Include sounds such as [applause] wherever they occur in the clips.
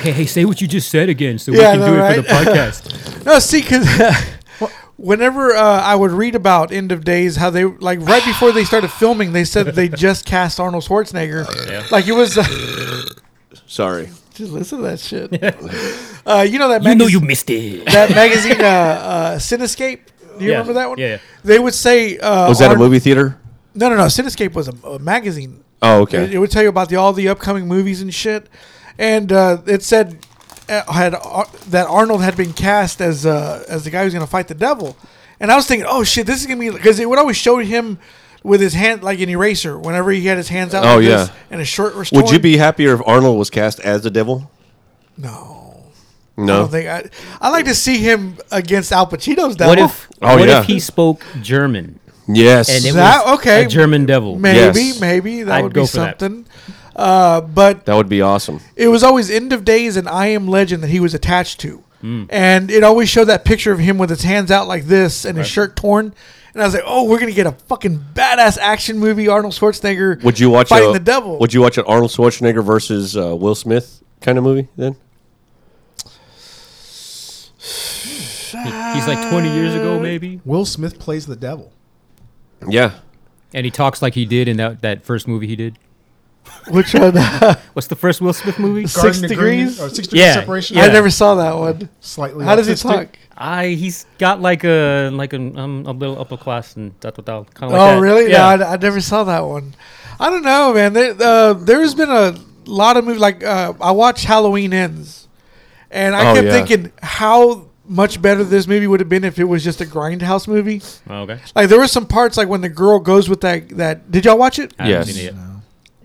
Hey, hey, say what you just said again, so Yeah, I we can know, do it for right? the podcast. [laughs] No, [laughs] see, because whenever uh, I would read about end of days, how they like right before they started filming, they said they just cast Arnold Schwarzenegger. Oh, Like it was. uh, Sorry. [laughs] just listen to [laughs] that shit. uh, you know that you know magaz- you missed it. that magazine uh, uh, Cinescape. Do you Yeah, remember that one? yeah, yeah. They would say. Uh, Was that a Arn- movie theater? No, no, no. Cinescape was a, a magazine. Oh, It, okay. it would tell you about the all the upcoming movies and shit, and uh, it said uh, had Ar- that Arnold had been cast as uh, as the guy who's gonna fight the devil, and I was thinking, oh shit, this is gonna be because it would always show him with his hand like an eraser whenever he had his hands out. Oh, like yeah. this, and his shirt was. Would you torn. be happier if Arnold was cast as the devil? No. I No. don't think I. I like to see him against Al Pacino's devil. What if? Oh, what yeah. if he spoke German yes. and it That- was okay. a German devil? maybe, Yes. maybe that I'd would go be for that. something. Uh, but that would be awesome. it was always End of Days and I Am Legend that he was attached to. Mm. And it always showed that picture of him with his hands out like this and his shirt torn. And I was like, oh, we're going to get a fucking badass action movie, Arnold Schwarzenegger. Would you watch Fighting the a, Devil? Would you watch an Arnold Schwarzenegger versus uh, Will Smith kind of movie then? He's like 20 years ago, maybe, Will Smith plays the devil. Yeah. and he talks like he did in that, that first movie he did. Which one? [laughs] What's the first Will Smith movie? Six degrees? or six degrees Yeah, separation. [laughs] I yeah. never saw that one. Slightly. How does he autistic. talk? I he's got like a like an um, a little upper class and da da da kind of like oh, that. really? Yeah. No, I, I never saw that one. I don't know, man. There, uh, there's been a lot of movies. Like, uh, I watched Halloween Ends, and I Oh, kept yeah. thinking how much better this movie would have been if it was just a grindhouse movie. Oh, okay. Like there were some parts like when the girl goes with that that did y'all watch it? I haven't Yes. seen [laughs] it yet.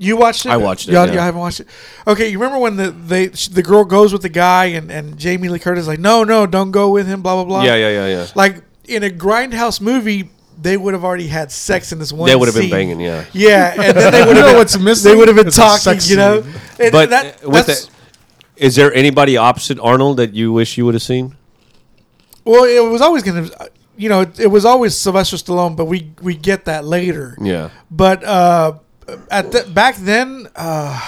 You watched it? I watched it, Y'all, yeah. y'all haven't watched it. Okay, you remember when the they sh- the girl goes with the guy and and Jamie Lee Curtis is like no no don't go with him blah blah blah. Yeah, yeah, yeah, yeah. Like in a grindhouse movie, they would have already had sex in this one. They would have been scene. banging, yeah. Yeah, and then [laughs] they would You have know been- what's missing? They would have been It's a talking, sex you know. scene. And But that- uh, with that's- that, is there anybody opposite Arnold that you wish you would have seen? well, it was always going to, you know, it, it was always Sylvester Stallone, but we we get that later. Yeah. But uh, at the, back then, uh,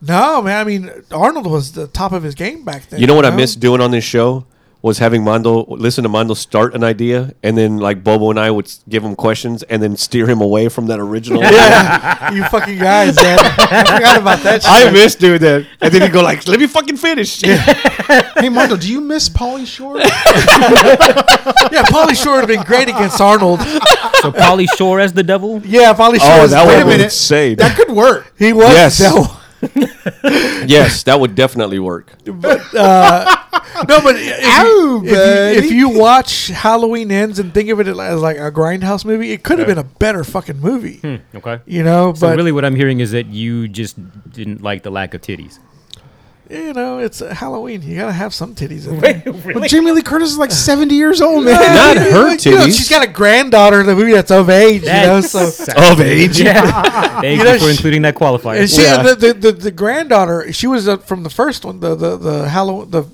no man. I mean, Arnold was the top of his game back then. You know what I missed doing on this show was having Mondo listen to Mondo start an idea, and then like Bobo and I would s- give him questions, and then steer him away from that original. [laughs] Yeah, you fucking guys, [laughs] man. I forgot about that. Shit. I miss doing that, and then he'd go like, "Let me fucking finish." [laughs] Hey, Michael, do you miss Polly Shore? yeah, Polly Shore would have been great against Arnold. So Polly Shore as the devil. Yeah, Polly Shore. Oh, was that great. would minute. insane. that could work. He was. Yes. No, [laughs] yes, that would definitely work. [laughs] no but if, Ow, you, if, you, buddy. if you watch Halloween Ends and think of it as like a grindhouse movie, it could have been a better fucking movie. Hmm. Okay. You know, So but really, what I'm hearing is that you just didn't like the lack of titties. you know, it's uh, Halloween. You gotta have some titties in there. But Jamie Lee Curtis is like 70 years old, man. [laughs] Not her You know, she's titties. got a granddaughter in the movie that's of age, you know. That's- So, of age. [laughs] Yeah. Thank You you, know, for she- including that and qualifier. she, Yeah. the, the, the the granddaughter, she was uh, from the first one, the the the Halloween, the.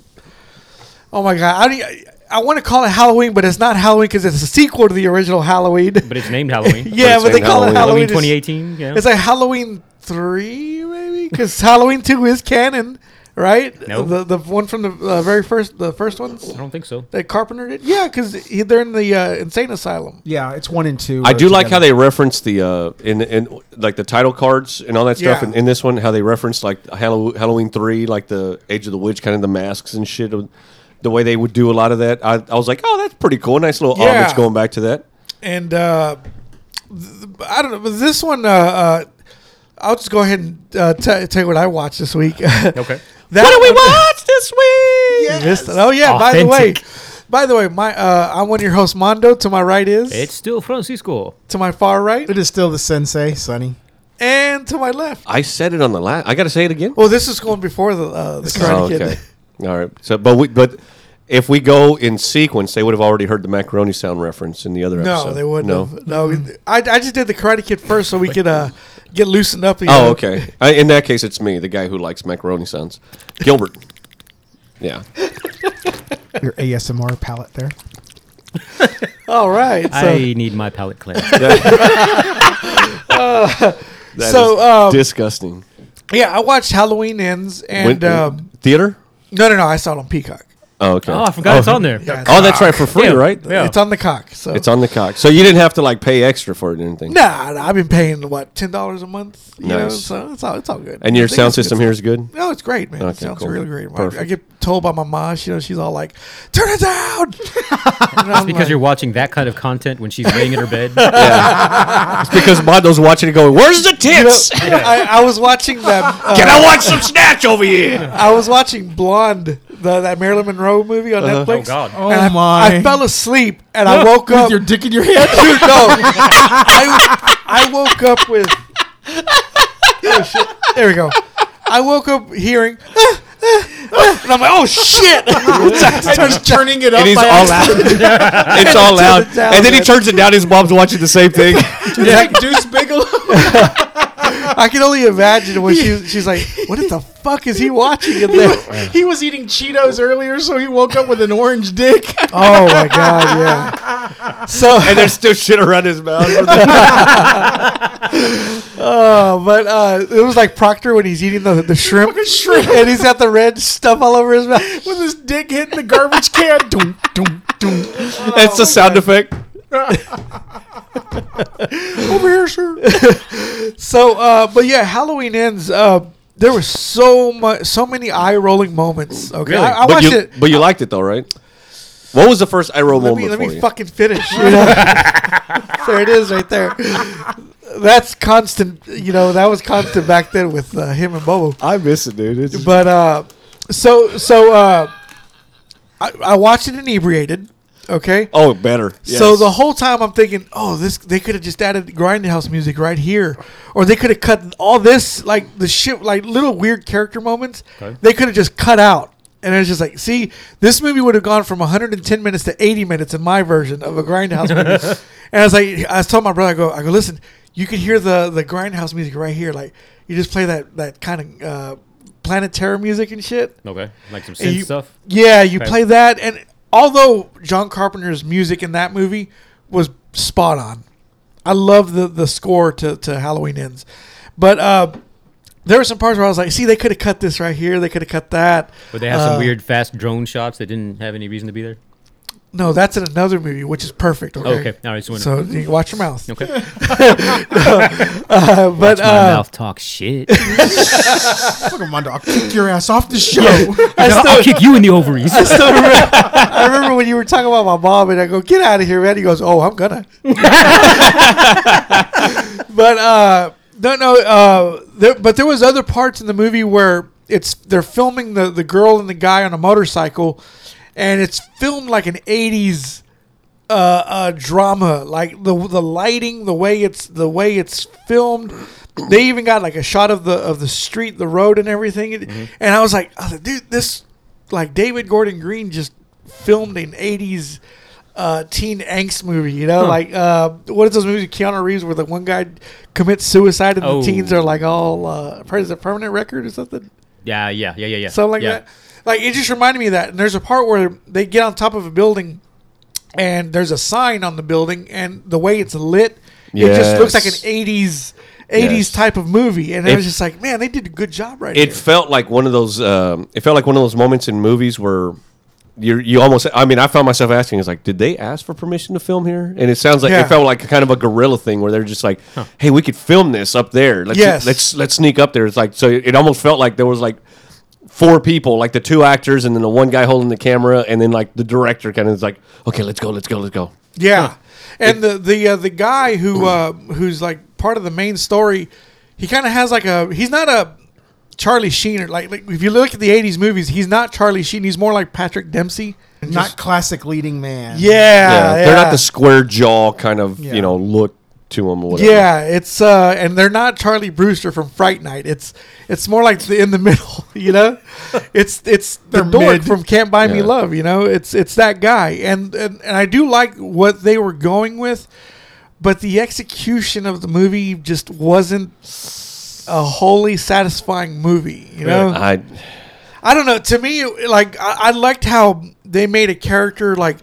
Oh my god! I don't- I want to call it Halloween, but it's not Halloween because it's a sequel to the original Halloween. [laughs] But it's named Halloween. yeah, it's but, they named call it Halloween. Halloween. Halloween It's- 2018. Yeah. It's like Halloween three, maybe, because Halloween two is canon, right? No. the the one from the uh, very first, the first ones I don't think so. that Carpenter did. Yeah, because they're in the uh, insane asylum. Yeah, it's one and two. I are do like how together. they reference the uh, in in like the title cards and all that stuff Yeah. in, in this one. How they reference like Hallow- Halloween three, like the Age of the Witch, kind of the masks and shit. uh, The way they would do a lot of that, I, I was like, oh, that's pretty cool. Nice little Yeah. homage going back to that. and uh, th- I don't know. But this one, uh, uh, I'll just go ahead and uh, t- tell you what I watched this week. [laughs] Okay. That What do we one- watch this week? You missed it. Oh yeah. By the way, Authentic. by the way, my uh, I'm one of your hosts, Mondo. To my right is It's still Francisco. to my far right It is still the sensei, Sonny. and to my left. I said it on the last. I got to say it again. Well, this is going before the uh, the Karate Oh, Kid. okay. [laughs] All right. So, but we but if we go in sequence, they would have already heard the macaroni sound reference in the Oh, other No, episode. they wouldn't. No. have. No, I, I just did the Karate Kid first so we could uh, get loosened up. you know. Oh, okay. I, in that case, it's me, the guy who likes macaroni sounds, Gilbert. [laughs] Yeah. Your ASMR palette there. All right. So, I need my palate cleanse. That- that So, is um, disgusting. Yeah, I watched Halloween Ends and Went- um, theater. no, no, no. I saw it on Peacock. Oh, [laughs] okay. Oh, I forgot it's on there. Yeah, Oh, that's right for free, Yeah. right? Yeah. It's on the cock. So It's on the cock. So you didn't have to like pay extra for it or anything. Nah, nah, I've been paying what ten dollars a month. You know, Nice. so it's all it's all good. And I your think sound it's good system stuff. here [laughs] is good. No, it's great, man. it Okay, sounds cool. really great. I, I Perfect. get told by my mom, you know, she's all like, "Turn it down." [laughs] That's Because you're watching that kind of content when she's laying in her [laughs] Oh, bed. Yeah. it's because Mondo's watching it going, "Where's the tits? [laughs] I, I was watching that. uh, [laughs] Can I watch some snatch over here?" [laughs] I was watching Blonde, the, that Marilyn Monroe movie on Uh-huh. Netflix. Oh, God. Oh and I, my! I fell asleep and [laughs] [laughs] I woke up. with your dick in your head. Dude, no. I, I woke up with. Oh, shit. There we go. I woke up hearing. "Ah, ah, ah," and I'm like, oh, shit. [laughs] Starts turning it up. And he's by all accident. loud. [laughs] it's all loud. it down, And then he man. turns it down. His mom's watching the same thing. [laughs] Like Deuce Bigelow. I can only imagine when she, she's like, what the fuck is he watching in there? he was eating Cheetos earlier, so he woke up with an [laughs] orange dick. Oh, my God, yeah. So. and there's still shit around his [laughs] mouth. Uh, but uh, it was like Proctor when he's eating the, the shrimp, and he's got the red stuff all over his mouth. with his dick hitting the garbage can. Dum, dum, dum. Oh That's the sound effect. Over here, sir. so, uh, but yeah, Halloween ends. Uh, there was so much, so many eye rolling moments. Okay, Really? I, I but watched you, it. but you liked it though, right? What was the first eye roll Let me moment let for me you? fucking [laughs] finish. you know? [laughs] there it is, right there. That's constant. You know, that was constant back then with uh, him and Bobo. I miss it, dude. It's But uh, so so uh, I, I watched it inebriated. Okay. oh, better. So Yes. the whole time I'm thinking, oh, this they could have just added grindhouse music right here, or they could have cut all this like the shit like little weird character moments. They could have just cut out, and it's just like, see, this movie would have gone from 110 minutes to 80 minutes in my version of a grindhouse movie. and I was like, I was telling my brother, I go, I go, listen, you could hear the the grindhouse music right here, like you just play that that kind of uh, Planet Terror music and shit. okay, like some synth And you- stuff. Yeah, you Okay. play that, and although John Carpenter's music in that movie was spot on, I love the the score to to Halloween Ends, but uh, there were some parts where I was like, see, they could have cut this right here, they could have cut that. But they have Uh, some weird fast drone shots that didn't have any reason to be there. No, that's in another movie, which is perfect. Okay, okay, all right, so, so you watch your mouth. [laughs] okay. Uh, Watch but my uh, mouth talk [laughs] shit. Fuck him, Mondo. I'll kick your ass off [laughs] the show. I I'll still, kick you in the ovaries. I still remember, I remember when you were talking about my mom, and I go, "Get out of here, man!" He goes, "Oh, I'm gonna." [laughs] but uh, no, no. Uh, there, but there was other parts in the movie where it's they're filming the the girl and the guy on a motorcycle, and it's filmed like an '80s uh, uh, drama. Like the the lighting, the way it's the way it's filmed. They even got like a shot of the of the street, the road, and everything. It- And I was like, I was like, dude, this like David Gordon Green just filmed an '80s uh, teen angst movie. You know, like uh, what is those movies? with Keanu Reeves, where the one guy commits suicide and Oh. the teens are like all uh, per- is it permanent record or something, yeah, yeah, yeah, yeah, yeah. something like yeah. that. Like it just reminded me of that. And there's a part where they get on top of a building, and there's a sign on the building, and the way it's lit, it just looks like an Yes. '80s. 80s Yes. type of movie, and I It- was just like, man, they did a good job right it here. felt like one of those. Um, it felt like one of those moments in movies where you you almost. I mean, I found myself asking, "Is like, did they ask for permission to film here?" And it sounds like Yeah. it felt like kind of a guerrilla thing where they're just like, "Hey, we could film this up there. Let's Yes. let's let's sneak up there." It's like so. It almost felt like there was like four people, like the two actors, and then the one guy holding the camera, and then like the director kind of is like, "Okay, let's go, let's go, let's go." Yeah, and the the uh, the guy who uh, who's like part of the main story, he kind of has like a he's not a Charlie Sheen or like, like if you look at the '80s movies, he's not Charlie Sheen. He's more like Patrick Dempsey. And Not just- classic leading man. yeah, Ah, yeah, they're not the square jaw kind of Yeah. you know look to them. Or whatever. yeah, it's uh, and they're not Charlie Brewster from Fright Night. It's it's more like the [laughs] in the middle, you [laughs] know. It's it's the They're dork mid. from Can't Buy Me Yeah. Love, you know. It's it's that guy, and, and and I do like what they were going with, but the execution of the movie just wasn't a wholly satisfying movie, you know. I I don't know. To me, it- like I, I liked how they made a character like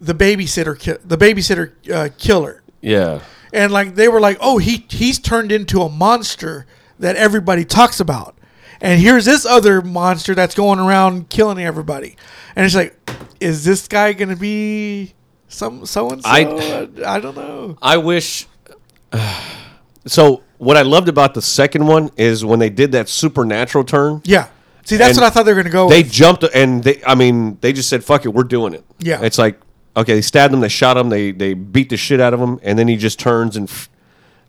the babysitter, ki- the babysitter uh, killer yeah. and like they were like, "Oh, he he's turned into a monster that everybody talks about. And here's this other monster that's going around killing everybody. And it's like, is this guy going to be some so and so? I- I don't know. I wish. [sighs] so what I loved about the second one is when they did that supernatural turn. Yeah. See, that's And what I thought they were going to go They with. jumped and they. I mean, they just said, "Fuck it, we're doing it." Yeah. It's like okay, they stabbed him, they shot him, they they beat the shit out of him, and then he just turns and. f-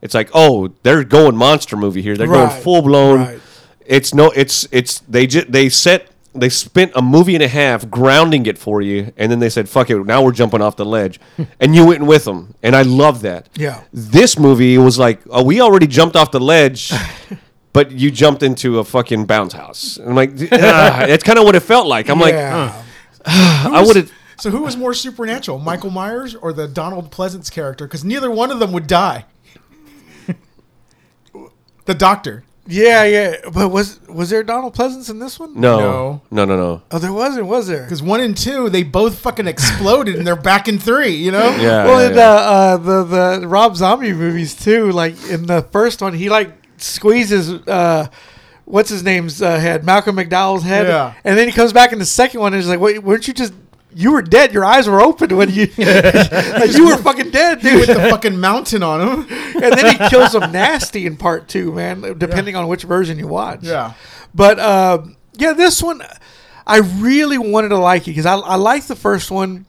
It's like oh, they're going monster movie here. They're Right, going full blown. right. It's no, it's it's they just they set they spent a movie and a half grounding it for you, and then they said fuck it, now we're jumping off [laughs] the ledge, and you went with them, and I love that. Yeah. this movie was like oh, we already jumped off the ledge. But you jumped into a fucking bounce house. I'm like, [laughs] ah, that's kind of what it felt like. I'm like, Yeah. I would have. So who was more supernatural, Michael Myers or the Donald Pleasance character? Because neither one of them would die. [laughs] the doctor. yeah, yeah. But was was there Donald Pleasance in this one? No, no, no, no. Oh, there wasn't, was there? Because one and two, they both fucking exploded and they're back in three, you know? Yeah. well, yeah, in yeah. the uh, the the Rob Zombie movies too, like in the first one, he like squeezes uh, what's his name's uh, head, Malcolm McDowell's head, Yeah. and then he comes back in the second one and he's like, "Wait, weren't you just?" You were dead. Your eyes were open when you, [laughs] like you were fucking dead, [laughs] With dude. the fucking [laughs] mountain on him. And then he kills him nasty in part two, man. Depending on which version you watch. Yeah. But um, yeah, this one, I really wanted to like it because I, I liked the first one.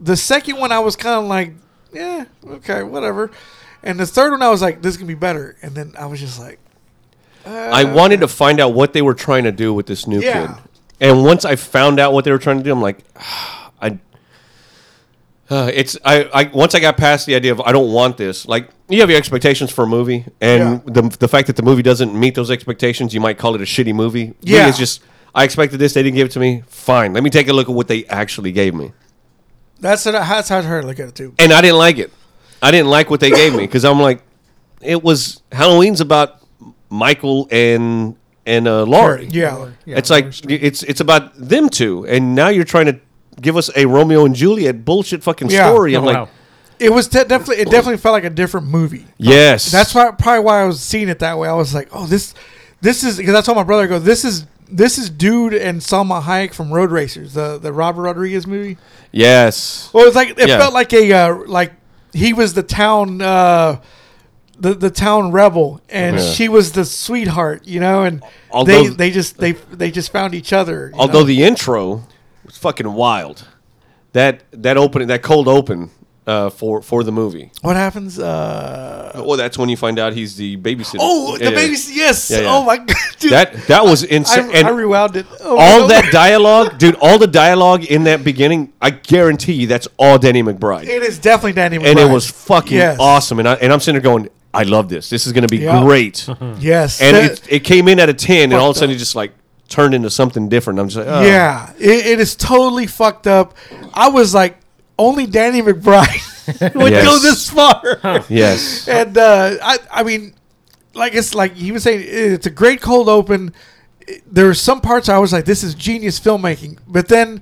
The second one, I was kind of like, yeah, okay, whatever. And the third one, I was like, this can be better. And then I was just like, I wanted to find out what they were trying to do with this new Uh, Yeah. kid. And once I found out what they were trying to do, I'm like, [sighs] ah, I. Uh, it's I, I once I got past the idea of I don't want this. Like you have your expectations for a movie, and the the fact that the movie doesn't meet those expectations, you might call it a shitty movie. Me, Yeah. it's just I expected this, they didn't give it to me. Fine, let me take a look at what they actually gave me. that's what I, that's how I look at it too. and I didn't like it. I didn't like what they gave me because I'm like, it was Halloween's about Michael and and uh, Laurie. Yeah, it's like it's it's about them two, and now you're trying to give us a Romeo and Juliet bullshit fucking Yeah. story. Oh, I'm like, wow. it was de- definitely it definitely felt like a different movie. yes, That's why probably why I was seeing it that way. I was like, oh, this this is because I told my brother, I go, this is this is dude and Salma Hayek from Road Racers, the the Robert Rodriguez movie. yes, Well, it's like it Yeah. felt like a uh, like he was the town uh, the the town rebel, and Yeah. she was the sweetheart, you know. And they Although- they just they they just found each other. you Although know? the intro was fucking wild. That that opening, that cold open uh, for for the movie. what happens? Uh, Well, that's when you find out he's the babysitter. oh, the Yeah, yeah. baby. Yes. Yeah, yeah. Oh my [laughs] god, dude. That that was I, insane. I rewound it. Oh, all no. that dialogue, dude, all the dialogue in that beginning, I guarantee you that's all Danny McBride. It is definitely Danny. and it McBride. was fucking Yes. awesome. And, I, and I'm sitting there going, I love this. This is going to be Yeah. [laughs] great. Yes. And that- it, it came in at a 10, and all of Fucked a sudden it just like turned into something different. I'm just like, oh. Yeah, it, it is totally fucked up. I was like, only Danny McBride [laughs] would go Yes. this far. [laughs] Yes. And uh, I, I mean, like it's like he was saying, it's a great cold open. It- There were some parts I was like, this is genius filmmaking. But then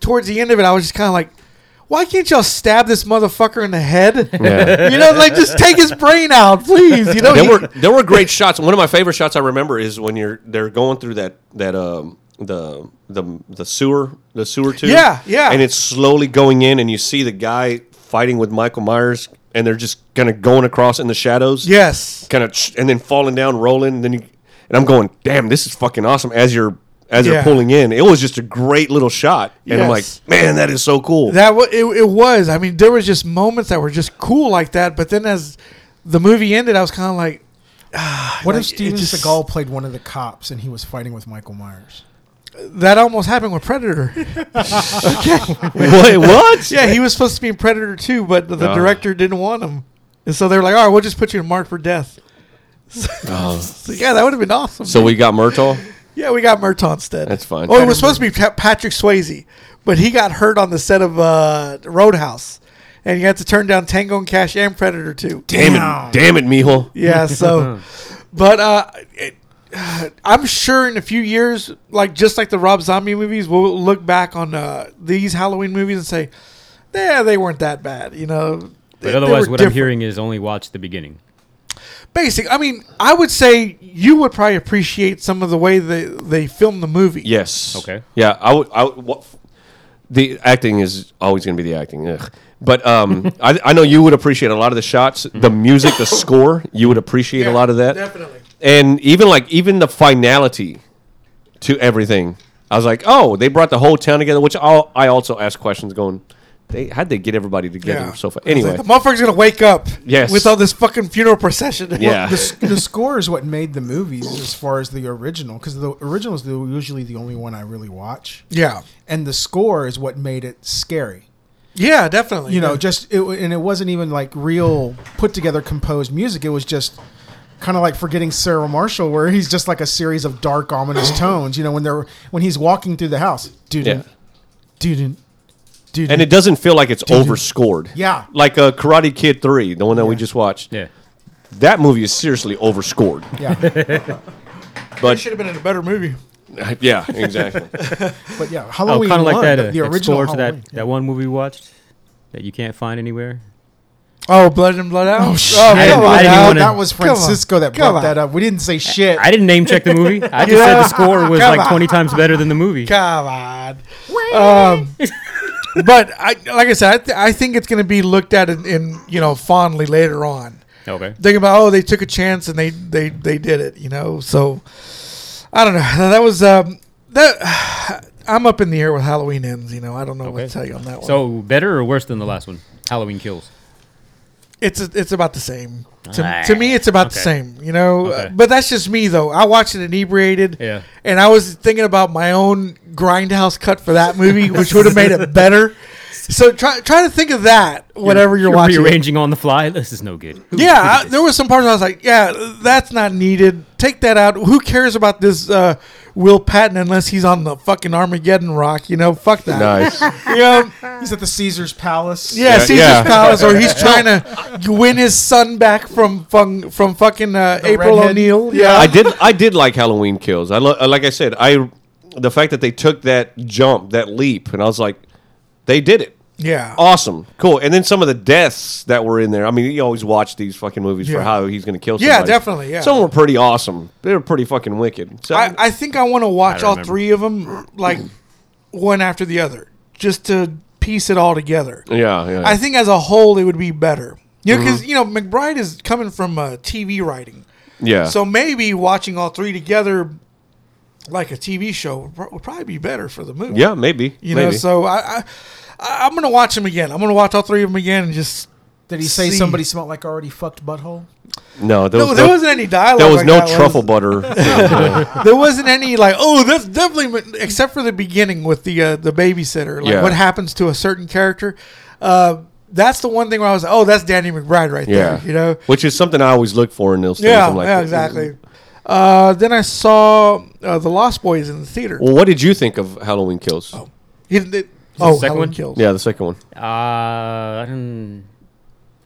towards the end of it, I was just kind of like, why can't y'all stab this motherfucker in the head? [laughs] Yeah. You know, like just take his brain out, please. You know, There he- were there were great shots. One of my favorite shots I remember is when you're they're going through that that um the the the sewer the sewer tube. Yeah, yeah. And it's slowly going in, and you see the guy fighting with Michael Myers, and they're just kind of going across in the shadows. yes, kind of and then falling down, rolling, and then you, and I'm going, damn, this is fucking awesome. As you're as Yeah. you're pulling in, it was just a great little shot, and I'm like, Yes. man, that is so cool. that was it, it. Was I mean, there was just moments that were just cool like that. But then as the movie ended, I was kind of like, Like, What if it Steven just- Seagal played one of the cops and he was fighting with Michael Myers? that almost happened with Predator. Wait, [laughs] [laughs] what? Yeah, he was supposed to be in Predator 2, but the, the Ah. director didn't want him. And so they were like, all right, we'll just put you in Mark for Death. [laughs] Oh. So, yeah, that would have been awesome. So we got Myrtle. yeah, we got Murtaugh instead. That's fine. Oh, it was supposed to be Pa- Patrick Swayze, but he got hurt on the set of uh, Roadhouse. And he had to turn down Tango and Cash and Predator 2. Damn Wow. it, damn it, Mijo. [laughs] Yeah, so, but uh, it, [sighs] uh, I'm sure in a few years, like just like the Rob Zombie movies, we'll look back on uh, these Halloween movies and say, yeah, they weren't that bad, you know. They- But they otherwise, were what I'm different." hearing is only watch the beginning. basic. I mean, I would say you would probably appreciate some of the way they they filmed the movie. Yes. Okay. Yeah, I would. I would what, the acting is always going to be the acting. Ugh. But um, [laughs] I, I know you would appreciate a lot of the shots, the music, the score. You would appreciate Yeah, a lot of that, definitely. And even like even the finality to everything. I was like, oh, they brought the whole town together. Which I'll, I also asked questions, going, they how'd they get everybody together so far? It's like, Anyway, the motherfucker's gonna wake up. Yes. With all this fucking funeral procession. yeah, The, s- the score is what made the movies as far as the original, because the original is the, usually the only one I really watch. [laughs] Yeah. And the score is what made it scary. Yeah. Definitely. you know, Yeah. just it, wa- and it wasn't even like real put together composed music. It was just kind of like forgetting Sarah Marshall, where he's just like a series of dark, ominous tones. You know, when they're when he's walking through the house, dude, Yeah. dude, dude, and it doesn't feel like it's overscored. Yeah. like a Karate Kid three, the one that we just watched. Yeah. That movie is seriously overscored. yeah, it But should have been in a better movie. [laughs] yeah, exactly. but yeah, Oh, Halloween kind of like one, that. the, Uh, the that original score to Halloween. that, that one movie we watched that you can't find anywhere. Oh, blood in, blood out. Oh, shit. I didn't- Come I on didn't now, wanna- that was Come on. Francisco that Come brought on. that up. We didn't say shit. I didn't name check the movie. I [laughs] just said the score was Come like on. 20 times better than the movie. Come on. Um, but I, like I said, I, th- I think it's going to be looked at in, in you know fondly later on. Okay. Think about oh, they took a chance and they they they did it. You know, so I don't know. That was um, that. [sighs] I'm up in the air with Halloween ends. You know, I don't know what Okay. to tell you on that one. So So better or worse than the last one? Halloween Kills. it's it's about the same. To, Ah, to me, it's about the okay. same. You know, Uh, Okay. but that's just me though. I watched it inebriated. Yeah. And I was thinking about my own grindhouse cut for that [laughs] movie, which would have made it better. So try try to think of that whatever you're, You're watching. rearranging on the fly. This is no good. Who- who Yeah, I, did there was some parts I was like, yeah, that's not needed. Take that out. Who cares about this uh, Will Patton unless he's on the fucking Armageddon rock? You know, fuck that. [laughs] Nice. You know, He's at the Caesar's Palace. yeah, Yeah, Caesar's yeah. Palace, or [laughs] he's trying to win his son back from fung, from fucking uh, The April redhead. O'Neil. I did. I did like Halloween Kills. I lo- uh, like I said. I the fact that they took that jump, that leap, and I was like, they did it. yeah. Awesome, cool. And then some of the deaths that were in there. I mean, you always watch these fucking movies for Yeah. how he's going to kill. Yeah, somebody. definitely, yeah. some were pretty awesome. They were pretty fucking wicked. So I, I think I want to watch don't all remember. three of them like one after the other, just to piece it all together. yeah, Mm-hmm. yeah. I think as a whole, it would be better. You know, because you know McBride is coming from uh, TV writing, yeah. so maybe watching all three together, like a TV show, would pro- would probably be better for the movie. yeah, maybe. you know. maybe. So I, I, I- I'm gonna watch them again. I'm gonna watch all three of them again and just. Did he say See. somebody smelled like already fucked butthole? no, there No, was there no, wasn't any dialogue. there was like no that, truffle [laughs] butter. there wasn't any like oh that's definitely except for the beginning with the uh, the babysitter like Yeah. what happens to a certain character uh, that's the one thing where I was oh that's Danny McBride right yeah, there you know which is something I always look for in those things. yeah I'm like, yeah exactly uh, then I saw uh, the Lost Boys in the theater Well, what did you think of Halloween Kills? He did- oh second Halloween one? Kills Yeah, the second one. Uh, I don't.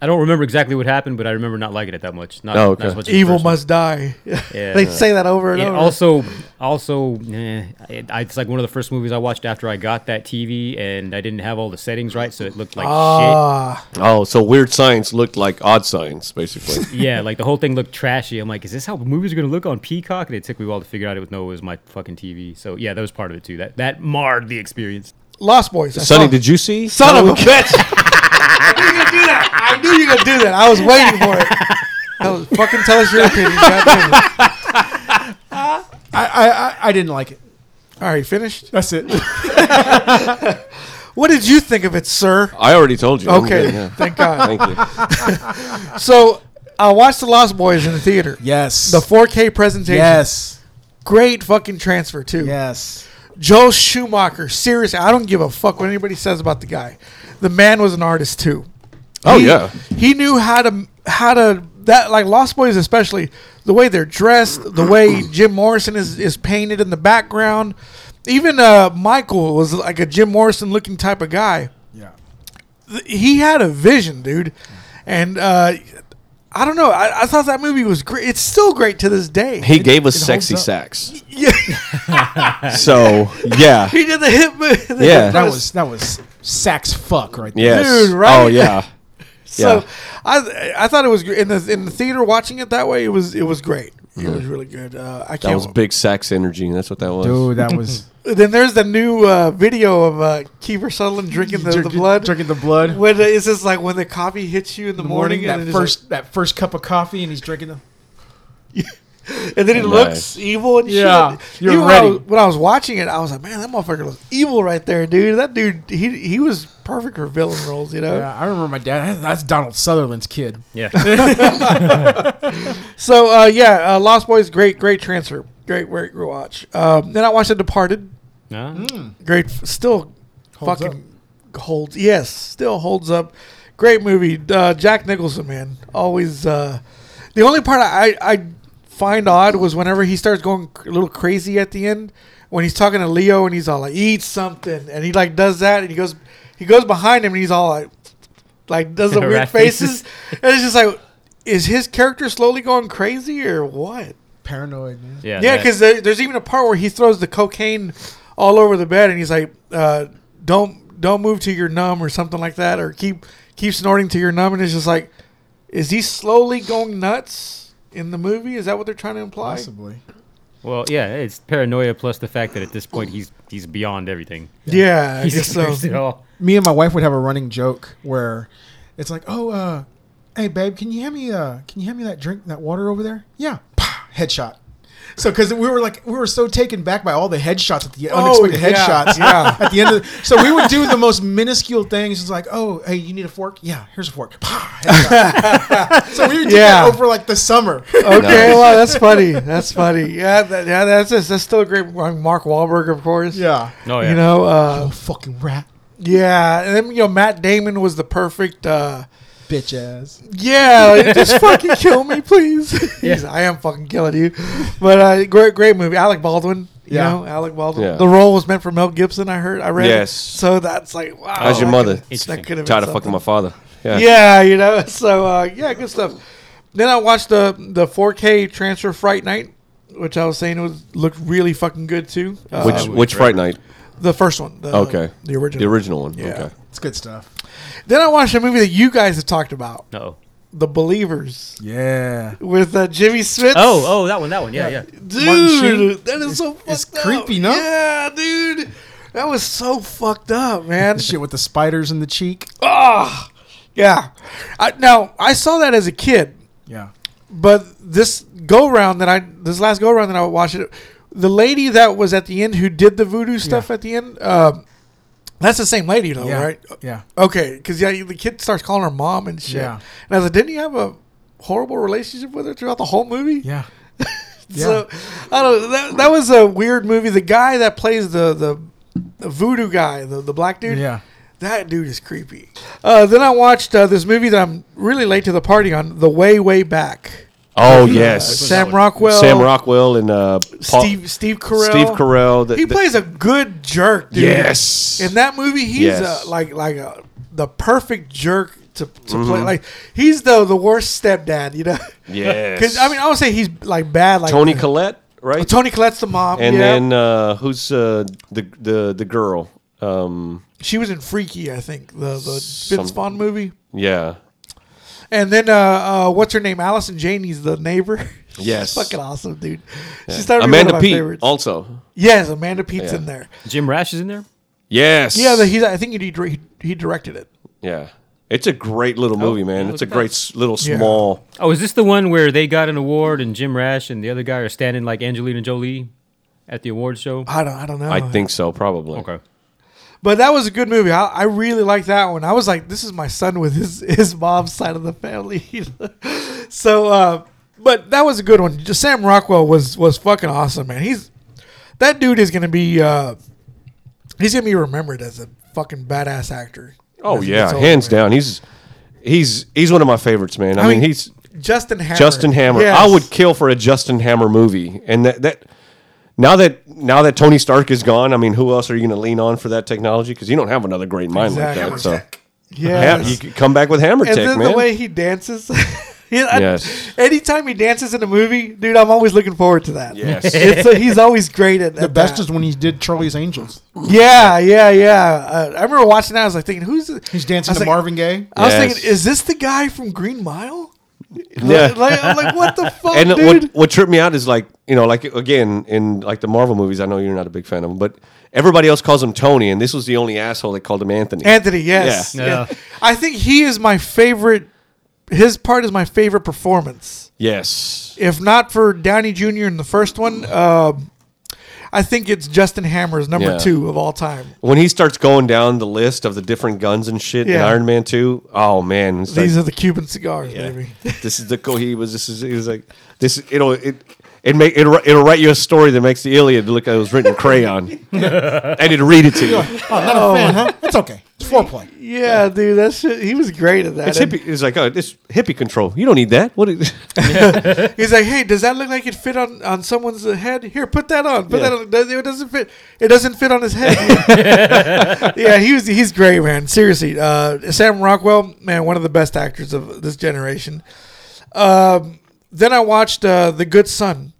I don't remember exactly what happened, but I remember not liking it that much. Not, Oh, not okay. as much as the Evil first one. must die [laughs] Yeah. they say that over and It over also, also, eh, it, I, it's like one of the first movies I watched after I got that TV, and I didn't have all the settings right, so it looked like ah Oh, so weird science looked like odd science, basically. [laughs] shit. Yeah, like the whole thing looked trashy. I'm like, is this how movies are gonna look on Peacock? And it took me a while to figure out it was no, it was my fucking TV. So yeah, that was part of it too. That that marred the experience. Lost Boys I Sonny, saw- did you see? Son [laughs] of a bitch! I knew you were gonna do that. I was waiting for it. I was fucking tell us your opinion. God damn it. I, I, I, I didn't like it. All right, finished. That's it. What did you think of it, sir? I already told you. I'm Okay, good, Oh, yeah. thank God. Thank [laughs] you. So I watched The Lost Boys in the theater. Yes. The 4K presentation. yes. Great fucking transfer, too. Yes. Joel Schumacher. Seriously, I don't give a fuck what anybody says about the guy. The man was an artist, too. Oh, He- yeah. He knew how to, how to, that, like Lost Boys, especially, the way they're dressed, the [clears throat] way Jim Morrison is, is painted in the background. Even uh, Michael was like a Jim Morrison looking type of guy. Yeah. he had a vision, dude. And uh, I don't know. I, I thought that movie was great. It's still great to this day. He gave us it holds sexy up. sax. yeah, So, [laughs] yeah. he did [laughs] the hit movie. Yeah. That was that was sax fuck right there. Yes. Dude, right? Oh, yeah. so Yeah. I I thought it was gr- in the in the theater watching it that way. It was it was great. It was really good. Uh, I That can't. was big sax energy. That's what that was. Dude, that was Then there's the new uh, video of uh, Kiefer Sutherland [laughs] drinking the, the Drinking- blood. drinking the blood. When uh, it's just like when the coffee hits you in the, morning, and that it's first that first cup of coffee, and he's drinking the. like- and then it Nice. looks evil and Yeah, shit. you're Even when I ready. was- When I was watching it, I was like, man, that motherfucker looks evil right there, dude. That dude, he he was perfect for villain roles, you know. Yeah, I remember my dad. That's Donald Sutherland's kid. [laughs] Yeah. So uh, yeah, uh, Lost Boys, great, great transfer, great, great rewatch. Um, then I watched The Departed. No? Great, still Holds fucking holds. Yes, still holds up. Great movie. Uh, Jack Nicholson, man, always. Uh, the only part I I find odd was whenever he starts going a little crazy at the end when he's talking to Leo and he's all like, "Eat something," and he like does that and he goes he goes behind him and he's all like, like does the Rat weird faces, faces. and it's just like, is his character slowly going crazy or what? Paranoid. Man. Yeah. Yeah, that- because there, there's even a part where he throws the cocaine all over the bed, and he's like, uh, "Don't don't move till you're numb" or something like that, or keep keep snorting till you're numb. And it's just like, is he slowly going nuts in the movie? Is that what they're trying to imply? Possibly. Well, yeah, it's paranoia plus the fact that at this point he's he's beyond everything. Yeah, I He's guess so. [laughs] experienced it all. Me and my wife would have a running joke where it's like, "Oh, uh, hey babe, can you hand me uh, can you hand me that drink, that water over there?" Yeah. Pah, headshot. So, because we were like, we were so taken back by all the headshots at the unexpected Oh, yeah, headshots. yeah. [laughs] At the end of, the, so we would do the most minuscule things. It's like, oh, hey, you need a fork? Yeah, here's a fork. Pah, [laughs] headshot. so we would do Yeah. Oh. that over like the summer. Okay, well that's funny. That's funny. Yeah, that, yeah, that's just, that's still a great I mean, Mark Wahlberg, of course. [laughs] yeah. Oh yeah. you know, uh, Oh fucking rat, yeah, and then you know Matt Damon was the perfect. Uh, bitch ass. [laughs] Yeah, just fucking kill me, please. [laughs] He's, Yeah. I am fucking killing you. But uh, great, great movie. Alec Baldwin. You Yeah. know, Alec Baldwin. Yeah. The role was meant for Mel Gibson. I heard. I read. Yes. So that's like wow. How's your that mother? could- Interesting. That could have Tired been of something. fucking my father. Yeah. Yeah, you know. [laughs] So uh, yeah, good stuff. Then I watched the the 4K transfer Fright Night, which I was saying was looked really fucking good too. Uh, Which which Fright Night? the first one. The, Okay. The original. The original one. Yeah. Okay. It's good stuff. Then I watched a movie that you guys have talked about, No. The Believers, Yeah. with uh, Jimmy Smith. Oh, oh, that one, that one. Yeah, yeah. Sheen. dude, that is so fucked it's up. creepy, no? Yeah, dude, that was so fucked up, [laughs] man. Shit with the spiders in the cheek. Ah, yeah. I, now I saw that as a kid, Yeah. but this go round that I this last go round that I watched it, the lady that was at the end who did the voodoo stuff at the end, um, that's the same lady though, Yeah. right? Yeah. Okay, because yeah, the kid starts calling her mom and shit. Yeah. And I was like, didn't you have a horrible relationship with her throughout the whole movie? Yeah. So I don't. know, That, that was a weird movie. The guy that plays the the, the voodoo guy, the, the black dude. Yeah. That dude is creepy. Uh, then I watched uh, this movie that I'm really late to the party on, The Way Way Back. Oh Uh, yes. Sam Rockwell. Sam Rockwell and uh, Paul, Steve Steve Carell. Steve Carell. that- He that- plays a good jerk, dude. Yes. In that movie, he's Yes. uh, like like a, the perfect jerk to, to play. Mm-hmm. Like he's the the worst stepdad, you know. Yes. Because I mean, I would say he's like bad. Like Tony Collette, right? Tony Collette's the mom. and yeah. then uh, who's uh, the the the girl? Um, She was in Freaky, I think, the the Some- Vince Vaughn movie. yeah. And then uh, uh, what's her name? Allison Janey's the neighbor. [laughs] She's Yes. fucking awesome, dude. She started Amanda one of my Peet favorites. also. yes, Amanda Pete's Yeah. in there. Jim Rash is in there. Yes. Yeah, the, he's. I think he dir- he, he directed it. yeah. It's a great Oh, little movie, man. look It's a at great that. s little Yeah. small. Oh, is this the one where they got an award and Jim Rash and the other guy are standing like Angelina Jolie at the award show? I don't. I don't know. I think so, probably. Okay. But that was a good movie. I, I really liked that one. I was like, this is my son with his, [laughs] his mom's side of the family. [laughs] so, uh, but that was a good one. Just Sam Rockwell was was fucking awesome, man. He's that dude is gonna be uh, he's gonna be remembered as a fucking badass actor. Oh As he yeah, gets older, hands man. down. He's he's he's one of my favorites, man. I, I mean, mean, he's Justin Hammer. Justin Hammer. Yes. I would kill for a Justin Hammer movie. And that that now that now that Tony Stark is gone, I mean, who else are you going to lean on for that technology? Because you don't have another great mind like Exactly. that. So Yes. Ha- you could come back with Hammer and Tech, then man. the way he dances. [laughs] You know, I- Yes. anytime he dances in a movie, dude, I'm always looking forward to that. Yes. It's like he's always great at The best is when he did Charlie's Angels. yeah, yeah, yeah. Uh, I remember watching that. I was like thinking, who's this? He's I dancing was to like- Marvin Gaye. I was Yes. thinking, is this the guy from Green Mile? Yeah. Like, like, I'm like, [laughs] what the fuck, and dude? what what tripped me out is like you know like again in like the Marvel movies. I know you're not a big fan of them, but everybody else calls him Tony, and this was the only asshole that called him Anthony. Anthony, yes. Yeah. Yeah. I think he is my favorite. His part is my favorite performance. yes, If not for Downey Jr. in the first one, um, I think it's Justin Hammer's number Yeah. two of all time. when he starts going down the list of the different guns and shit in Yeah. Iron Man Two, oh man, it's like, These are the Cuban cigars, yeah. baby. [laughs] this is the Cohibas. This is it was like this. It'll it. It make it'll, it'll write you a story that makes the Iliad look like it was written in crayon, and it'd read it to you. Oh, not a fan, huh? It's okay. [laughs] It's foreplay. Yeah, dude, that shit. He was great at that. It's And hippie. It's like oh, it's hippie control. You don't need that. What? Is, He's like, hey, does that look like it fit on on someone's uh, head? Here, put that on. Put Yeah. that on. Does- It doesn't fit. It doesn't fit on his head. yeah, he was. He's great, man. Seriously, uh, Sam Rockwell, man, one of the best actors of this generation. Um, then I watched uh, The Good Son,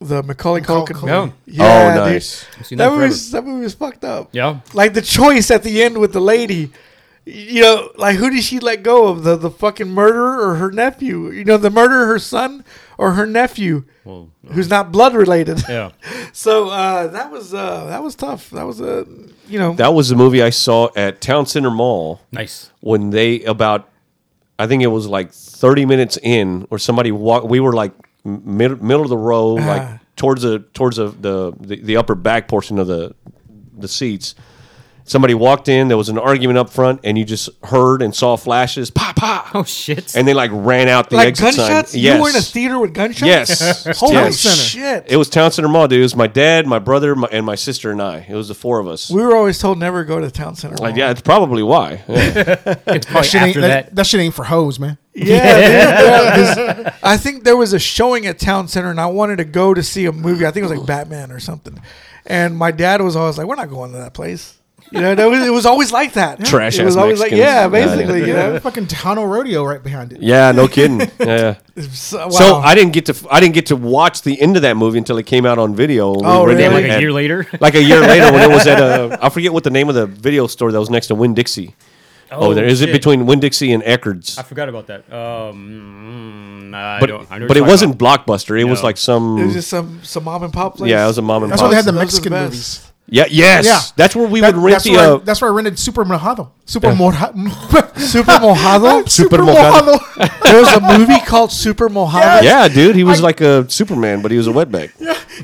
the Macaulay Macaulay Culkin. Culkin. movie. No. Yeah, oh, dude. nice. Seen That that movie, was, that movie was fucked up. Yeah. Like the choice at the end with the lady. You know, like who did she let go of? The the fucking murderer or her nephew? You know, the murderer, her son, or her nephew, Well, who's not blood related. yeah. [laughs] So uh, that was uh, that was tough. That was a uh, you know That was the movie I saw at Town Center Mall Nice. when they about I think it was like 30 minutes in or somebody walk we were like mid, middle of the row Ah. like towards the towards the, the the the upper back portion of the the seats somebody walked in there was an argument up front and you just heard and saw flashes pa pa Oh shit. and they like ran out the like exit sign. gunshots. yes You were in a theater with gunshots. Yes. Holy Yes. shit! it was Town Center Mall dude it was my dad my brother my, and my sister and I it was the four of us we were always told never go to town center. like yeah it's probably why Yeah. It's probably Shit ain't- after that, that. that shit ain't for hoes, [laughs] man. [laughs] Yeah, dude, yeah, 'cause I think there was a showing at Town Center, and I wanted to go to see a movie. I think it was like Batman or something. And my dad was always like, "We're not going to that place." You know, that was, it was always like that. [laughs] Trash It was ass always Mexicans. like, yeah, Yeah, yeah. basically. You [laughs] know, Fucking Tejano Rodeo right behind it. Yeah, no [laughs] kidding. yeah. so, wow. So I didn't get to I didn't get to watch the end of that movie until it came out on video. We Oh, were really? there Like at- a year later. [laughs] Like a year later, when it was at a I forget what the name of the video store that was next to Winn Dixie. Oh, there is it shit. between Winn Dixie and Eckerd's. I forgot about that. Um, mm, I But don't, I know but what it you're wasn't talking blockbuster. It was No. like some it was just some some mom and pop place. yeah, it was a mom and That's pop. why they had the Those are the Mexican best. movies. yeah, yes, Yeah. that's where we That- would rent that's, the where uh, I, that's where I rented Super Mojado. Super Mojado. Super [laughs] Mojado. Super Mojado. there was a movie called Super Mojado. yeah, dude. He was like a Superman, but he was a wetback.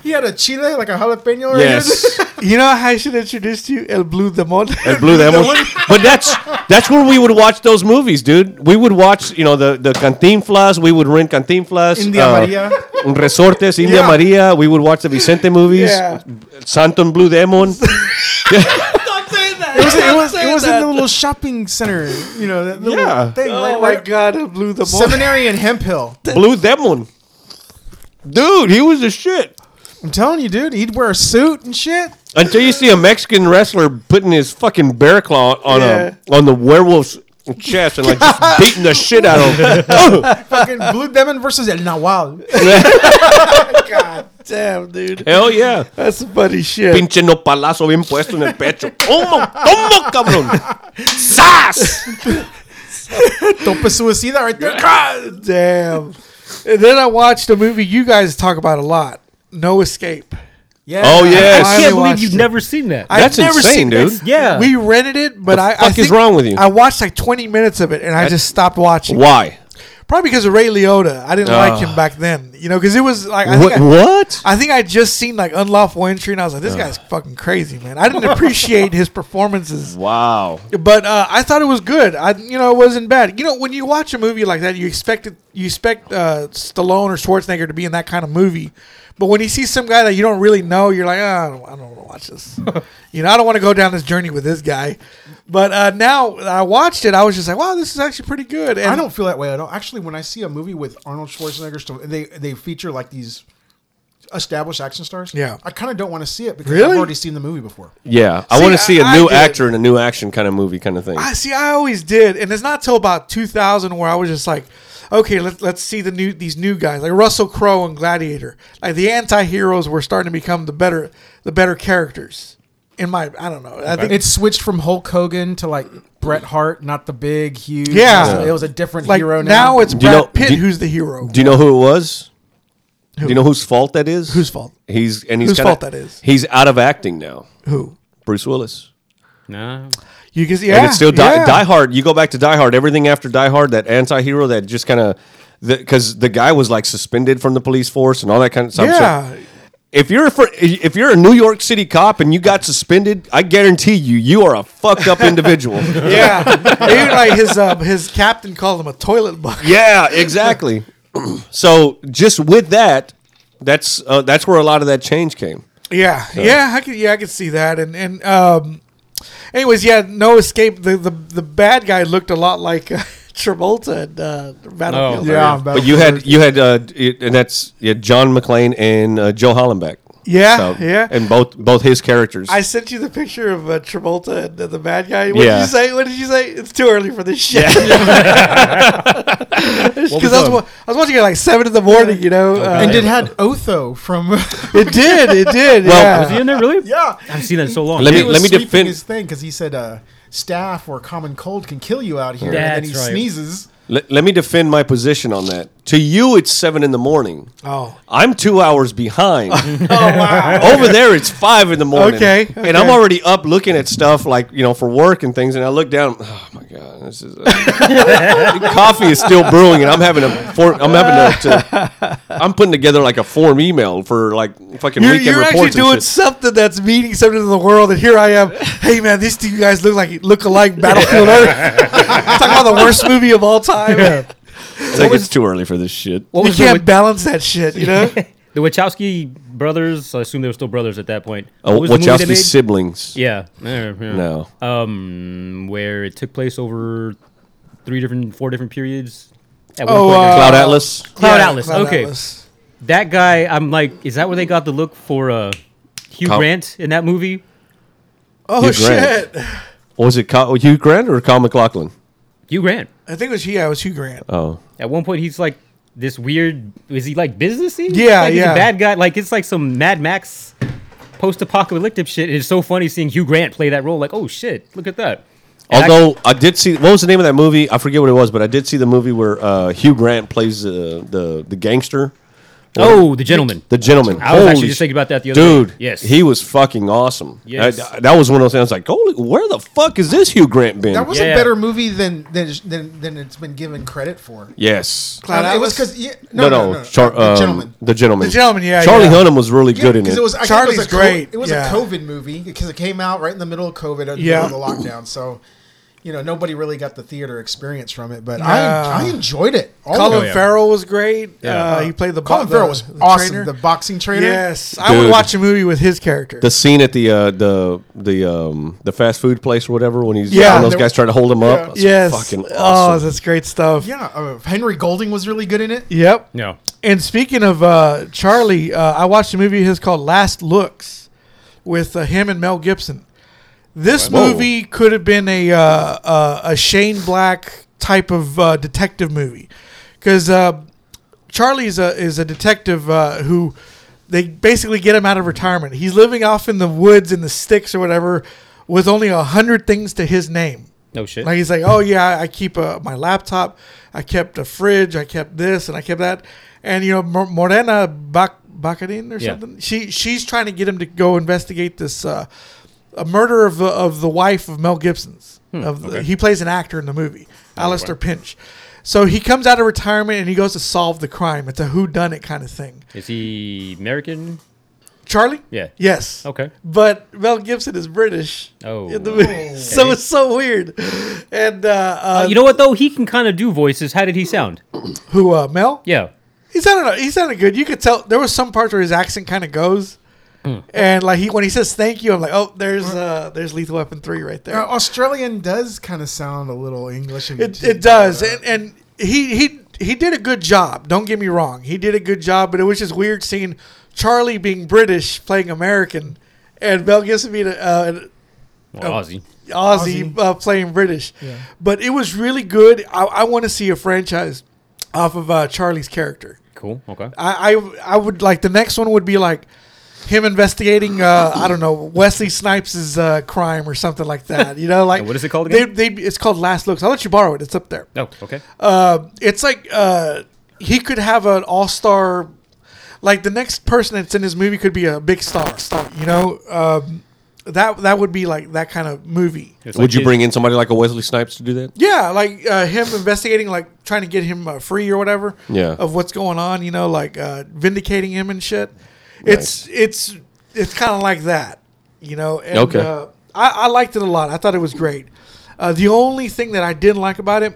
He had a chile, like a jalapeno. right [laughs] here. Yes. You know how I should introduce you El Blue [laughs] Demon. and blew them. but that's that's where we would watch those movies, dude. We would watch, you know, the the Cantinflas. We would rent Cantinflas, [laughs] Uh, India Maria. Resortes, India Yeah. Maria. We would watch the Vicente movies, Yeah. Santo and Blue Demon. Stop saying that. It was, it was, Stop it was saying in the that. little shopping center, you know, that little Yeah. thing. Oh right, my right- God! El Blue Demon. Seminary and Hemp Hill. Blue Demon, dude, he was the shit. I'm telling you, dude, he'd wear a suit and shit. Until you see a Mexican wrestler putting his fucking bear claw on a on the werewolf's chest and like just beating the shit out of him. [laughs] Fucking Blue Demon versus El Nawal. God damn, dude. Hell yeah. That's some funny shit. pinche no palazo bien puesto en el pecho. ¿Cómo? ¿Cómo, cabrón? ¡Sas! Tope suicida right there. God damn. And then I watched a movie you guys talk about a lot. No Escape. Yeah. Oh, about. yes. I finally can't believe watched you've it. never seen that. That's insane, dude. that. Yeah. We rented it, but I. I fuck is wrong with you? I watched like 20 minutes of it and I just stopped watching. Why? Probably because of Ray Liotta. I didn't like him back then, you know, because it was like. I think I- Ah. what? Ah. I think I just seen like Unlawful Entry, and I was like, "This guy's fucking crazy, man." I didn't appreciate his performances, Wow. but uh, I thought it was good. I, you know, it wasn't bad. You know, when you watch a movie like that, you expect it, you expect uh, Stallone or Schwarzenegger to be in that kind of movie, but when you see some guy that you don't really know, you're like, "Ah, I don't, want to watch [laughs] this. you know, I don't want to go down this journey with this guy. But uh, now I watched it, I was just like, wow, this is actually pretty good. And I don't feel that way. I don't actually. When I see a movie with Arnold Schwarzenegger, st- they they feature like these established action stars. Yeah. I kind of don't want to see it because Really? I've already seen the movie before. Yeah, I See, want to see a I- new I did. actor in a new action kind of movie kind of thing. I see. I always did, and it's not till about 2000 where I was just like, okay, let's let's see the new these new guys like Russell Crowe and Gladiator. Like the anti-heroes were starting to become the better the better characters. In my I don't know. I think It switched from Hulk Hogan to like Bret Hart, not the big, huge. Yeah. it was a, it was a different like hero. now. it's Do you Brad know- Pitt do you- who's the hero. Do you know who it was? Do you know whose fault that is? Whose fault? He's and he's Whose kinda- fault that is? He's out of acting now. Who? Bruce Willis. No. You can see yeah, and it's still die, yeah. die Hard. You go back to Die Hard. Everything after Die Hard, that anti-hero that just kind of because the, guy was like suspended from the police force and all that kind of stuff. Yeah. If you're for, if you're a New York City cop and you got suspended, I guarantee you, you are a fucked up individual. [laughs] Yeah, [laughs] even like his uh, his captain called him a toilet bucket. yeah, exactly. [clears throat] so just with that, that's uh, that's where a lot of that change came. Yeah, yeah, I could, yeah, I could see that. And and um, anyways, yeah, no escape. The the, the bad guy looked a lot like uh, [laughs] Travolta in uh, Battlefield. Oh, yeah, But you had you had uh, it- and that's you had John McClane and uh, Joe Hollenbeck. yeah, yeah. and both both his characters. I sent you the picture of uh, Travolta and uh, the bad guy. What did Yeah. you say? What did you say? It's too early for this shit. [laughs] [laughs] Because I was, wa- I was watching it like seven in the morning, you know. Uh, and it had Otho from. it did, it did. Well, yeah. Was he in there really? [laughs] yeah, I haven't seen that in so long. Let he me- was sweeping defend- his thing because he said uh, staff or common cold can kill you out here, and then That's he right. sneezes. Let, let me defend my position on that. To you, it's seven in the morning. Oh. I'm two [laughs] hours behind. Over there, it's five in the morning. Okay, And I'm okay. already up looking at stuff like, you know, for work and things. And I look down. Oh, my God. This is. uh, [laughs] coffee is still brewing. And I'm having a form. I'm having to. to- I'm putting together like a form email for like fucking You're, weekend you're actually reports. and doing shit. something that's meaning something in the world, and here I am. Hey, man, these two guys look like look alike. Battlefield Earth. Talking about the worst movie of all time. It's like, it's too early for this shit. What You was the, can't Wa- balance that shit, [laughs] you know. the Wachowski brothers? I assume they were still brothers at that point. Oh, What was the movie they Wachowski made? siblings. Yeah. Uh, Yeah, yeah. No. Um, where it took place over three different, four different periods. At one Oh, point, uh, Cloud Atlas. Cloud Yeah, Atlas. okay. Atlas. That guy, I'm like, is that where they got the look for uh, Hugh Col- Grant in that movie? Oh Hugh Grant. shit! Was it Kyle, Hugh Grant or Kyle McLaughlin? Hugh Grant. I think it was yeah, it was Hugh Grant. Oh. At one point, he's like this weird. Is he like businessy? Yeah, like, he's yeah. a bad guy. Like it's like some Mad Max post-apocalyptic shit. It's so funny seeing Hugh Grant play that role. Like, oh shit, look at that. And I- Although I, did see what was the name of that movie? I forget what it was, but I did see the movie where uh, Hugh Grant plays the the, the gangster. oh, the gentleman. The gentleman. I was Holy actually just sh- thinking about that the other Dude, day. Yes. he was fucking awesome. Yes. That, that was one of those things. I was like, holy, where the fuck is this Hugh Grant been? That was a Yeah. better movie than than than, than it's been given credit for. yes. Cloud Um, it was Atlas? because yeah, No, no, no, Char- The um, gentleman. The gentleman. The Gentleman, yeah, Charlie yeah. Hunnam was really good in it. because it was. I think it Charlie's was a co- great, it was yeah. a COVID movie because it came out right in the middle of COVID and Yeah. yeah. the lockdown. So, you know, nobody really got the theater experience from it. But Nah. I, I enjoyed it. All Colin of it. yeah. Farrell was great. Yeah. Uh, he played the bo- Oh, Colin the- Farrell was the awesome. trainer. The boxing trainer. yes, I would Dude. watch a movie with his character. the scene at the uh, the the um the fast food place or whatever when he's Yeah. yeah those guys trying to hold him up. That's yes, fucking oh, awesome. that's great stuff. Yeah, uh, Henry Golding was really good in it. Yep. No. And speaking of uh, Charlie, uh, I watched a movie of his called Last Looks with uh, him and Mel Gibson. This Whoa. movie could have been a uh, uh, a Shane Black type of uh, detective movie because uh, Charlie is a is a detective uh, who they basically get him out of retirement. He's living off in the woods in the sticks or whatever with only a hundred things to his name. No [laughs] shit. Like he's like, oh yeah, I keep uh, my laptop, I kept a fridge, I kept this, and I kept that, and you know Mor- Morena Bac- Baccarin or Yeah. something. She she's trying to get him to go investigate this uh, a murder of the of the wife of Mel Gibson's. Hmm, of the, he plays an actor in the movie, Oh, Alistair Pinch. So he comes out of retirement and he goes to solve the crime. It's a who done it kind of thing. Is he American? Charlie. Yeah. Yes. Okay. But Mel Gibson is British. Oh. In the movie. [laughs] So it's so weird. And uh, uh, Uh, you know what though? He can kind of do voices. How did he sound? Who uh, Mel? Yeah. He sounded he sounded good. You could tell there was some parts where his accent kind of goes, and like he when he says thank you, I'm like, oh, there's uh, there's Lethal Weapon three right Uh, there. Australian does kind of sound a little English. and- It, it does, and and he he he did a good job. Don't get me wrong, he did a good job, but it was just weird seeing Charlie being British playing American, and Mel Gibson being uh, an Well, Oh. Aussie. Aussie, Aussie. Uh, playing British. But it was really good. I, I want to see a franchise off of uh, Charlie's character. Cool. Okay. I, I I would like the next one would be like him investigating uh, I don't know Wesley Snipes' uh, crime or something like that. You know, like [laughs] What is it called again? They, they, it's called Last Looks. I'll let you borrow it. It's up there. Oh, okay. Uh, it's like uh, he could have an all star. Like the next person that's in his movie could be a big star. star you know, um, that that would be like that kind of movie. It's Would like you his- bring in somebody like a Wesley Snipes to do that? Yeah, like uh, him investigating, like trying to get him uh, free or whatever. Yeah. Of what's going on, you know, like uh, vindicating him and shit. It's it's it's kind of like that, you know. And, Okay. Uh, I, I liked it a lot. I thought it was great. Uh, the only thing that I didn't like about it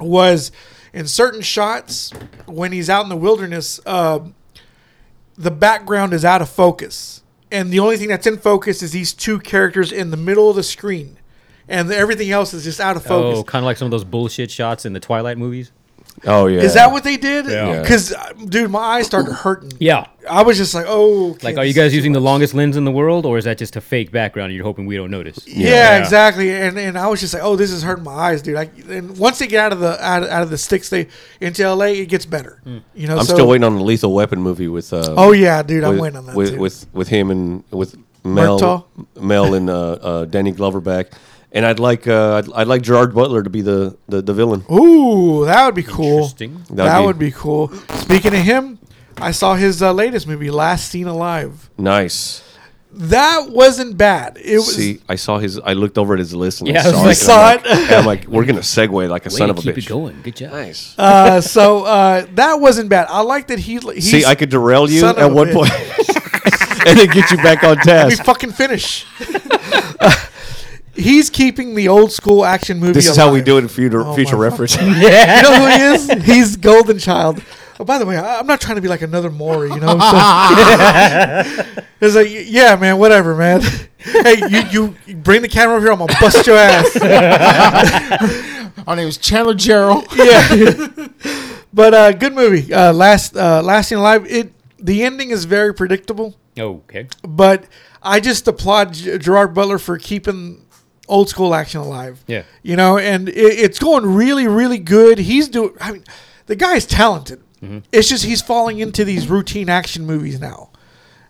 was in certain shots when he's out in the wilderness, uh, the background is out of focus. And the only thing that's in focus is these two characters in the middle of the screen. And everything else is just out of focus. Oh, kind of like some of those bullshit shots in the Twilight movies. Oh yeah. Is that what they did? Yeah. Yeah. Because, dude, my eyes started hurting. Yeah. I was just like, oh. okay, Like, are you this guys is- using the longest lens in the world, or is that just a fake background? and You're hoping we don't notice. Yeah, Yeah. exactly. And and I was just like, oh, this is hurting my eyes, dude. I, and once they get out of the out, out of the sticks, they into LA, it gets better. Hmm. You know, I'm so- still waiting on the Lethal Weapon movie with. Uh, Oh yeah, dude, I'm with, waiting on that with, too. with with him and with Mel, Murtaugh? Mel and uh, uh, Danny Glover back, and I'd like uh, I'd, I'd like Gerard Butler to be the the, the villain. Ooh, that would be cool. Interesting. That, That'd be- would be cool. Speaking of him, I saw his uh, latest movie, Last Seen Alive. Nice. That wasn't bad. It was. See, I saw his. I looked over at his list and Yeah, I I was saw, like- it, and [laughs] I'm Saw it. like- and I'm like, we're gonna segue like a Way son to of a keep bitch. it going. Good job. Nice. Uh, so uh, that wasn't bad. I like that he. He's, See, I could derail you son of at a one bitch. [laughs] point and then get you back on Let task. me fucking finish. [laughs] He's keeping the old school action movie. This is how we alive. do it in future Oh, future my [laughs] reference. [laughs] You know who he is? He's Golden Child. Oh, by the way, I, I'm not trying to be like another Maury, you know. so- [laughs] it's like, yeah, man, whatever, man. [laughs] hey, you, you bring the camera over here. I'm gonna bust your ass. [laughs] My name is Chandler Gerald. yeah. but uh, good movie. Uh, last uh, Last Seen Alive. It the ending is very predictable. Okay. but I just applaud G- Gerard Butler for keeping old school action alive. Yeah. you know, and it, it's going really, really good. He's doing. I mean, the guy is talented. Mm-hmm. It's just he's falling into these routine action movies now,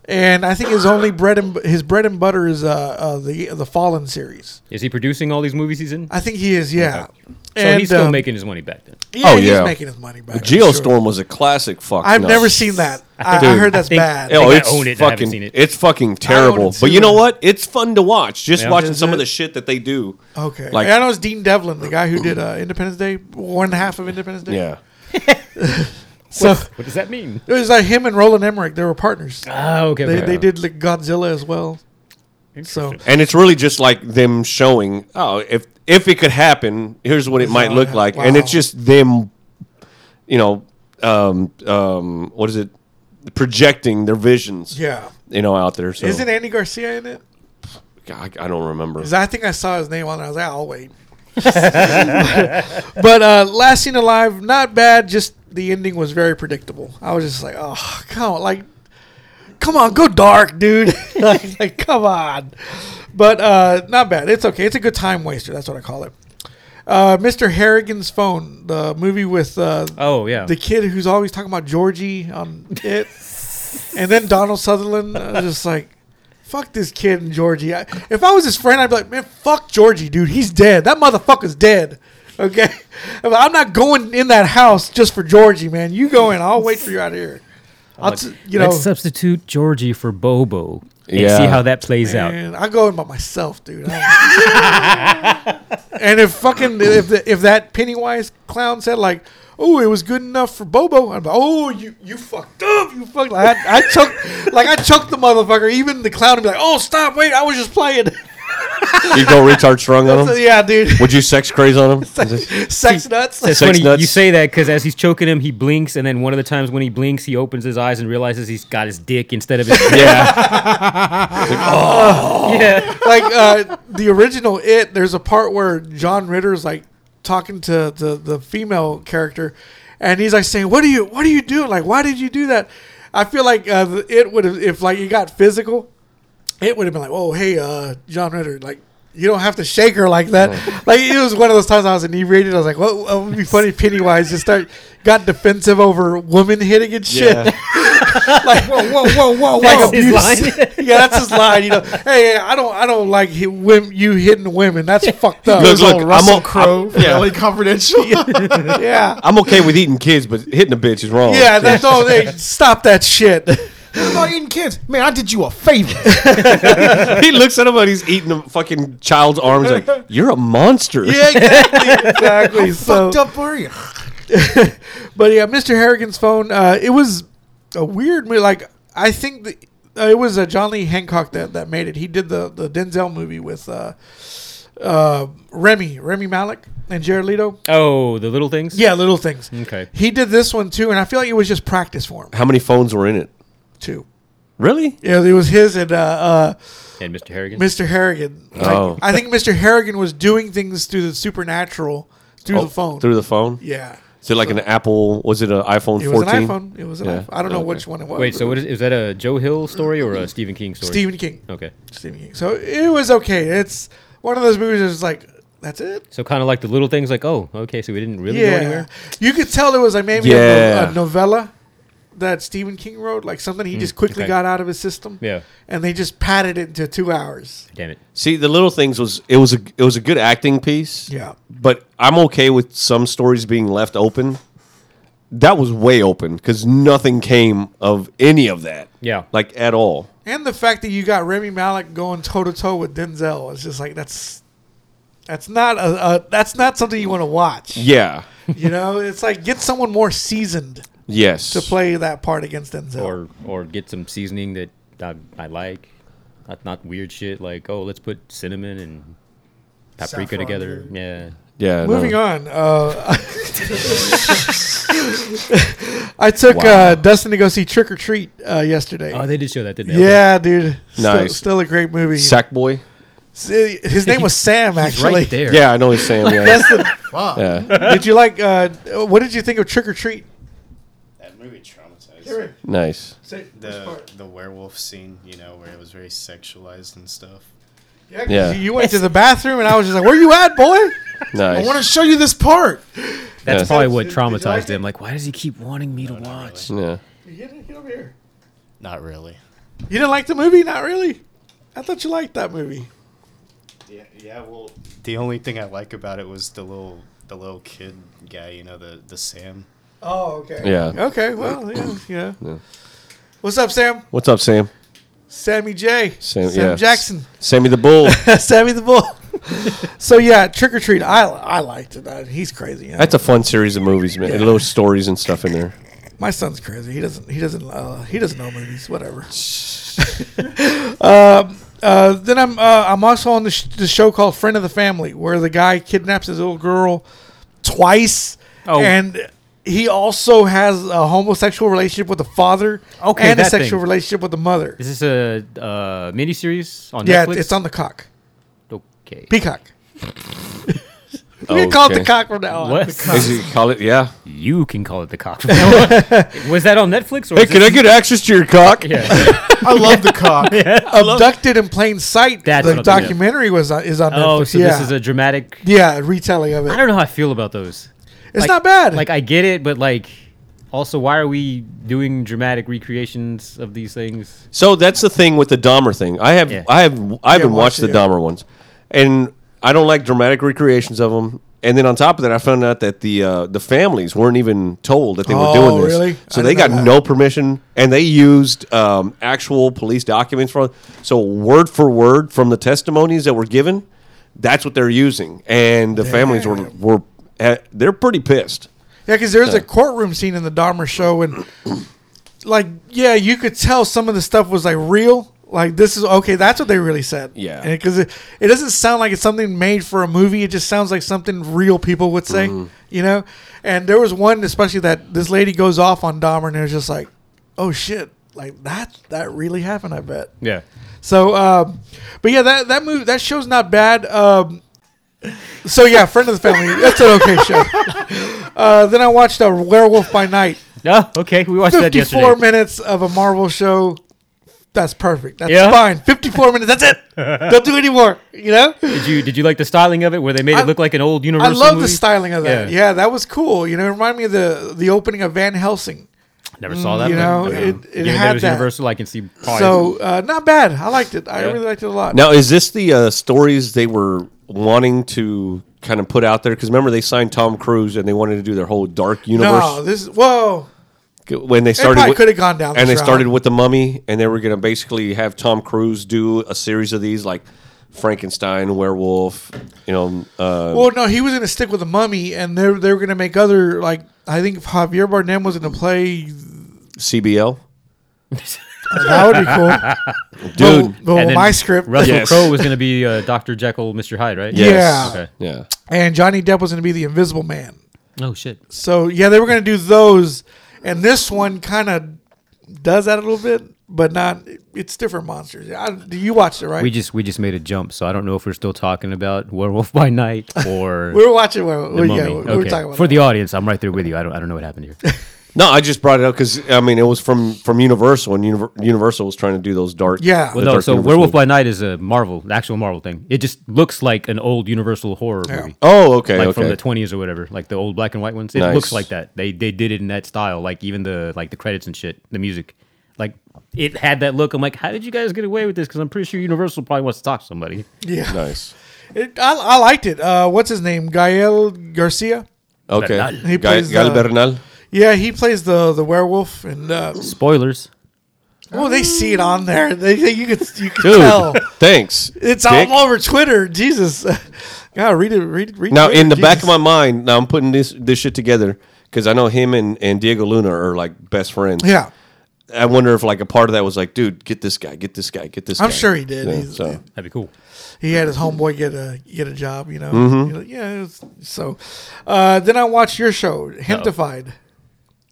and I think his only bread and his bread and butter is uh, uh the the Fallen series. Is he producing all these movies he's in? I think he is, yeah. So he's still um, making his money back then. Yeah, Oh, he's yeah. making his money back. I'm sure. Geostorm was a classic. Fuck. I've no. never seen that. I, I Dude. heard that's I think- bad. I Oh, think I it's own it, I haven't fucking, seen it. it's fucking terrible. it But too. you know what? It's fun to watch. Just Yeah. watching Is some it? of the shit that they do. Okay. Like- I know it's Dean Devlin, the guy who did uh, Independence Day, one half of Independence Day. Yeah. So What does that [laughs] mean? it was like him and Roland Emmerich. They were partners. Oh, okay. They, okay. they did like Godzilla as well. So Interesting. And it's really just like them showing, oh, if if it could happen, here's what it might how look it like. hap- And wow. it's just them, you know, um, um, what is it? Projecting their visions, yeah, you know, out there. So isn't Andy Garcia in it? I, I don't remember. 'Cause I think I saw his name on there. I was like, I'll wait. but uh, Last Seen Alive, not bad. Just the ending was very predictable. I was just like, oh come on, like, come on, go dark, dude. [laughs] like, like, come on. But uh, not bad. It's okay. It's a good time waster. That's what I call it. Uh, Mr. Harrigan's phone, the movie with uh, Oh yeah. the kid who's always talking about Georgie on it, and then Donald Sutherland. I was just like, fuck this kid and Georgie. I, if I was his friend, I'd be like, man, fuck Georgie, dude. He's dead. That motherfucker's dead. Okay, [laughs] I'm like, "I'm not going in that house just for Georgie, man. You go in. I'll wait for you out here. I'll, Like, t- you know, let's substitute Georgie for Bobo and Yeah. see how that plays out. man, I go in by myself, dude. I- [laughs] and if fucking if the, if that Pennywise clown said like, "Oh, it was good enough for Bobo," I'm like, "Oh, you you fucked up, you fucked." Like, I, I choked, like I choked the motherfucker. Even the clown would be like, "Oh, stop, wait, I was just playing." [laughs] you go retard strong on So, him? yeah, dude, Would you sex craze on [laughs] him? sex nuts. That's Sex funny nuts. you say that because as he's choking him, he blinks, and then one of the times when he blinks, he opens his eyes and realizes he's got his dick instead [laughs] of his. yeah. yeah. like uh, the original it there's a part where john ritter's like talking to the, the female character and he's like saying what are you what are you doing like why did you do that i feel like uh, the- it would have if like you got physical it would have been like oh hey uh, john ritter like you don't have to shake her like that. Like it was one of those times I was inebriated. I was like, what, what would be funny? if Pennywise just start got defensive over women hitting and shit. Yeah. like whoa, whoa, whoa, whoa, That's whoa. his abuse. line? yeah, that's his line. You know, hey, I don't, I don't like hit, women, you hitting women. That's fucked up. Look, look, Old I'm Russell on- Crowe, I'm- yeah. yeah. Confidential. yeah, I'm okay with eating kids, but hitting a bitch is wrong. yeah, that's all. They stop that shit. I'm not eating kids. Man, I did you a favor. [laughs] he looks at him and he's eating a fucking child's arms. Like [laughs] you're a monster. Yeah, exactly. exactly. so, Fucked up, are you? but yeah, Mr. Harrigan's phone. Uh, it was a weird movie. Like I think the, uh, it was uh, John Lee Hancock that, that made it. He did the the Denzel movie with uh, uh, Remy Remy Malik and Jared Leto. Oh, the little things. Yeah, little things. Okay. He did this one too, and I feel like it was just practice for him How many phones were in it? too. Really? Yeah, it was his and uh, uh, And Mr. Harrigan. Mr. Harrigan. Like, Oh. I think Mr. Harrigan was doing things through the supernatural through Oh, the phone. Through the phone. yeah. Is it like an Apple? Was it an iPhone It 14? was an iPhone. It was an Yeah. iPhone. I don't know Okay. which one it was. Wait, so what is, is that a Joe Hill story or a Stephen King story? Stephen King. Okay. Stephen King. So it was okay. It's one of those movies that's like, that's it. So kind of like the little things, like oh, okay, so we didn't really go Yeah. anywhere. You could tell it was like maybe a, Yeah. no- a novella that Stephen King wrote, like something he just quickly Hmm, okay. got out of his system. Yeah. And they just padded it into two hours. Damn it. See, the little things was it was a it was a good acting piece. Yeah. But I'm okay with some stories being left open. That was way open because nothing came of any of that. Yeah. Like at all. And the fact that you got Remy Malik going toe to toe with Denzel is just like, that's. That's not a, a that's not something you want [laughs] to watch. Yeah. You know, it's like get someone more seasoned Yes. to play that part against Denzel. Or or get some seasoning that I, I like, not not weird shit like oh, let's put cinnamon and paprika Saffron, together. dude. Yeah. Yeah. Moving no. on. Uh, [laughs] I took Wow. uh, Dustin to go see Trick or Treat uh, yesterday. Oh, they did show that, didn't they? yeah, dude. Still, Nice. still a great movie. Sackboy. See, His [laughs] name was Sam, Okay. actually. right there. Yeah, I know he's saying. [laughs] Yeah. Dustin, Fuck. yeah. did you like? Uh, what did you think of Trick or Treat? That movie traumatized me. Nice. the the werewolf scene, you know, where it was very sexualized and stuff. Yeah, 'cause Yeah. You went to the bathroom, and I was just like, "Where you at, [laughs] boy?" I Nice. want to show you this part. That's Yes. probably what Did you like traumatized it? them. Like, why does he keep wanting me to watch? yeah. Get, get over here. Not really. You didn't like the movie? Not really. I thought you liked that movie. Yeah, yeah. Well, the only thing I like about it was the little the little kid guy, you know, the the Sam. Oh, okay. Yeah. Okay. Well, yeah. yeah. What's up, Sam? What's up, Sam? Sammy J. Sam, Sam yeah. Jackson. [laughs] Sammy the Bull. Sammy the Bull. [laughs] so yeah, Trick or Treat. I I liked it. Uh, he's crazy. you know. That's a fun series of movies, man. And little stories and stuff in there. My son's crazy. He doesn't he doesn't uh, he doesn't know [laughs] movies. Whatever. [laughs] um, uh, then I'm uh, I'm also on the, sh- the show called Friend of the Family, where the guy kidnaps his little girl twice, Oh. and he also has a homosexual relationship with the father, Okay, and a that thing. sexual relationship with the mother. Is this a uh, miniseries on yeah, Netflix? it's on the cock okay. [laughs] peacock. We can call it the Okay. cock from now on. What? Is it call it? Yeah. [laughs] You can call it the [laughs] cock. [laughs] was that on Netflix? Or Hey, is can it- I get access to your [laughs] cock? Yeah. I love the cock. abducted in plain sight. That's the what I'm- documentary was on, is on Netflix. Oh, so yeah. this is a dramatic. yeah retelling of I it. don't know how I feel about those. It's like- not bad. Like I get it, but like, also, why are we doing dramatic recreations of these things? So that's the thing with the Dahmer thing. I have Yeah. I have I haven't watch watched it, the yeah. Dahmer ones, and I don't like dramatic recreations of them. And then on top of that, I found out that the uh, the families weren't even told that they were Oh, doing this, really? I so didn't they got know that. no permission, and they used um, actual police documents for. So word for word from the testimonies that were given, that's what they're using, and the families were were eh, they're pretty pissed. yeah, because there's a courtroom scene in the Dahmer show, and [clears throat] like, yeah, you could tell some of the stuff was like real. Like this is okay. That's what they really said. Yeah. because it, it doesn't sound like it's something made for a movie. It just sounds like something real people would say. Mm-hmm. You know, and there was one especially that this lady goes off on Dahmer, and it was just like, oh shit, like that that really happened. I bet. Yeah. So, um, but yeah, that that movie that show's not bad. Um, so yeah, friend [laughs] of the family. That's an okay show. Uh, then I watched a Werewolf by Night. No. Okay. We watched that yesterday. Fifty-four minutes of a Marvel show. That's perfect. That's Yeah? fine. Fifty-four minutes. That's it. Don't do any more. You know. Did you did you like the styling of it where they made I- it look like an old I Universal? love the movie? styling of that. Yeah. Yeah. that was cool. You know, it reminded me of the the opening of Van Helsing. Never saw that. you but, know, I mean, it- it given that had was that. Universal. Oh, I can see. Probably So uh, not bad. I liked it. I Yeah. really liked it a lot. Now, is this the uh, stories they were wanting to kind of put out there? Because remember, they signed Tom Cruise and they wanted to do their whole dark no, universe this is whoa. when they Started started. probably With, could have gone down. and they this route. started with the Mummy, and they were going to basically have Tom Cruise do a series of these, like Frankenstein, werewolf, you know. Uh, Well, no, he was going to stick with the mummy, and they they were going to make other like I think Javier Bardem was going to play. CBL. that would be cool. [laughs] Dude. Well, And then my script. Russell Yes. Crowe was going to be uh, Doctor Jekyll, Mister Hyde, right? Yes. Yeah. Okay. Yeah. and Johnny Depp was going to be the Invisible Man. Oh shit. So yeah, they were going to do those, and this one kind of does that a little bit, but not. It's different monsters. I, you watched it, right? We just we just made a jump, so I don't know if we're still talking about Werewolf by [laughs] Night or we were watching. Well, The yeah, Mummy. we okay. were talking about For that. the audience, I'm right there with you. I don't I don't know what happened here. No, I just brought it up because I mean it was from from Universal, and Univer- Universal was trying to do those dark. Yeah. the Well, no, dark so universe Werewolf movies. by Night is a Marvel, the actual Marvel thing. It just looks like an old Universal horror movie. Oh, okay, Like okay. from the twenties or whatever, like the old black and white ones. It Nice. looks like that. They they did it in that style, like even the like the credits and shit, the music, like it had that look. I'm like, how did you guys get away with this? Because I'm pretty sure Universal probably wants to talk to somebody. yeah, [laughs] nice. It- I, I liked it. Uh, what's his name? Gael Garcia. Okay. Bernal. He Guy, plays, Gal uh, Bernal. Yeah, he plays the the werewolf, and uh, Spoilers. well, they see it on there. They, they you could you could Dude, tell. thanks. It's Dick. all over Twitter. Jesus, [laughs] God, read it, read it, read. Now, Twitter, in the back of Jesus. my mind, now I'm putting this this shit together because I know him and, and Diego Luna are like best friends. yeah, I wonder if like a part of that was like, dude, get this guy, get this guy, get this I'm guy. sure he did. Yeah, He's- so That'd be cool. he had his homeboy get a get a job. You know, Mm-hmm. You know, yeah. It was, so uh, then I watched your show, Hentified.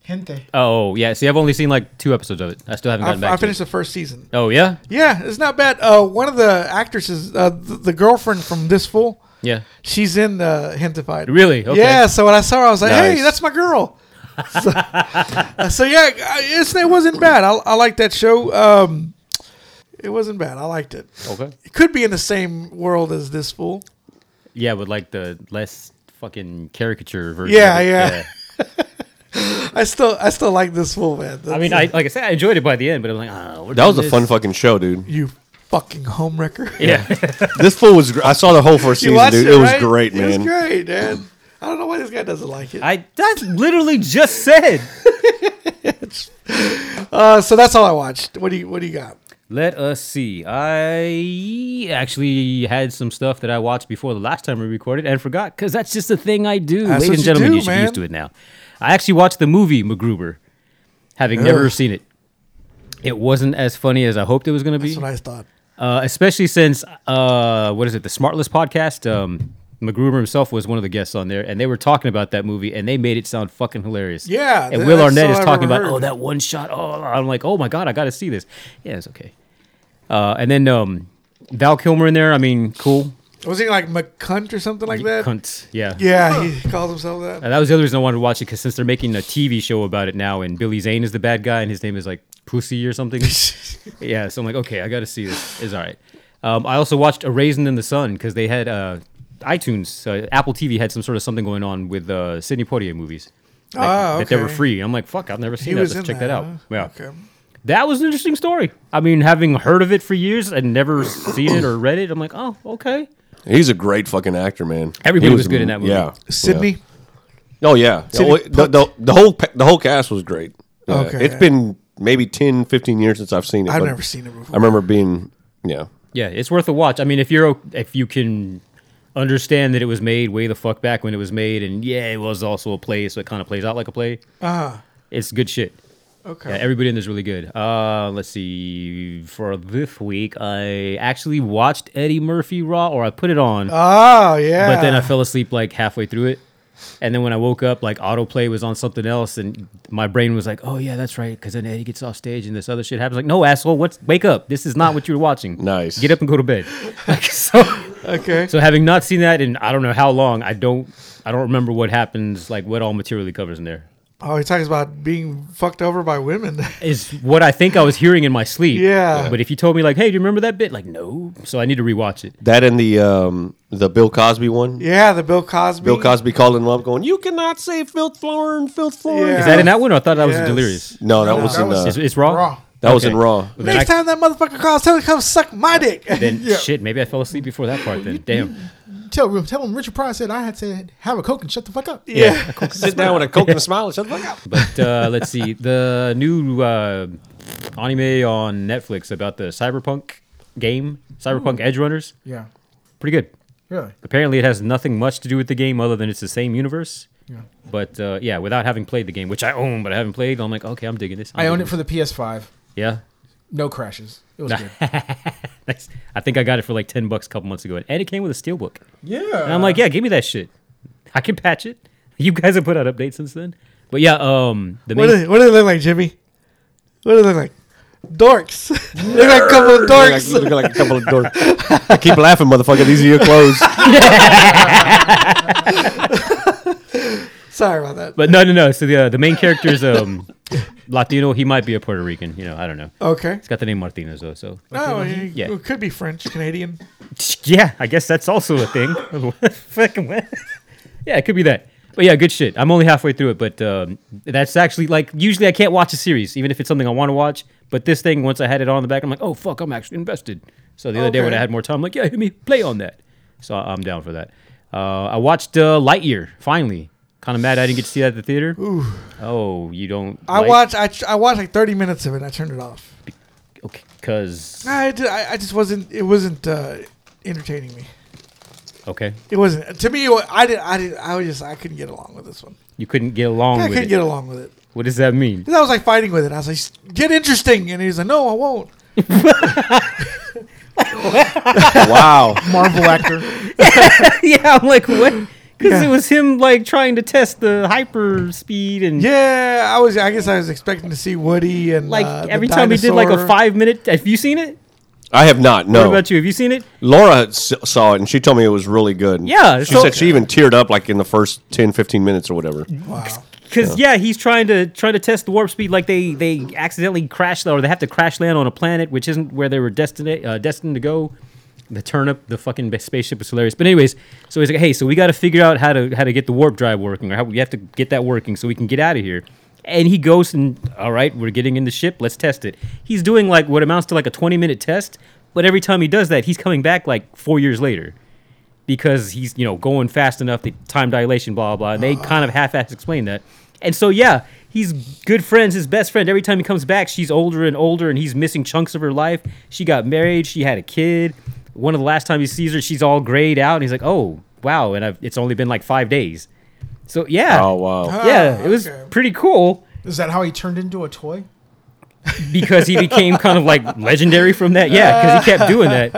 Gente. Oh yeah. See, I've only seen like two episodes of it. I still haven't I, gotten back. I to finished It. the first season. Oh yeah. Yeah, it's not bad. Uh, one of the actresses, uh, the, the girlfriend from This Fool, Yeah. she's in the Hentified. Really? Okay. Yeah. So when I saw her, I was like, Nice. hey, that's my girl. so, [laughs] so yeah, I- it's, it wasn't bad. I, I liked that show. Um, it wasn't bad. I liked it. Okay. It could be in the same world as This Fool. Yeah, with like the less fucking caricature version. Yeah, of it. yeah. I still I still like This Fool, man. I mean, I like I said, I enjoyed it by the end, but I'm like, oh, we're that was doing a fun this. fucking [laughs] show, dude. you fucking homewrecker. Yeah. this fool was. Gr- I saw the whole [laughs] first You season, watched dude. It, it, was right? great, man. It was great, man. I don't know why this guy doesn't like it. I that's literally just said. Uh, so that's all I watched. What do you What do you got? Let us see. I actually had some stuff that I watched before the last time we recorded and forgot because that's just the thing I do. That's Ladies what and you gentlemen, do, you should be man. used to it now. I actually watched the movie MacGruber, having never Ugh. seen it. It wasn't as funny as I hoped it was going to be. That's what I thought. uh, especially since uh, what is it, the Smartless podcast? Um, MacGruber himself was one of the guests on there, and they were talking about that movie, and they made it sound fucking hilarious. Yeah, and th- Will that's Arnett all is I've talking ever about, heard. oh, that one shot. Oh, I'm like, oh my god, I got to see this. Yeah, it's okay. Uh, and then um, Val Kilmer in there. I mean, cool. Was he like McCunt or something like that? Cunt. Yeah. Yeah, he calls himself that. And that was the other reason I wanted to watch it because since they're making a TV show about it now, and Billy Zane is the bad guy, and his name is like Pussy or [laughs] something. yeah, so I'm like, okay, I got to see this. It's all right. Um, I also watched A Raisin in the Sun because they had uh, iTunes, uh, Apple TV had some sort of something going on with uh, Sidney Poitier movies. Like, Ah, That they were okay. free. I'm like, fuck, I've never seen that. Let's check that, out. huh? Yeah. Okay. That was an interesting story. I mean, having heard of it for years and never seen it or read it, I'm like, oh, okay. He's a great fucking actor, man. Everybody He was good in that movie. Yeah, Sydney. Yeah. Oh yeah. Sidney the, the, the whole pa- the whole cast was great. Yeah. Okay. It's been maybe 10, 15 years since I've seen it. I've but never seen it before. I remember being yeah. Yeah, it's worth a watch. I mean, if you're o- if you can understand that it was made way the fuck back when it was made, and yeah, it was also a play, so it kind of plays out like a play. Ah, It's good shit. okay. Yeah, everybody in this is really good. Uh, let's see. For this week, I actually watched Eddie Murphy Raw, or I put it on, oh yeah. but then I fell asleep like halfway through it. And then when I woke up, like autoplay was on something else, and my brain was like, "Oh yeah, that's right," because then Eddie gets off stage and this other shit happens. Like, no asshole, what's wake up? This is not what you were watching. Nice. Get up and go to [laughs] bed. Like, so [laughs] okay. so having not seen that in I don't know how long, I don't I don't remember what happens, like what all materially covers in there. Oh, he talks about being fucked over by women. [laughs] Is what I think I was hearing in my sleep. Yeah. But if you told me like, hey, do you remember that bit? Like, no. So I need to rewatch it. That and the um, the Bill Cosby one. yeah, the Bill Cosby. Bill Cosby calling him up, going, "You cannot say filth Florin, filth Florin." Yeah. Is that in that one? Or I thought that was Yes. in Delirious. No, that No, was that in was- uh, It's, it's raw. Raw. that was in okay. Raw. Then, Next I- time that motherfucker calls, tell him to come suck my dick. then [laughs] Yeah. shit, maybe I fell asleep before that part. Then damn. Tell tell him Richard Pryor said I had to have a coke and shut the fuck up. [laughs] Yeah. [laughs] Sit down with a coke and a smile and shut the fuck up. But uh, let's see the new uh, anime on Netflix about the cyberpunk game, Cyberpunk Edge Runners. Yeah. Pretty good. Really. Apparently, it has nothing much to do with the game other than it's the same universe. Yeah. But uh, yeah, without having played the game, which I own, but I haven't played, I'm like, okay, I'm digging this. I'm I owned it digging for the PS5. this. [laughs] yeah. No crashes. It was good. Nice. I think I got it for like ten bucks a couple months ago, and it came with a steelbook. Yeah. And I'm like, yeah, give me that shit. I can patch it. You guys have put out updates since then, but yeah, um, the What main, do, what do they look like, Jimmy? What do they look like? Dorks. [laughs] they look like a couple of dorks. Look like, look like a [laughs] couple of dorks. I keep laughing, motherfucker. These are your [laughs] clothes. [laughs] Sorry about that. but no, no, no. So the uh, the main character is um, [laughs] Latino. He might be a Puerto Rican. You know, I don't know. Okay. He's got the name Martinez though. So Oh, yeah. Yeah. It could be French, Canadian. yeah, I guess that's also a thing. [laughs] Fucking what? yeah, it could be that. But yeah, good shit. I'm only halfway through it, but um, that's actually like usually I can't watch a series even if it's something I want to watch. But this thing, once I had it on in the back, I'm like, oh fuck, I'm actually invested. So the other day when I Okay. had more time, I'm like, yeah, hit me play on that. So I- I'm down for that. Uh, I watched uh, Lightyear finally. Kind of mad I didn't get to see that at the theater. Oh, you don't. I like- watched. I, tr- I watched like thirty minutes of it. I turned it off. okay, cause I, ju- I, I just wasn't. It wasn't uh, entertaining me. okay, It wasn't to me. it wa- I did. I did. I was just. I couldn't get along with this one. you couldn't get along I with couldn't it. get along with it. what does that [laughs] mean? [laughs] 'Cause I was like fighting with it. I was like, get interesting, and he's like, no, I won't. Wow. Marvel actor. yeah, I'm like, what? Because Yeah. it was him like trying to test the hyper speed and Yeah, I was. I guess I was expecting to see Woody and like uh, the every time he did like a dinosaur. five minute. Have you seen it? I have not. What No. about you? Have you seen it? Laura s- saw it and she told me it was really good. Yeah, She so- said she even teared up like in the first 10, 15 minutes or whatever. Wow. Because yeah. he's trying to trying to test the warp speed. Like they they accidentally crash or they have to crash land on a planet which isn't where they were destined uh, destined to go. The turnip, the fucking ba- spaceship is hilarious. But anyways, so he's like, hey, so we got to figure out how to how to get the warp drive working, or how we have to get that working so we can get out of here. And he goes and all right, we're getting in the ship. Let's test it. He's doing like what amounts to like a twenty minute test. But every time he does that, he's coming back like four years later because he's you know going fast enough the time dilation blah blah, blah and they kind of half-ass explain that and so yeah he's good friends his best friend every time he comes back she's older and older and he's missing chunks of her life she got married she had a kid one of the last time he sees her she's all grayed out and he's like oh wow and I've, it's only been like five days so yeah Oh, wow. yeah it was okay. pretty cool Is that how he turned into a toy? because he became kind of like legendary from that. Yeah, because he kept doing that.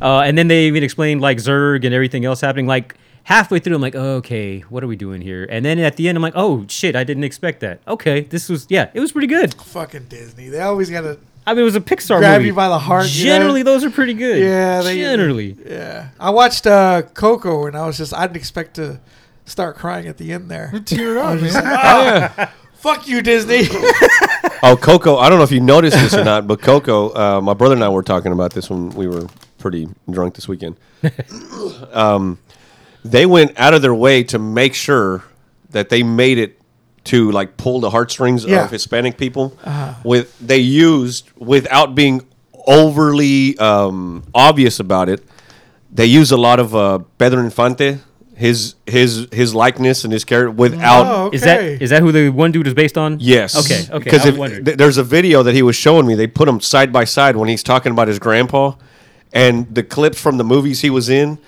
Uh, and then they even explained like Zerg and everything else happening. Like halfway through, I'm like, oh, okay, what are we doing here? And then at the end, I'm like, oh shit, I didn't expect that. Okay, this was yeah, it was pretty good. Fucking Disney. They always gotta. I mean, it was a Pixar Grab movie. you by the heart, you know? Generally, those are pretty good. Yeah, they- generally. Yeah. I watched uh, Coco, and I was just. I didn't expect to start crying at the end there. Teared up, man. [laughs] Fuck you, Disney. Oh, Coco. I don't know if you noticed this or not, but Coco, uh, my brother and I were talking about this when we were pretty drunk this [laughs] weekend. um, they went out of their way to make sure that they made it to like pull the heartstrings Yeah. Uh-huh. of Hispanic people. With they used without being overly um, obvious about it. They use a lot of uh, Pedro Infante, his his his likeness and his character [laughs] [laughs] without Oh, okay. Is that is that who the one dude is based on? Yes. Okay. Okay. Because I if- wondered. th- there's a video that he was showing me. They put him side by side when he's talking about his grandpa, and the clips from the movies he was in.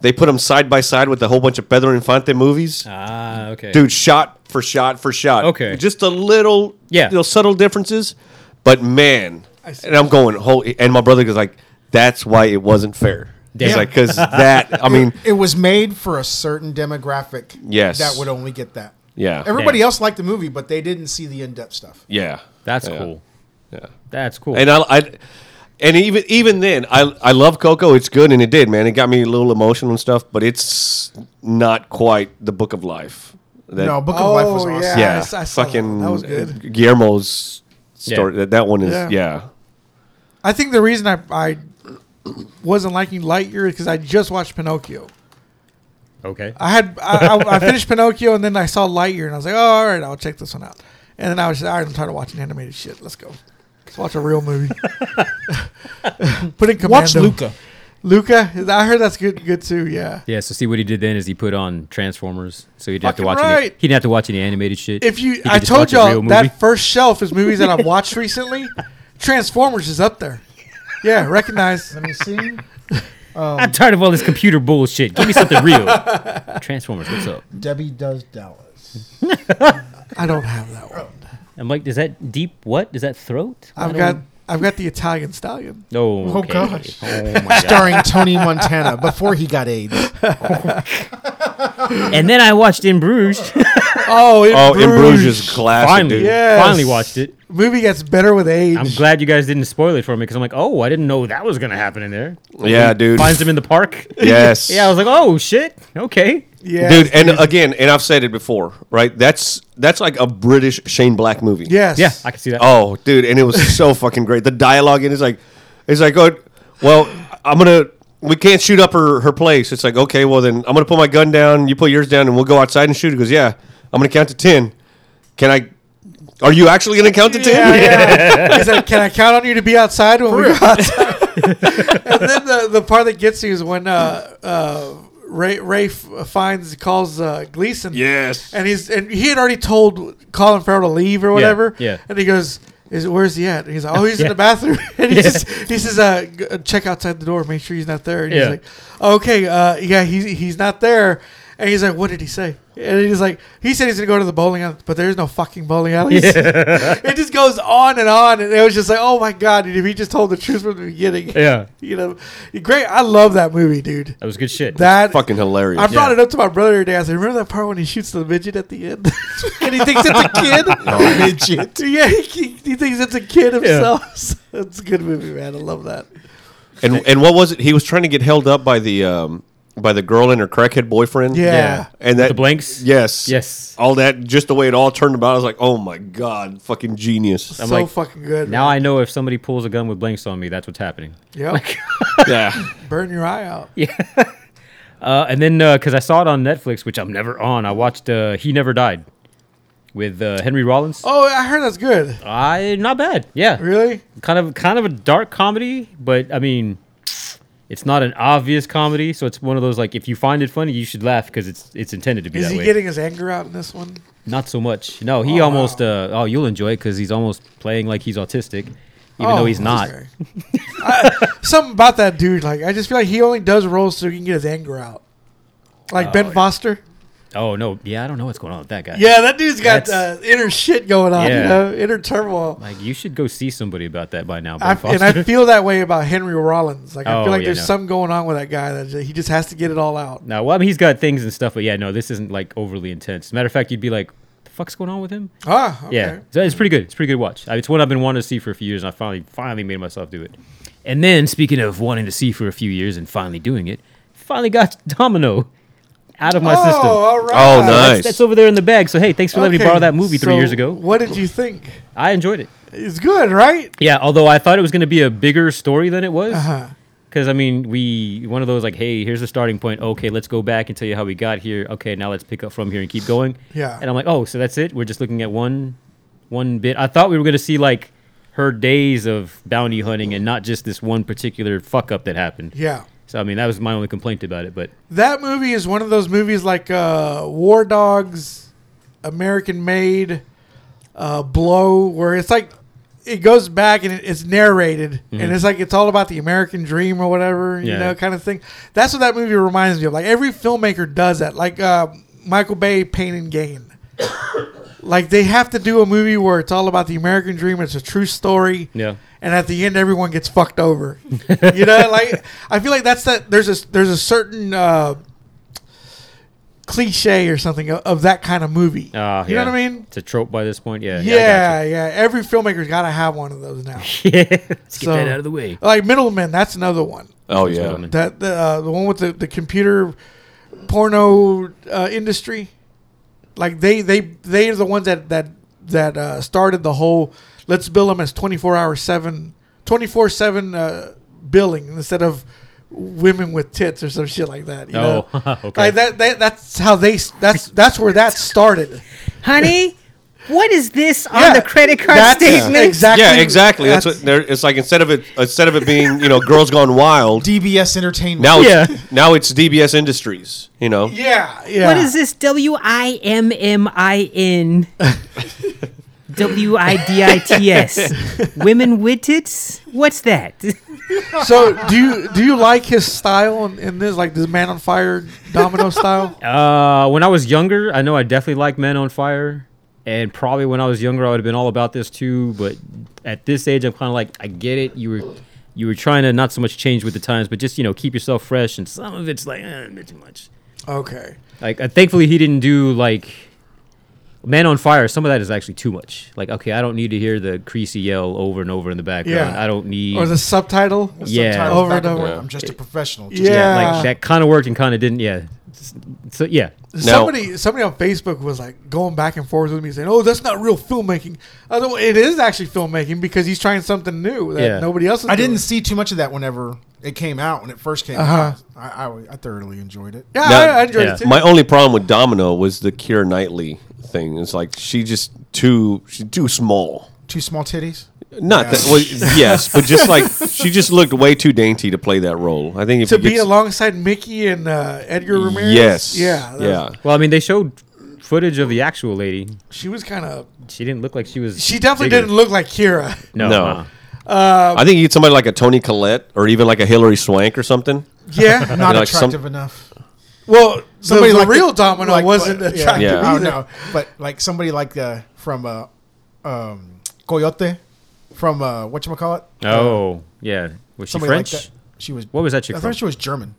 They put him side by side with a whole bunch of Pedro Infante movies. ah. Okay. Dude, shot for shot for shot. Okay. Just a little, Yeah. you know, subtle differences, but man, see. and I'm going. Holy, and my brother goes like, "That's why it wasn't fair." He's Damn. like, "Cause that, I [laughs] mean, It was made for a certain demographic. Yes. That would only get that. yeah, Everybody Damn. else liked the movie, but they didn't see the in-depth stuff. yeah, That's Yeah. cool. yeah." That's cool. And uh, I, I- and even even then, I I love Coco. It's good, and it did, man. It got me a little emotional and stuff, but it's not quite the Book of Life. That, no, Book of Oh, Life was awesome. yeah. yeah, I saw- I saw that fucking one. That was good. uh, Guillermo's story. Yeah. That, that one is Yeah. yeah. I think the reason I, I wasn't liking Lightyear is because I just watched Pinocchio. Okay. I had I, I, [laughs] I finished Pinocchio and then I saw Lightyear and I was like, oh, all right, I'll check this one out. And then I was just, all right, I'm tired of watching animated shit. Let's go. Let's watch a real [laughs] movie. Put in Commando. Watch Luca. Luca, I heard that's good. Good too. Yeah. Yeah, so see what he did then is he put on Transformers, so he didn't have to watch Fucking right. any. He didn't have to watch any animated shit. If He you, could I just told watch a real y'all movie. that first shelf is movies that I've watched recently. Transformers is up there. Yeah, recognize. Let me see. I'm tired of all this computer bullshit. Give me something [laughs] real. Transformers, what's up? Debbie does Dallas. I don't have that one. I'm like, is that deep? What is that throat? I I've don't- got I've got the Italian Stallion. Oh, okay. gosh. Oh my god. Starring Tony Montana before he got AIDS. and then I watched In [laughs] Bruges. Oh, in Oh, in Bruges is classic, finally, dude. Yes. finally watched it. Movie gets better with age. I'm glad you guys didn't spoil it for me because I'm like, oh, I didn't know that was gonna happen in there. Yeah, dude. Finds him in the park. Yes. yeah, I was like, oh shit, okay. Yes. dude. And again, and I've said it before, right? That's that's like a British Shane Black movie. Yes. Yeah, I can see that. Oh, dude, and it was [laughs] so fucking great. The dialogue in it's like, it's like, oh, well, I'm gonna, we can't shoot up her her place. It's like, okay, well then I'm gonna put my gun down, you put yours down, and we'll go outside and shoot. He goes, yeah, I'm gonna count to ten. Can I? Are you actually gonna count to ten? Yeah, yeah. He's like, "Can I count on you to be outside when we go outside?" and then the, the part that gets you is when uh, uh, Ray Ray f- finds calls uh, Gleason. Yes. and he's and he had already told Colin Farrell to leave or whatever. yeah. and he goes. Is, where's he at? And he's like, oh, he's [laughs] in Yeah. the bathroom. [laughs] And he, Yeah. just, he says, uh, g- uh, check outside the door, make sure he's not there. And he's Yeah. like, okay, uh, yeah, he's he's not there. And he's like, what did he say? And he's like, he said he's gonna go to the bowling alley, but there's no fucking bowling alleys. Oh, it just goes on and on, and it was just like, oh my god, if he just told the truth from the beginning, [laughs] Yeah, [laughs] you know, great. I love that movie, dude. that was good shit. That [laughs] Fucking hilarious. I brought Yeah. it up to my brother today. I said, remember that part when he shoots the midget at the end, [laughs] and he thinks it's a kid. [laughs] midget. [laughs] Yeah, he, he thinks it's a kid himself. [laughs] it's a good movie, man. I love that. and and what was it? He was trying to get held up by the um by the girl and her crackhead boyfriend. Yeah. And that The blanks? Yes. Yes. All that just the way it all turned about. I was like, oh my god, [laughs] fucking genius. so like, fucking good. Now I know if somebody pulls a gun with blanks on me, that's what's happening. [laughs] yep. yeah. burn your eye out. Uh, and then because I saw it on Netflix, which I'm never on, I watched uh, He Never Died with uh, Henry Rollins. Oh, I heard that's good. I not bad. Yeah, Really? kind of kind of a dark comedy, but I mean, it's not an obvious comedy, so it's one of those like if you find it funny, you should laugh because it's it's intended to be Is that he way. getting his anger out in this one? Not so much. No, he Oh, almost. Uh, oh, you'll enjoy it because he's almost playing like he's autistic, even Oh, though he's not. okay. I- something about that dude. Like, I just feel like he only does roles so he can get his anger out. Like Ben Foster. Oh no, yeah, I don't know what's going on with that guy. Yeah, that dude's got uh, That's- inner shit going on. You Yeah. know, inner turmoil. like you should go see somebody about that by now. Ben I, and I Foster. [laughs] feel that way about Henry Rollins. Like, I Oh, feel like yeah, there's no. something going on with that guy that j- he just has to get it all out. No, well, I mean, he's got things and stuff, but yeah, no, this isn't like overly intense. Matter of fact, you'd be like, "The fuck's going on with him?" Ah, okay. Yeah, so it's pretty good. It's a pretty good watch. Uh, It's one I've been wanting to see for a few years, and I finally finally made myself do it. And then, speaking of wanting to see for a few years and finally doing it, finally got [laughs] Domino out of my oh, system. all right. Oh, nice. That's, that's over there in the bag. So hey, thanks for letting me Okay, borrow that movie three so years ago. What did you think? I enjoyed it. It's good, right? Yeah, although I thought it was going to be a bigger story than it was. Uh-huh. Because I mean, we one of those like, hey, here's the starting point. Okay, let's go back and tell you how we got here. Okay, now let's pick up from here and keep going. Yeah. And I'm like, oh, so that's it. We're just looking at one, one bit. I thought we were gonna see like her days of bounty hunting and not just this one particular fuck up that happened. Yeah. So I mean, that was my only complaint about it. But That movie is one of those movies like uh, War Dogs, American Made, uh, Blow, where it's like it goes back and it, it's narrated, and it's like it's all about the American dream or whatever, you Yeah. know, kind of thing. That's what that movie reminds me of. Like every filmmaker does that. Like uh, Michael Bay, Pain and Gain. like they have to do a movie where it's all about the American dream. It's a true story yeah, and at the end everyone gets fucked over. [laughs] you know, like I feel like that's that. There's a there's a certain uh, cliche or something of, of that kind of movie. uh, you yeah. know what I mean? It's a trope by this point. Yeah. Yeah, yeah. Every filmmaker's got to have one of those now. I gotcha. [laughs] Yeah. let's get So- that out of the way. like Middlemen, that's another one. Oh Those yeah. gentlemen. That the uh, the one with the the computer porno uh, industry. Like they they they are the ones that that that uh, started the whole let's bill them as 24 hour 7 24 7 uh, billing instead of women with tits or some shit like that you know Oh, [laughs] okay. like that, that that's how they s- that's that's where that [laughs] started Honey, what is this on Yeah, the credit card that's statement? exactly yeah, exactly. That's, what they're. It's like instead of it, instead of it being you know, girls gone [laughs] wild. DBS Entertainment. now, Yeah. it's, now it's DBS Industries. You know, yeah yeah What is this? W I M M I [laughs] N. W I D I T [laughs] S. Women with tits? What's that? [laughs] so do you do you like his style in, in this like this man on fire domino [laughs] style Uh, when I was younger, I know I definitely liked Men on Fire, and probably when I was younger, I would have been all about this too. But at this age, I'm kind of like, I get it. You were, you were trying to not so much change with the times, but just you know keep yourself fresh. And some of it's like eh, a bit too much. okay Like, uh, thankfully, he didn't do like Man on Fire. Some of that is actually too much. Like, okay, I don't need to hear the Creasy yell over and over in the background. Yeah. I don't need. [laughs] or the subtitle Yeah. Sometimes Over back and and over. forth, I'm just a professional. Just yeah, like that kind of worked and kind of didn't. Yeah. So yeah. Now- Somebody, somebody on Facebook was like going back and forth with me, saying, "Oh, that's not real filmmaking." Although it is actually filmmaking because he's trying something new that Yeah. nobody else. Is I didn't doing. see too much of that whenever it came out when it first came Uh-huh. out. I, I, I thoroughly enjoyed it. Yeah, Now- I, I enjoyed Yeah. it too. My only problem with Domino was the Keira Knightley thing. It's like she just too she too small. Two small titties. Not that well, [laughs] yes, but just like she just looked way too dainty to play that role. I think if to you be get- alongside Mickey and uh, Edgar Ramirez. yes, yeah, that yeah. was- Well, I mean, they showed footage of the actual lady. She was kind of. She didn't look like she was. She definitely bigger. didn't look like [laughs] Kira. No. No. uh-uh. Uh, I think you get somebody like a Tony Collette or even like a Hillary Swank or something. Yeah. Not like some- attractive enough. [laughs] Well, somebody the, like real Domino like- wasn't yeah, attractive yeah. I either. don't know, but like somebody like uh, from uh, um, Coyote, from uh, what you call it? Oh, yeah. Was she somebody French? Like that. She was. What was that chick I from? thought she was German.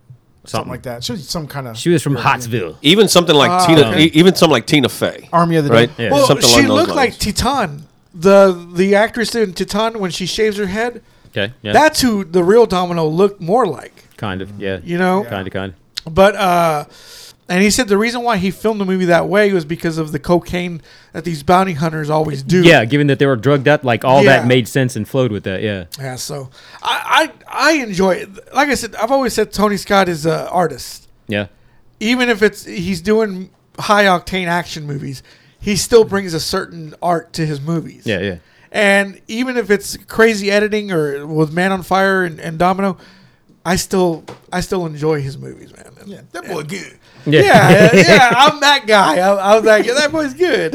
Something. Something. like that. She was some kind of. She was from Hotsville. Even something like Ah, Tina, okay. e- even something like Tina Fey, Army of the right? Dead. Yeah. Well, something she along those looked like lines. Titan, the the actress in Titan when she shaves her head. Okay. Yeah. That's who the real Domino looked more like. kind of. Yeah. You know, Kind of. Kind. But uh and he said the reason why he filmed the movie that way was because of the cocaine that these bounty hunters always do. Yeah. Given that they were drugged up, like all Yeah. that made sense and flowed with that. Yeah. Yeah, so I I, I enjoy it. Like I said, I've always said Tony Scott is an artist. Yeah. Even if it's he's doing high octane action movies, he still brings a certain art to his movies. Yeah. Yeah. And even if it's crazy editing or with Man on Fire and, and Domino, I still I still enjoy his movies, man. And- Yeah, that boy good. Yeah. [laughs] yeah, yeah, I'm that guy. I'm, I'm that guy. That boy's good.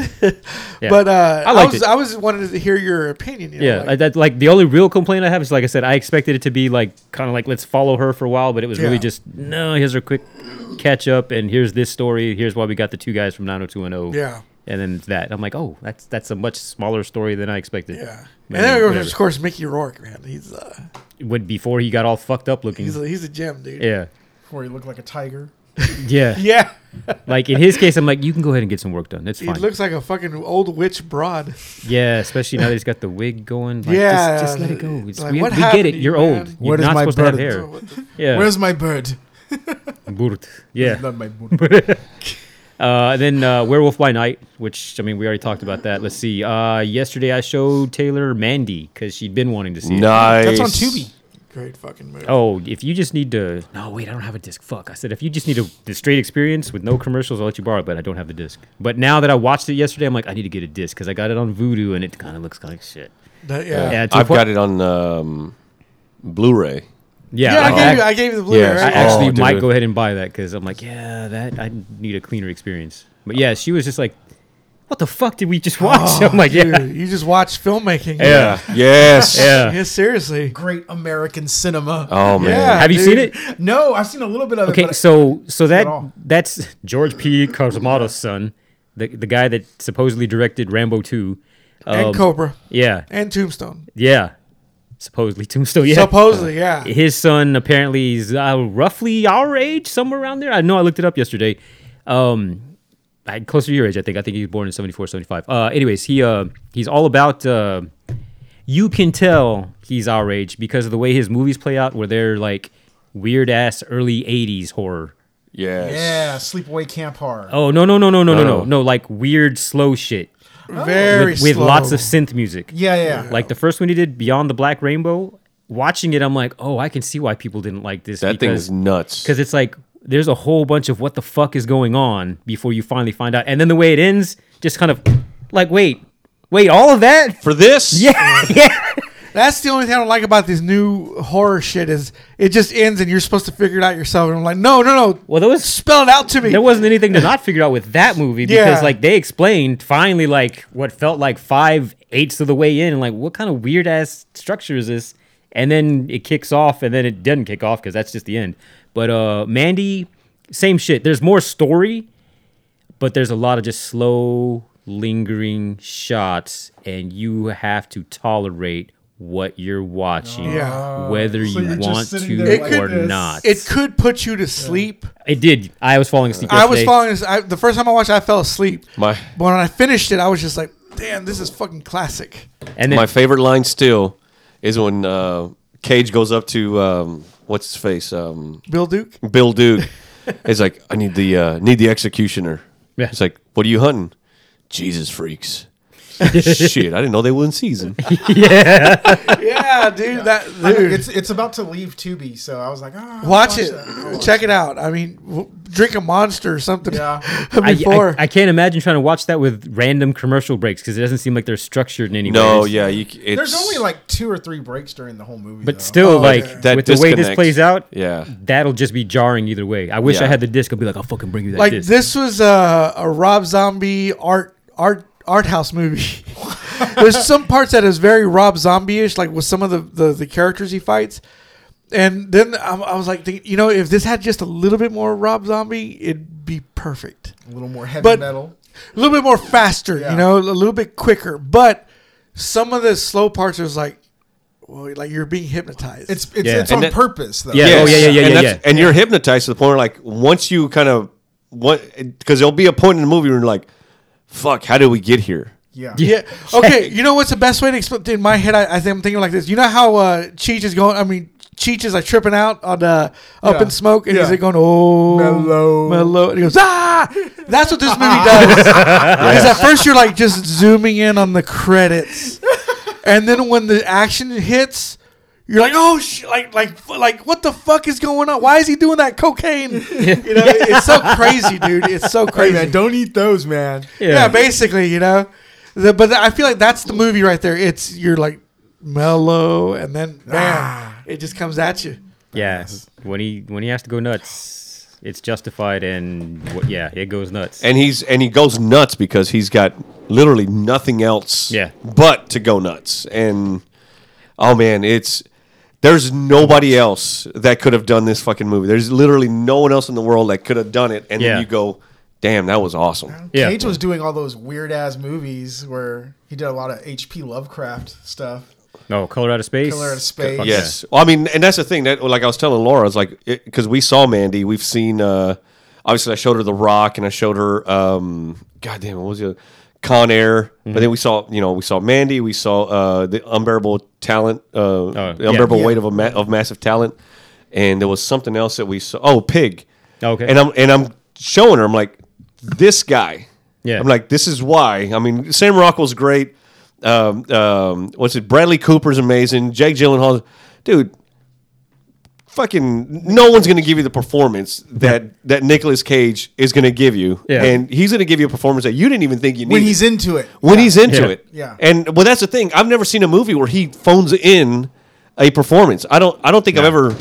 But uh, I I, liked was it. I was wanted to hear your opinion. You know, Yeah, like- I, that, like the only real complaint I have is like I said, I expected it to be like kind of like let's follow her for a while, but it was Yeah. really just no. Here's her quick catch up, and here's this story. Here's why we got the two guys from 90210. Yeah. and then that I'm like, oh, that's that's a much smaller story than I expected. yeah. Man, and then whatever. of course Mickey Rourke, man. He's uh, When before he got all fucked up looking. he's a, he's a gem, dude. Mm. yeah, Before he looked like a tiger. yeah. [laughs] Yeah. Like in his case, I'm like, you can go ahead and get some work done. That's He fine. looks like a fucking old witch broad. yeah, especially now that he's got the wig going. Like, Yeah, just, just let it go. It's- like, we what we get happened it. to You're you, man? old. You're What is not my supposed to have burden? hair. Yeah, Where's my bird? Burt. Yeah. Not my bird. Uh, and then uh, Werewolf by Night, which I mean, we already talked about that. Let's see. Uh, yesterday, I showed Taylor Mandy because she'd been wanting to see it. Nice. That's on Tubi. Great fucking movie. Oh, if you just need to. No, wait, I don't have a disc. Fuck. I said if you just need a the straight experience with no commercials, I'll let you borrow it, but I don't have the disc. But now that I watched it yesterday, I'm like, I need to get a disc because I got it on Voodoo and it kind of looks like shit. That- yeah. [laughs] Yeah, Yeah, to the I've point- got it on um, Blu-ray. Yeah, I, like, gave I, Uh-huh. you I gave you the blue Yes. I right? Oh, actually might dude. go ahead and buy that because I'm like, yeah, that I need a cleaner experience. But yeah, she was just like, what the fuck did we just watch? [laughs] I'm like, yeah, Dude, you just watch filmmaking. yeah, Um, Yes. yeah. Yeah, seriously. Great American cinema. Oh man. Yeah. Have you dude. seen it? No, I've seen a little bit of [laughs] it. Okay, but so so that all. that's George P. Cosmatos' son, the the guy that supposedly directed Rambo two. um, and Cobra. Yeah, And Tombstone. yeah. Supposedly Tombstone. Yeah. Supposedly, yeah. his son apparently is uh, roughly our age, somewhere around there. I know I looked it up yesterday. Um, I, closer to your age, I think. I think he was born in 74, 75. Uh, anyways, he uh, he's all about. Uh, you can tell he's our age because of the way his movies play out, where they're like weird ass early 80s horror. Yes. Yeah, Sleepaway Camp Hard. Oh no no no no no no no No. no like weird slow shit Very with, with slow. lots of synth music. Yeah, yeah. Like the first one he did, Beyond the Black Rainbow. Watching it, I'm like, oh, I can see why people didn't like this. That thing is nuts. because it's like there's a whole bunch of what the fuck is going on before you finally find out, and then the way it ends, just kind of like wait, wait, all of that. [laughs] For this? Yeah, yeah. That's the only thing I don't like about this new horror shit is it just ends and you're supposed to figure it out yourself. And I'm like, no, no, no. Well, there was Spell it out to me. [laughs] there wasn't anything to not figure out with that movie because Yeah. like they explained finally like what felt like five eighths of the way in, and like what kind of weird ass structure is this? And then it kicks off, and then it doesn't kick off because that's just the end. But uh, Mandy, same shit. There's more story, but there's a lot of just slow lingering shots and you have to tolerate what you're watching Yeah. whether So you you're just want sitting to there like or this. not it could put you to sleep. it did i was falling asleep I was yesterday. falling. as- I, the first time I watched, it, I fell asleep. My- but when I finished it, I was just like, "Damn, this is fucking classic." and then My favorite line still is when uh, Cage goes up to um, what's his face, um, Bill [laughs] Duke. Bill Duke. [laughs] He's like, I need the uh, need the executioner. Yeah. He's like, What are you hunting? [laughs] Jesus freaks. Shit, I didn't know they were in season. Yeah, dude. That I know, dude. it's it's about to leave Tubi, so I was like, ah, I'll watch it. that. Check it out. I mean, w- drink a monster or something Yeah. I, [laughs] before. I, I can't imagine trying to watch that with random commercial breaks because it doesn't seem like they're structured in any way no, It's- yeah, you, c- it's, There's only like two or three breaks during the whole movie. but though. still Oh, like That with the way this disconnect. plays out Yeah. that'll just be jarring either way i wish i Yeah. had the disc i'd be like i'll fucking bring you that like disc this was a, a Rob Zombie art art art house movie. [laughs] There's some parts that is very Rob Zombie-ish, like with some of the the, the characters he fights. And then I, I was like, thinking, you know, if this had just a little bit more Rob Zombie, it'd be perfect. a little more heavy but- metal. A little bit more faster, Yeah. you know, a little bit quicker. But some of the slow parts was like, well, like you're being hypnotized. It's it's, Yeah. it's on that- purpose though. Yeah. Oh, yeah, yeah, yeah, and yeah, that's- yeah. And you're hypnotized to the point where, like, once you kind of, what, because there'll be a point in the movie where you're like, fuck, how did we get here? yeah. [laughs] Yeah. Okay. You know what's the best way to explain? In my head, I, I think I'm thinking like this. You know how uh, Cheech is going? I mean, Cheech is like tripping out on uh, up Yeah. in smoke, and he's Yeah. like going, "Oh, Mellow. mellow," and he goes, "Ah!" That's what this movie does. [laughs] Because at first you're like just zooming in on the credits, and then when the action hits. You're like, oh, sh-, like, like, like, what the fuck is going on? Why is he doing that cocaine? [laughs] You know, it's so crazy, dude. It's so Hey crazy man, don't eat those, man. yeah, basically, you know. The- but I feel like that's the movie right there. It's you're like mellow, and then bam, Ah. it just comes at you. Yeah, when he when he has to go nuts, it's justified, and wh- yeah, it goes nuts. And he's, and he goes nuts because he's got literally nothing else Yeah. but to go nuts. And, oh man, it's, there's nobody else that could have done this fucking movie. There's literally no one else in the world that could have done it. And Yeah. then you go, damn, that was awesome. Yeah. Cage was doing all those weird ass movies where he did a lot of H.P. Lovecraft stuff. oh, color out of space. Killer in Space. Fuck Yes. Well, I mean, and that's the thing that, like, I was telling Laura, I was like, because we saw Mandy, we've seen. uh Obviously, I showed her The Rock, and I showed her, um God damn, it, what was it, Con Air. But then we saw, you know, we saw Mandy, we saw uh the unbearable talent, uh, the Oh, yeah. unbearable Yeah. weight of a ma- of massive talent, and there was something else that we saw. Oh, Pig. Okay. And I'm and I'm showing her. I'm like, this guy. Yeah. I'm like, this is why. I mean, Sam Rockwell's great. Um, um, what's it? Bradley Cooper's amazing. Jake Gyllenhaal, dude. Fucking, no one's gonna give you the performance that that Nicolas Cage is gonna give you, Yeah. and he's gonna give you a performance that you didn't even think you needed When he's into it. when he's into Yeah. it. Yeah. And well, that's the thing. I've never seen a movie where he phones in a performance. I don't. I don't think I've ever.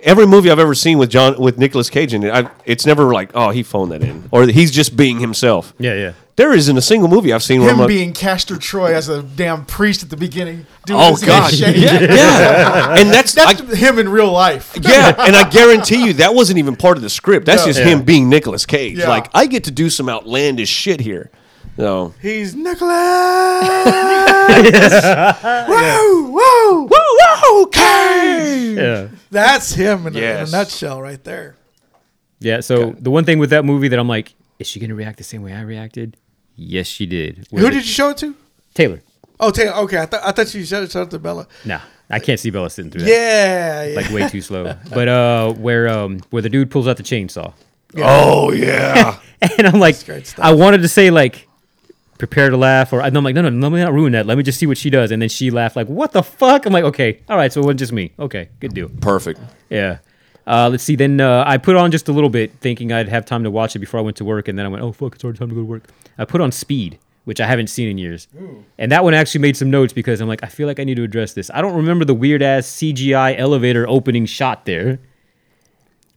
Every movie I've ever seen with John with Nicolas Cage in it, I, it's never like, oh, he phoned that in, or he's just being himself. Yeah, yeah. There isn't a single movie I've seen where I'm Him like, being Castor Troy as a damn priest at the beginning. Doing oh his god, yeah, [laughs] handshake. yeah. and that's, That's I- him in real life. yeah, and I guarantee you that wasn't even part of the script. That's No. just Yeah. him being Nicolas Cage. Yeah. Like I get to do some outlandish shit here. No, [laughs] He's Nicholas. Woo, woo, woo, woo, Cage. Yeah. That's him in, a, in a Yes. nutshell, right there. Yeah. So the one thing with that movie that I'm like, is she gonna react the same way I reacted? Yes, she did. Who did you show it to? Taylor. Oh, Taylor. Okay, I, thought I thought you showed it, showed it to Bella. Nah, I can't see Bella sitting through that. Yeah, [laughs] yeah. Like way too slow. But uh, where um, where the dude pulls out the chainsaw Oh yeah. [laughs] and I'm like, I wanted to say like, prepare to laugh, or and I'm like, no, no, let me not ruin that. Let me just see what she does, and then she laughed like, what the fuck? I'm like, okay, all right, so it wasn't just me. Okay, good deal. Perfect. Yeah. Uh, let's see. Then uh, I put on just a little bit, thinking I'd have time to watch it before I went to work, and then I went, oh fuck, it's already time to go to work. I put on Speed, which I haven't seen in years, and that one actually made some notes because I'm like, I feel like I need to address this. I don't remember the weird ass CGI elevator opening shot there,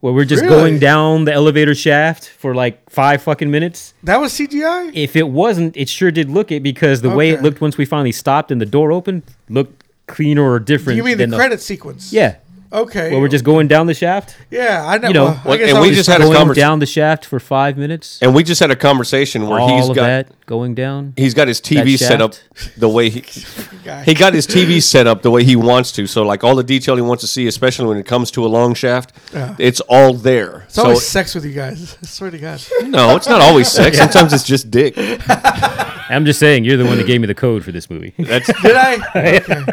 where we're just going down the elevator shaft for like five fucking minutes That was CGI. if it wasn't, it sure did look it because the way it Okay. looked once we finally stopped and the door opened looked cleaner or different. You mean the than credit sequence? Yeah. Okay. Well, we're just going down the shaft. yeah, I know. you know, well, I Well, guess and I we was- just had a going conversation, down the shaft for five minutes. and we just had a conversation where All he's of got that going down. he's got his TV That set up the way he he got his TV set up the way he wants to. So like all the detail he wants to see, especially when it comes to a long shaft, it's all there. It's always sex with you guys. [laughs] I swear [laughs] to God. [laughs] no, it's not always sex. Sometimes it's [laughs] just dick. I'm just saying, you're the one that gave me the code for this [laughs] movie. That's Did I? Okay.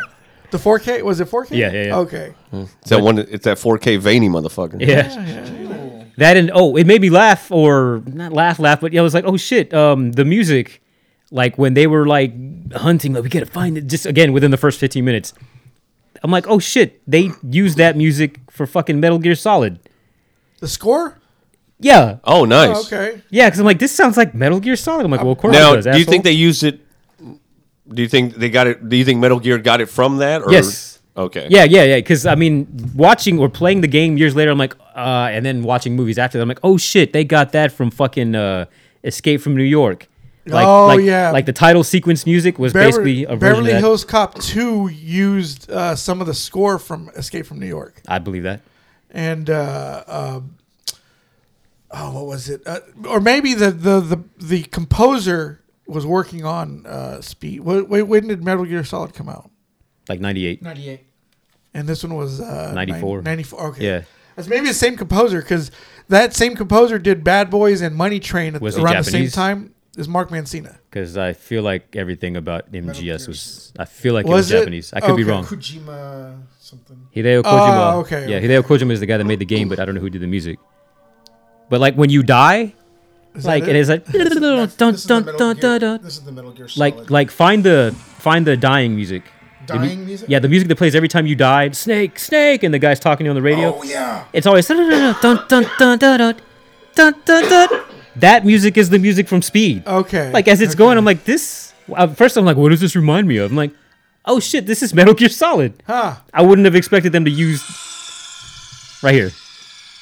The 4K was it 4K? Yeah, yeah, yeah. Okay. it's that one. It's that 4K veiny [laughs] motherfucker. yeah. That and oh, it made me laugh or not laugh, laugh, but yeah, I was like, oh shit, um, the music, like when they were like hunting, like we gotta find it. Just again within the first 15 minutes, I'm like, oh shit, they used that music for fucking Metal Gear Solid. The score? Yeah, Oh, nice. Oh, okay. yeah, because I'm like, this sounds like Metal Gear Solid. I'm like, well, of course Now, it does. do you think they used it? Do you think they got it? Do you think Metal Gear got it from that? Or, Yes. Okay. Yeah, yeah, yeah. Because I mean, watching or playing the game years later, I'm like, uh, and then watching movies after that, I'm like, oh shit, they got that from fucking uh, Escape from New York. Like, Oh, like, yeah. Like the title sequence music was basically Beverly, a version Beverly of that. Hills Cop 2 used uh, some of the score from Escape from New York. I believe that. and uh, um, oh, what was it? Uh, or maybe the, the the the composer was working on uh, Speed. Wait, wait, when did Metal Gear Solid come out? Like '98. 98. And this one was uh, 94. 94. Okay. Yeah. It's maybe the same composer because that same composer did Bad Boys and Money Train at, Was he around the same Japanese? time as Mark Mancina. Because I feel like everything about MGS was. I feel like it Was was it? Japanese. I could be Okay. wrong. Kojima something. Hideo Kojima. Ah, okay, Yeah, okay. Hideo Kojima is the guy that made the game, but I don't know who did the music. But like when you die, Is like that it is like dun dun This is the dun Metal dun Gear- dun dun. This is the Metal Gear Solid. like like find the find the dying music The mu- Dying music? yeah the music that plays every time you died snake snake and the guy's talking to you on the radio oh yeah. it's always dun dun dun dun dun dun dun dun dun dun that music is the music from speed Oh, Okay. like as it's going i'm like this at first i'm like what does this remind me of i'm like oh shit this is metal gear solid Huh. i wouldn't have expected them to use right here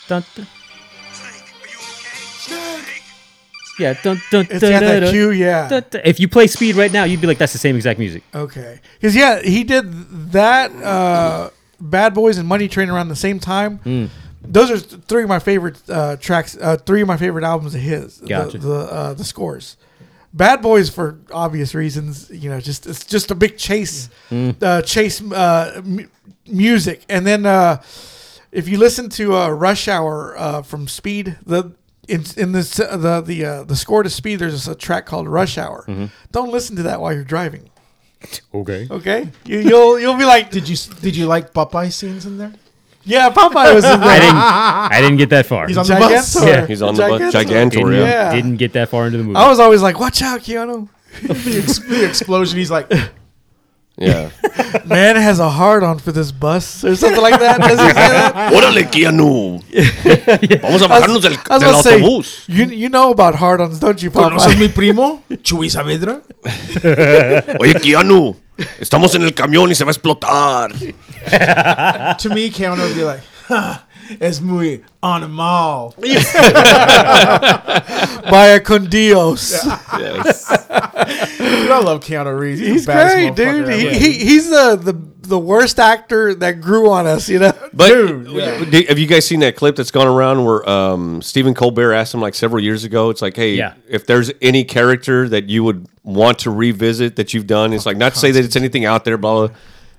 dun, dun. yeah dun dun It's dun dun got that dun. cue, yeah. Dun, dun. if you play speed right now you'd be like that's the same exact music Okay, because yeah, he did that. Uh, Bad Boys and Money Train around the same time. Those are th- three of my favorite uh, tracks. Uh, three of my favorite albums of his. the- Gotcha. The uh, the scores. Bad Boys for obvious reasons, you know, just it's just a big chase, uh, chase uh, mu- music, and then uh, if you listen to uh, Rush Hour uh, from Speed, the in, in this uh, the the uh, the score to Speed, there's a track called Rush Hour. Don't listen to that while you're driving. Okay. Okay, you, you'll you'll be like, Did you did you like Popeye scenes in there? yeah, Popeye was in I [laughs] there. didn't. I didn't get that far. He's on the bus. Gigantor. Yeah. He's on the bus. Gigantor. didn't, Gigantor. Yeah. Yeah. Oh. didn't get that far into the movie. I was always like, watch out, Keanu. the, ex- the explosion. He's [laughs] like, [laughs] yeah. Man has a hard on for this bus or something like that. Does he say [laughs] that? Órale, [laughs] Keanu. Vamos a bajarnos del, I was del gonna say, autobús. you you know about hard ons, don't you, "Conoces Popeye? mi primo, Chuy Saavedra?" Oye, Keanu. Estamos en el camión y se va a explotar. to me, Keanu would be like, "Huh, "It's muy animal." Vaya con Dios. [laughs] Dude, I love Keanu Reeves. He's the baddest great, motherfucker dude. He, ever. he, he's the, the the worst actor that grew on us, you [laughs] know. But do- have you guys seen that clip that's gone around where um, Stephen Colbert asked him like several years ago? It's like, hey, Yeah. if there's any character that you would want to revisit that you've done, it's like not to say that it's anything out there, blah blah.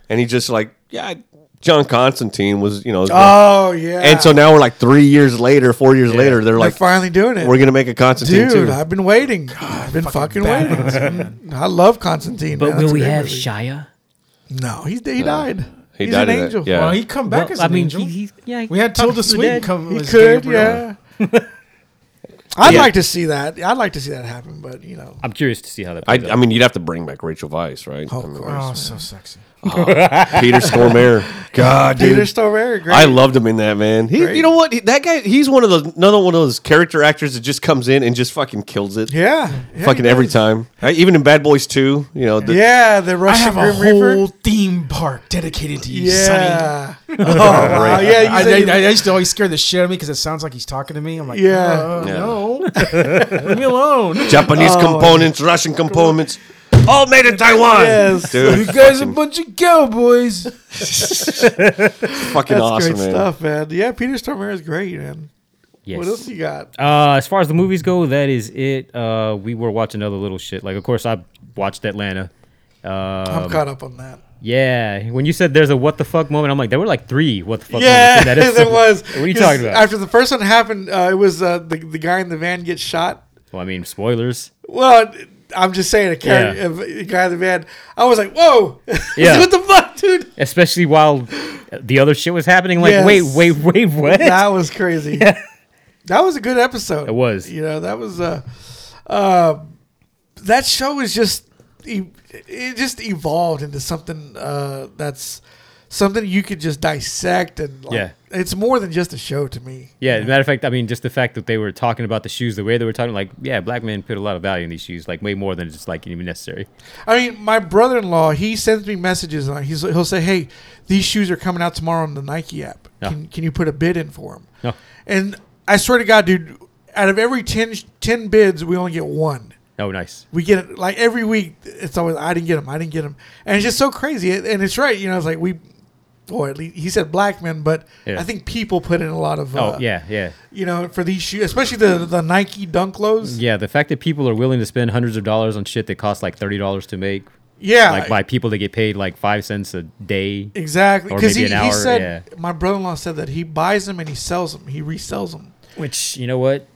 And he just like, yeah, John Constantine was, you know. Oh yeah. And so now we're like three years later, four years later, they're they're like, finally doing it. we're gonna make a Constantine Dude, too. I've been waiting. I've been fucking, waiting. Mm. I love Constantine. But man. That's will a we great have movie. Shia? No, he, he died. he he's died an in that, angel. yeah. Well, he come back as I an mean, angel. he, he, yeah. we had Tilda Talks to the Swinton dead. come. He as could, Gabriel. yeah. I'd Yeah. like to see that. I'd like to see that happen, but you know, I'm curious to see how that. I, Plays I out. mean, you'd have to bring back Rachel Vice, right? I mean, Oh, so sexy. [laughs] Peter Stormare. God, dude. Peter Stormare, great. I loved him in that man. He, you know what? He- That guy, he's one of those another one of those character actors that just comes in and just fucking kills it. yeah, yeah, fucking he every does. time. I- even in Bad Boys Two, you know. The, Yeah, the I Russian have a Grim whole Reaper. theme park dedicated to you, Sonny. Yeah. [laughs] Oh, [laughs] wow. Yeah, I, you said I, you- I used to always scare the shit out of me because it sounds like he's talking to me. I'm like, Yeah. uh, Yeah. no, leave me [laughs] alone. Japanese Oh, components, Russian components, all made in Taiwan. Yes. Dude, You guys are a fucking, bunch of cowboys. fucking that's awesome, great man. stuff, man. Yeah, Peter Stormare is great, man. Yes. What else you got? Uh, as far as the movies go, that is it. Uh, we were watching other little shit. Like, of course, I watched Atlanta. I'm Um, caught up on that. yeah, when you said there's a what the fuck moment, I'm like, there were like three what the fuck. Yeah, moments [laughs] in that there episode. was. [laughs] What are you 'Cause talking about? After the first one happened, uh, it was uh, the the guy in the van gets shot. well, I mean, spoilers. Well, I'm just saying, a, car- Yeah. a guy in the van. I was like, whoa, [laughs] Yeah. what the [laughs] fuck, dude? Especially while the other shit was happening. Like, wait, Yes. wait, wait, what? That was crazy. That was a good episode. It was. You know, that was uh, uh that show is just e- it just evolved into something uh that's something you could just dissect and like, Yeah. it's more than just a show to me. Yeah, as a matter of fact, I mean, just the fact that they were talking about the shoes, the way they were talking, like, yeah, black men put a lot of value in these shoes, like way more than just like even necessary. I mean, my brother-in-law, he sends me messages and he's, he'll say, "Hey, these shoes are coming out tomorrow on the Nike app. Yeah. Can, can you put a bid in for them?" No. And I swear to God, dude, out of every 10, 10 bids, we only get one. Oh, nice. we get it like every week. It's always I didn't get him, I didn't get him, and it's just so crazy. And and it's right, you know. It's like we, or at least he said black men, but Yeah. I think people put in a lot of, uh, oh, yeah, yeah, you know, for these shoes, especially the the Nike Dunk lows. yeah. The fact that people are willing to spend hundreds of dollars on shit that costs like thirty dollars to make, Yeah, like by people that get paid like five cents a day. exactly. or Because he, maybe an he hour, said my brother in law said that he buys them and he sells them, he resells them. Which you know what?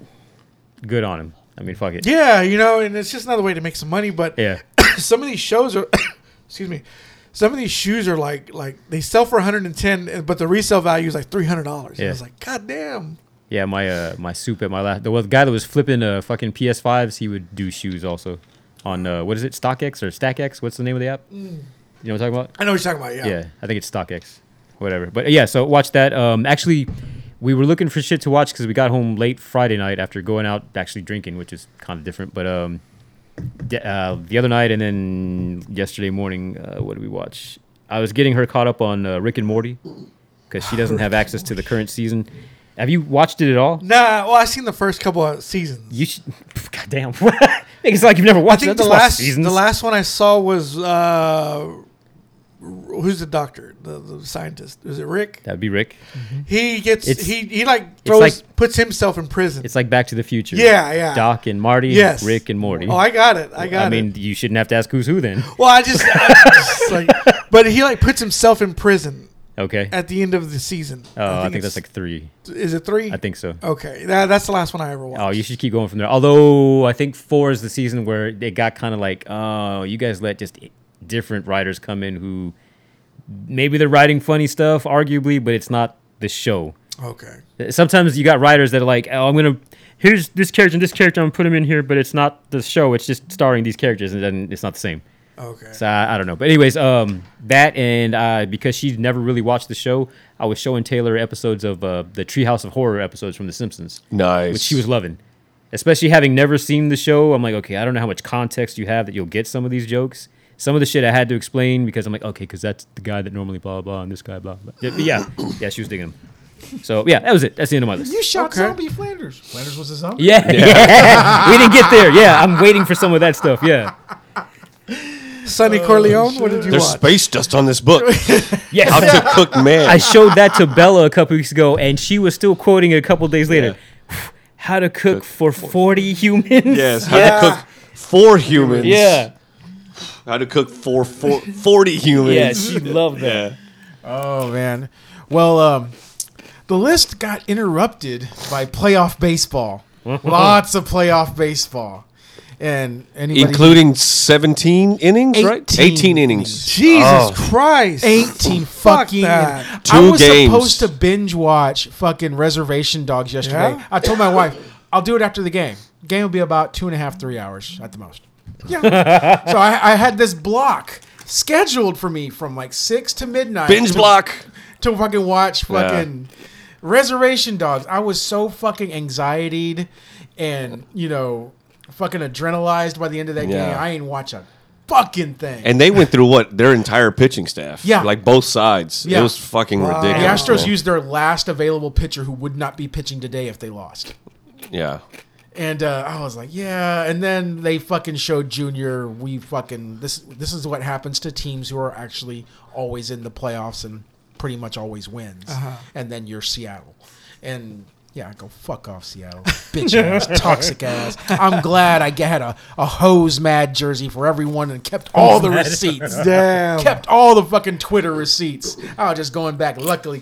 Good on him. I mean, fuck it. Yeah, you know, and it's just another way to make some money. But Yeah. [coughs] some of these shows are excuse me some of these shoes are like like they sell for 110 and- but the resale value is like $300 yeah. Yeah. i was like god damn Yeah, my uh, my soup at my last. The was- guy that was flipping uh, fucking PS5s, he would do shoes also on uh, what is it, StockX or StackX? What's the name of the app? Mm. You know what I'm talking about? i know what you're talking about yeah, Yeah, I think it's StockX, whatever. But yeah, so watch that. Um, actually, we were looking for shit to watch because we got home late Friday night after going out actually drinking, which is kind of different. But um, d- uh, the other night and then yesterday morning, uh, what did we watch? I was getting her caught up on uh, Rick and Morty because she doesn't have access to the current season. Have you watched it at all? nah well i seen the first couple of seasons [laughs] You should. God damn. it's like you've never i watched. it. think the just watched last seasons. the last one i saw was uh who's the doctor the, the scientist is it rick That'd be Rick. he gets It's- he he like throws like- puts himself in prison It's like Back to the Future. Yeah, yeah. Doc and Marty. Yes. Rick and Morty. oh i got it i got I it mean, you shouldn't have to ask who's who then. [gasps] well i just, I [laughs] just like but he like puts himself in prison Okay. at the end of the season. Oh, I think, it's- that's like three. Is it three? I think so. Okay, that, that's the last one I ever watched. Oh, you should keep going from there. Although I think four is the season where it got kind of like, oh, you guys let just different writers come in who maybe they're writing funny stuff, arguably, but it's not the show. Okay. Sometimes you got writers that are like, oh, I'm gonna here's this character and this character, I'm gonna put them in here, but it's not the show. It's just starring these characters, and then it's not the same. Okay. So I, I don't know. But anyways, um, that and uh, because she's never really watched the show, I was showing Taylor episodes of uh, the Treehouse of Horror episodes from The Simpsons, Nice. which she was loving. Especially having never seen the show, I'm like, okay, I don't know how much context you have that you'll get some of these jokes. Some of the shit I had to explain because I'm like, okay, because that's the guy that normally blah blah and this guy blah blah. Yeah, but yeah, [coughs] yeah, she was digging him. So yeah, that was it. That's the end of my list. You shot Okay. zombie Flanders. Flanders was a zombie. Yeah, yeah. [laughs] we didn't get there. Yeah, I'm waiting for some of that stuff. Yeah, Sonny Corleone. What did you There's watch? space dust on [laughs] this book. yes. How to cook man. I showed that to Bella a couple weeks ago, and she was still quoting it a couple days later. [sighs] How to cook for 40 humans? yes. How to cook for [laughs] humans. Yeah. How to cook for, for 40 humans. Yeah, she loved that. Oh man. Well, um, the list got interrupted by playoff baseball. [laughs] Lots of playoff baseball, and anybody Including 17 innings, right? 18 18 innings. Jesus oh. [laughs] Christ. 18 Fuck fucking that. I Two was games. supposed to binge watch fucking Reservation Dogs yesterday. Yeah? I told my wife I'll do it after the game. Game will be about two and a half, three hours at the most. [laughs] Yeah. so I, I had this block scheduled for me from like six to midnight. Binge to- block. to fucking watch fucking Reservation Dogs. I was so fucking anxietied and you know fucking adrenalized by the end of that Yeah. game. I ain't watch a fucking thing. And they went through what their entire pitching staff. Yeah. like both sides. It Yeah. was fucking the ridiculous. Astros man. used their last available pitcher who would not be pitching today if they lost. Yeah, And uh, I was like, yeah. And then they fucking showed Junior. We fucking this. This is what happens to teams who are actually always in the playoffs and pretty much always wins. And then you're Seattle. And yeah, I go fuck off, Seattle, bitch ass, toxic ass. I'm glad I had a, a hose mad jersey for everyone and kept all the receipts. Damn. Kept all the fucking Twitter receipts. I was just going back. Luckily,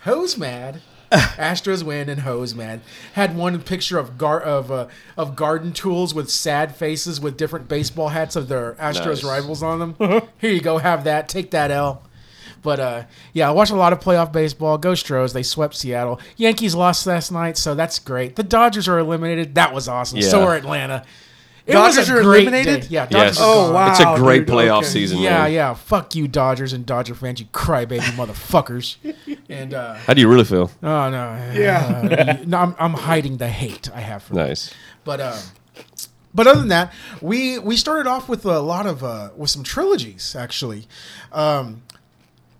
Hose [laughs] Mad, Astros win and Hose Mad had one picture of gar- of uh, of garden tools with sad faces with different baseball hats of their Astros Nice. rivals on [laughs] them. Here you go, have that. Take that L. But uh, yeah, I watch a lot of playoff baseball. Go Stros. They swept Seattle. Yankees lost last night, so that's great. The Dodgers are eliminated. That was awesome. So Yeah. are Atlanta. It Dodgers are eliminated? day. Yeah, yes. Dodgers are Oh, gone. wow, It's a great dude. playoff Okay. season. Yeah, man. yeah. Fuck you, Dodgers and Dodger fans, you crybaby motherfuckers. [laughs] And uh, How do you really feel? oh no, Yeah. Uh, no, I'm, I'm hiding the hate I have for them. [laughs] Nice. But um, but other than that, we we started off with a lot of uh, with some trilogies actually. Um,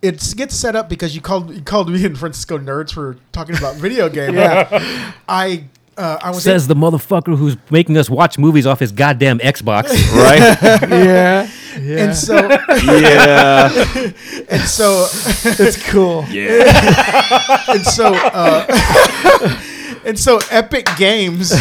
it gets set up because you called you called me [laughs] and Francisco nerds for talking about [laughs] video games. yeah. I uh, I was Says the motherfucker who's making us watch movies off his goddamn [laughs] Xbox. Right? yeah. and so yeah. and so [laughs] It's cool. Yeah. and so uh, [laughs] and so epic games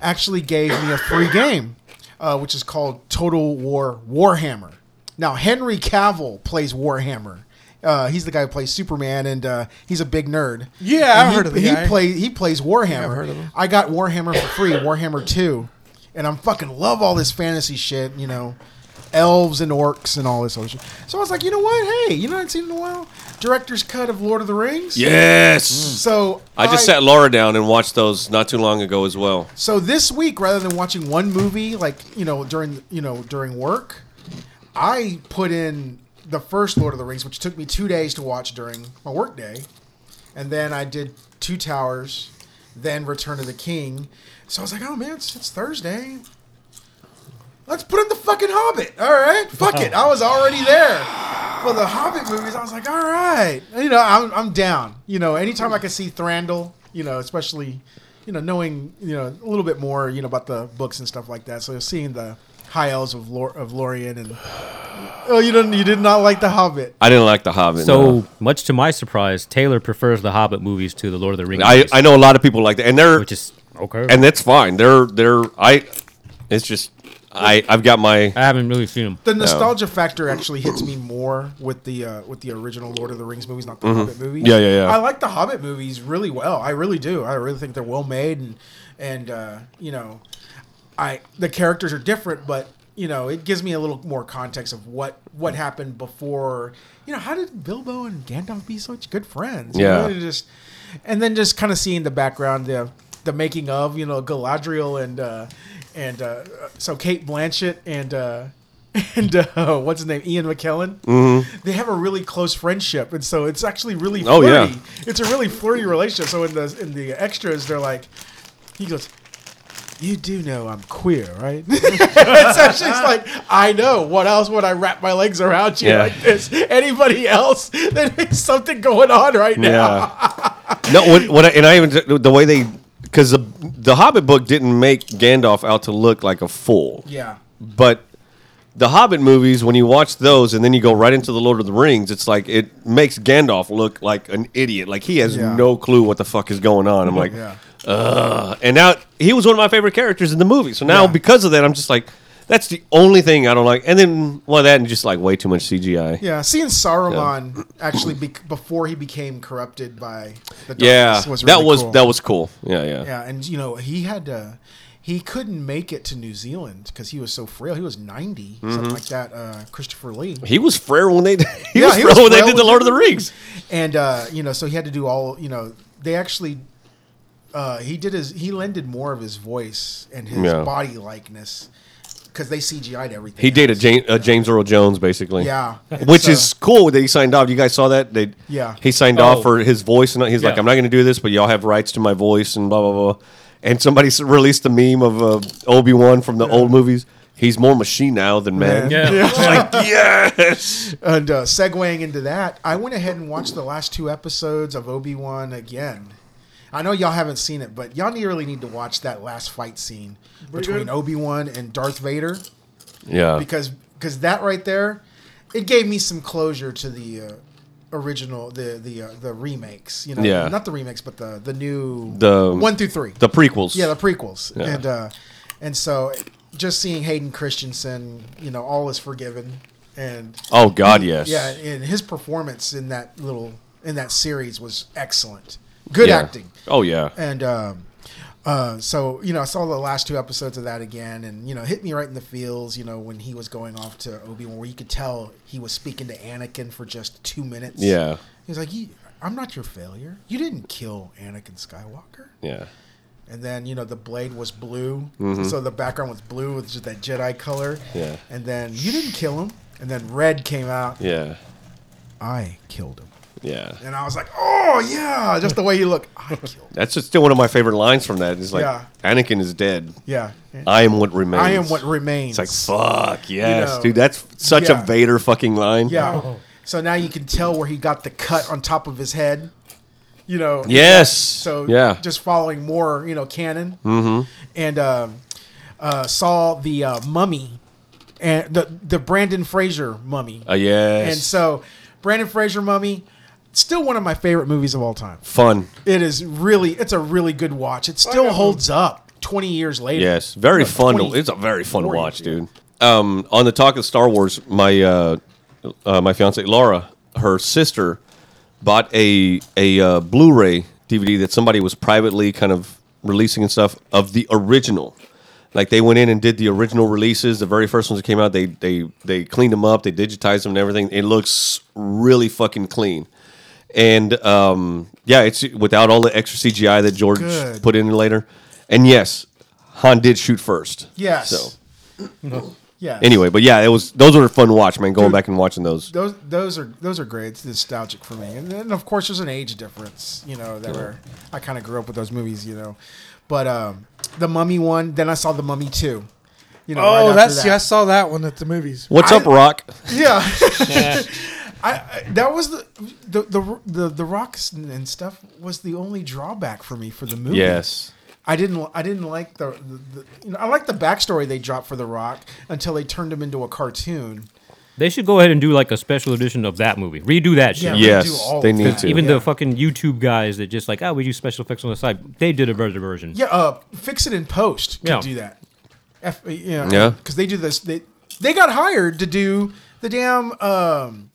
actually gave me a free game uh, which is called total war warhammer now henry cavill plays warhammer uh, he's the guy who plays Superman, and uh, he's a big nerd. Yeah, And I've he, heard of the he guy. play- he plays Warhammer. I've heard of him. I got Warhammer for free, Warhammer Two, and I'm fucking love all this fantasy shit. You know, elves and orcs and all this other shit. So I was like, you know what? Hey, you know what I've seen in a while? Director's cut of Lord of the Rings. Yes. So I just sat Laura down and watched those not too long ago as well. So this week, rather than watching one movie, like you know during you know during work, I put in the first Lord of the Rings, which took me two days to watch during my work day, and then I did Two Towers, then Return of the King. So I was like, oh man, it's, it's Thursday. Let's put in the fucking Hobbit. All right, fuck it. I was already there for the Hobbit movies. I was like, all right, you know, I'm, I'm down. You know, anytime I can see Thranduil, you know, especially, you know, knowing you know a little bit more, you know, about the books and stuff like that. So seeing the High Elves of Lor- of Lorien and [sighs] oh, you didn't you did not like the Hobbit. I didn't like The Hobbit. so, no. much to my surprise, Taylor prefers the Hobbit movies to the Lord of the Rings. I, movies, I know a lot of people like that, and they're which is okay. and that's fine. They're they're I. It's just I I've got my I haven't really seen them. The nostalgia factor actually hits me more with the uh, with the original Lord of the Rings movies, not the Hobbit movies. Mm-hmm. Yeah, yeah, yeah. I like the Hobbit movies really well. I really do. I really think they're well made, and and uh, you know, I the characters are different, but you know, it gives me a little more context of what Mm. what happened before. You know, how did Bilbo and Gandalf be such good friends? You Yeah. know, it just and then just kind of seeing the background, the the making of, you know, Galadriel and uh, and uh, so Kate Blanchett and. Uh, [laughs] and uh, what's his name? Ian McKellen. Mm-hmm. They have a really close friendship, and so it's actually really Oh, flirty. yeah. It's a really flirty relationship. So in the in the extras, they're like, he goes, you do know I'm queer, right? [laughs] and so she's like, I know. What else would I wrap my legs around you Yeah. like this? Anybody else? [laughs] There's something going on right now. yeah. no, what what I, and I even the way they because the the Hobbit book didn't make Gandalf out to look like a fool. Yeah. but the Hobbit movies, when you watch those and then you go right into the Lord of the Rings, it's like it makes Gandalf look like an idiot. Like he has Yeah. no clue what the fuck is going on. I'm like, Yeah. ugh. And now he was one of my favorite characters in the movie. So now because of that, I'm just like, that's the only thing I don't like. And then well, that and just like way too much CGI. Yeah. Seeing Saruman actually bec before he became corrupted by the Yeah, darkness was that really was cool. that was cool. Yeah, yeah, Yeah, and you know he had uh, he couldn't make it to New Zealand because he was so frail. He was 90 Mm-hmm. something like that. Uh, Christopher Lee. He was frail when they [laughs] he Yeah, was he frail was when they frail did the when- Lord of the Rings. and uh, you know, so he had to do all. You know, they actually uh, he did his he lended more of his voice and his Yeah. body likeness because they CGI'd everything. He dated else. Jane, uh, James Earl Jones, basically. Yeah. which So- is cool that he signed off. You guys saw that? They Yeah. He signed Oh. off for his voice, and he's like, Yeah. "I'm not going to do this, but y'all have rights to my voice," and blah blah blah. And somebody s- released a meme of uh, Obi Wan from the old movies. He's more machine now than man. Yeah. [laughs] [laughs] yes. And uh, segueing into that, I went ahead and watched the last two episodes of Obi Wan again. I know y'all haven't seen it, but y'all need- really need to watch that last fight scene between good. Obi Wan and Darth Vader Yeah. because because that right there, it gave me some closure to the uh, original the the uh, the remakes. You know, Yeah. not the remakes, but the the new The- one through three. the prequels. Yeah, the prequels. Yeah. And uh and so just seeing Hayden Christensen, you know, all is forgiven and oh God, yes. yeah, and his performance in that little in that series was excellent. Good Yeah. acting. Oh yeah. And um uh, so you know, I saw the last two episodes of that again, and you know, hit me right in the feels. You know, when he was going off to Obi Wan, where you could tell he was speaking to Anakin for just two minutes. Yeah. he was like, "You- "I'm not your failure. You didn't kill Anakin Skywalker." Yeah. And then you know the blade was blue, so the background was blue with just that Jedi color. Mm-hmm. Yeah. And then you didn't kill him. And then red came out. Yeah. I killed him. Yeah. And I was like, oh yeah, just the way he looked. [laughs] I killed. Him. That's just still one of my favorite lines from that. It's like Yeah. Anakin is dead. Yeah. I am what remains. I am what remains. It's like fuck yes, You know, dude. That's such yeah. a Vader fucking line. yeah. So now you can tell where he got the cut on top of his head. You know. Yes. So yeah. just following more, you know, canon. Mm-hmm. And um, uh, saw the uh, mummy, and the the Brandon Fraser mummy. Uh, yes. And so, Brandon Fraser Mummy, still one of my favorite movies of all time. fun. It is really, it's a really good watch. It still holds up 20 years later. Yes. Very Like fun. 20 to, it's a very fun 40, watch, yeah. dude. Um, on the talk of Star Wars, my uh, uh, my fiance Laura, her sister, bought a a uh, Blu-ray DVD that somebody was privately kind of releasing and stuff of the original. Like they went in and did the original releases, the very first ones that came out. They they they cleaned them up, they digitized them and everything. It looks really fucking clean. And um, yeah, it's without all the extra CGI that George Good. put in later. And yes, Han did shoot first. Yes. So Yeah. anyway, but yeah, it was those were a fun watch, man. Going back and watching those. Those, those are those are great. It's nostalgic for me, and then of course there's an age difference, you know, that were I kind of grew up with those movies, you know, but um, the Mummy one, then I saw the Mummy two, you know. right Oh, after that's that. yeah, I saw that one at the movies. What's I- up, Rock? Yeah. [laughs] I, I that was the the the the, the rocks and and stuff was the only drawback for me for the movie. Yes. I didn't I didn't like the, the, the you know I like the backstory they dropped for the rock until they turned him into a cartoon. They should go ahead and do like a special edition of that movie. Redo that shit. Yeah. Yes, do all they of need that. to. Even Yeah. the fucking YouTube guys that just like, oh, we do special effects on the side. They did a better version. Yeah, uh, fix it in post could Yeah. do that. F, you know, Yeah. because they do this. They they got hired to do the damn. Um,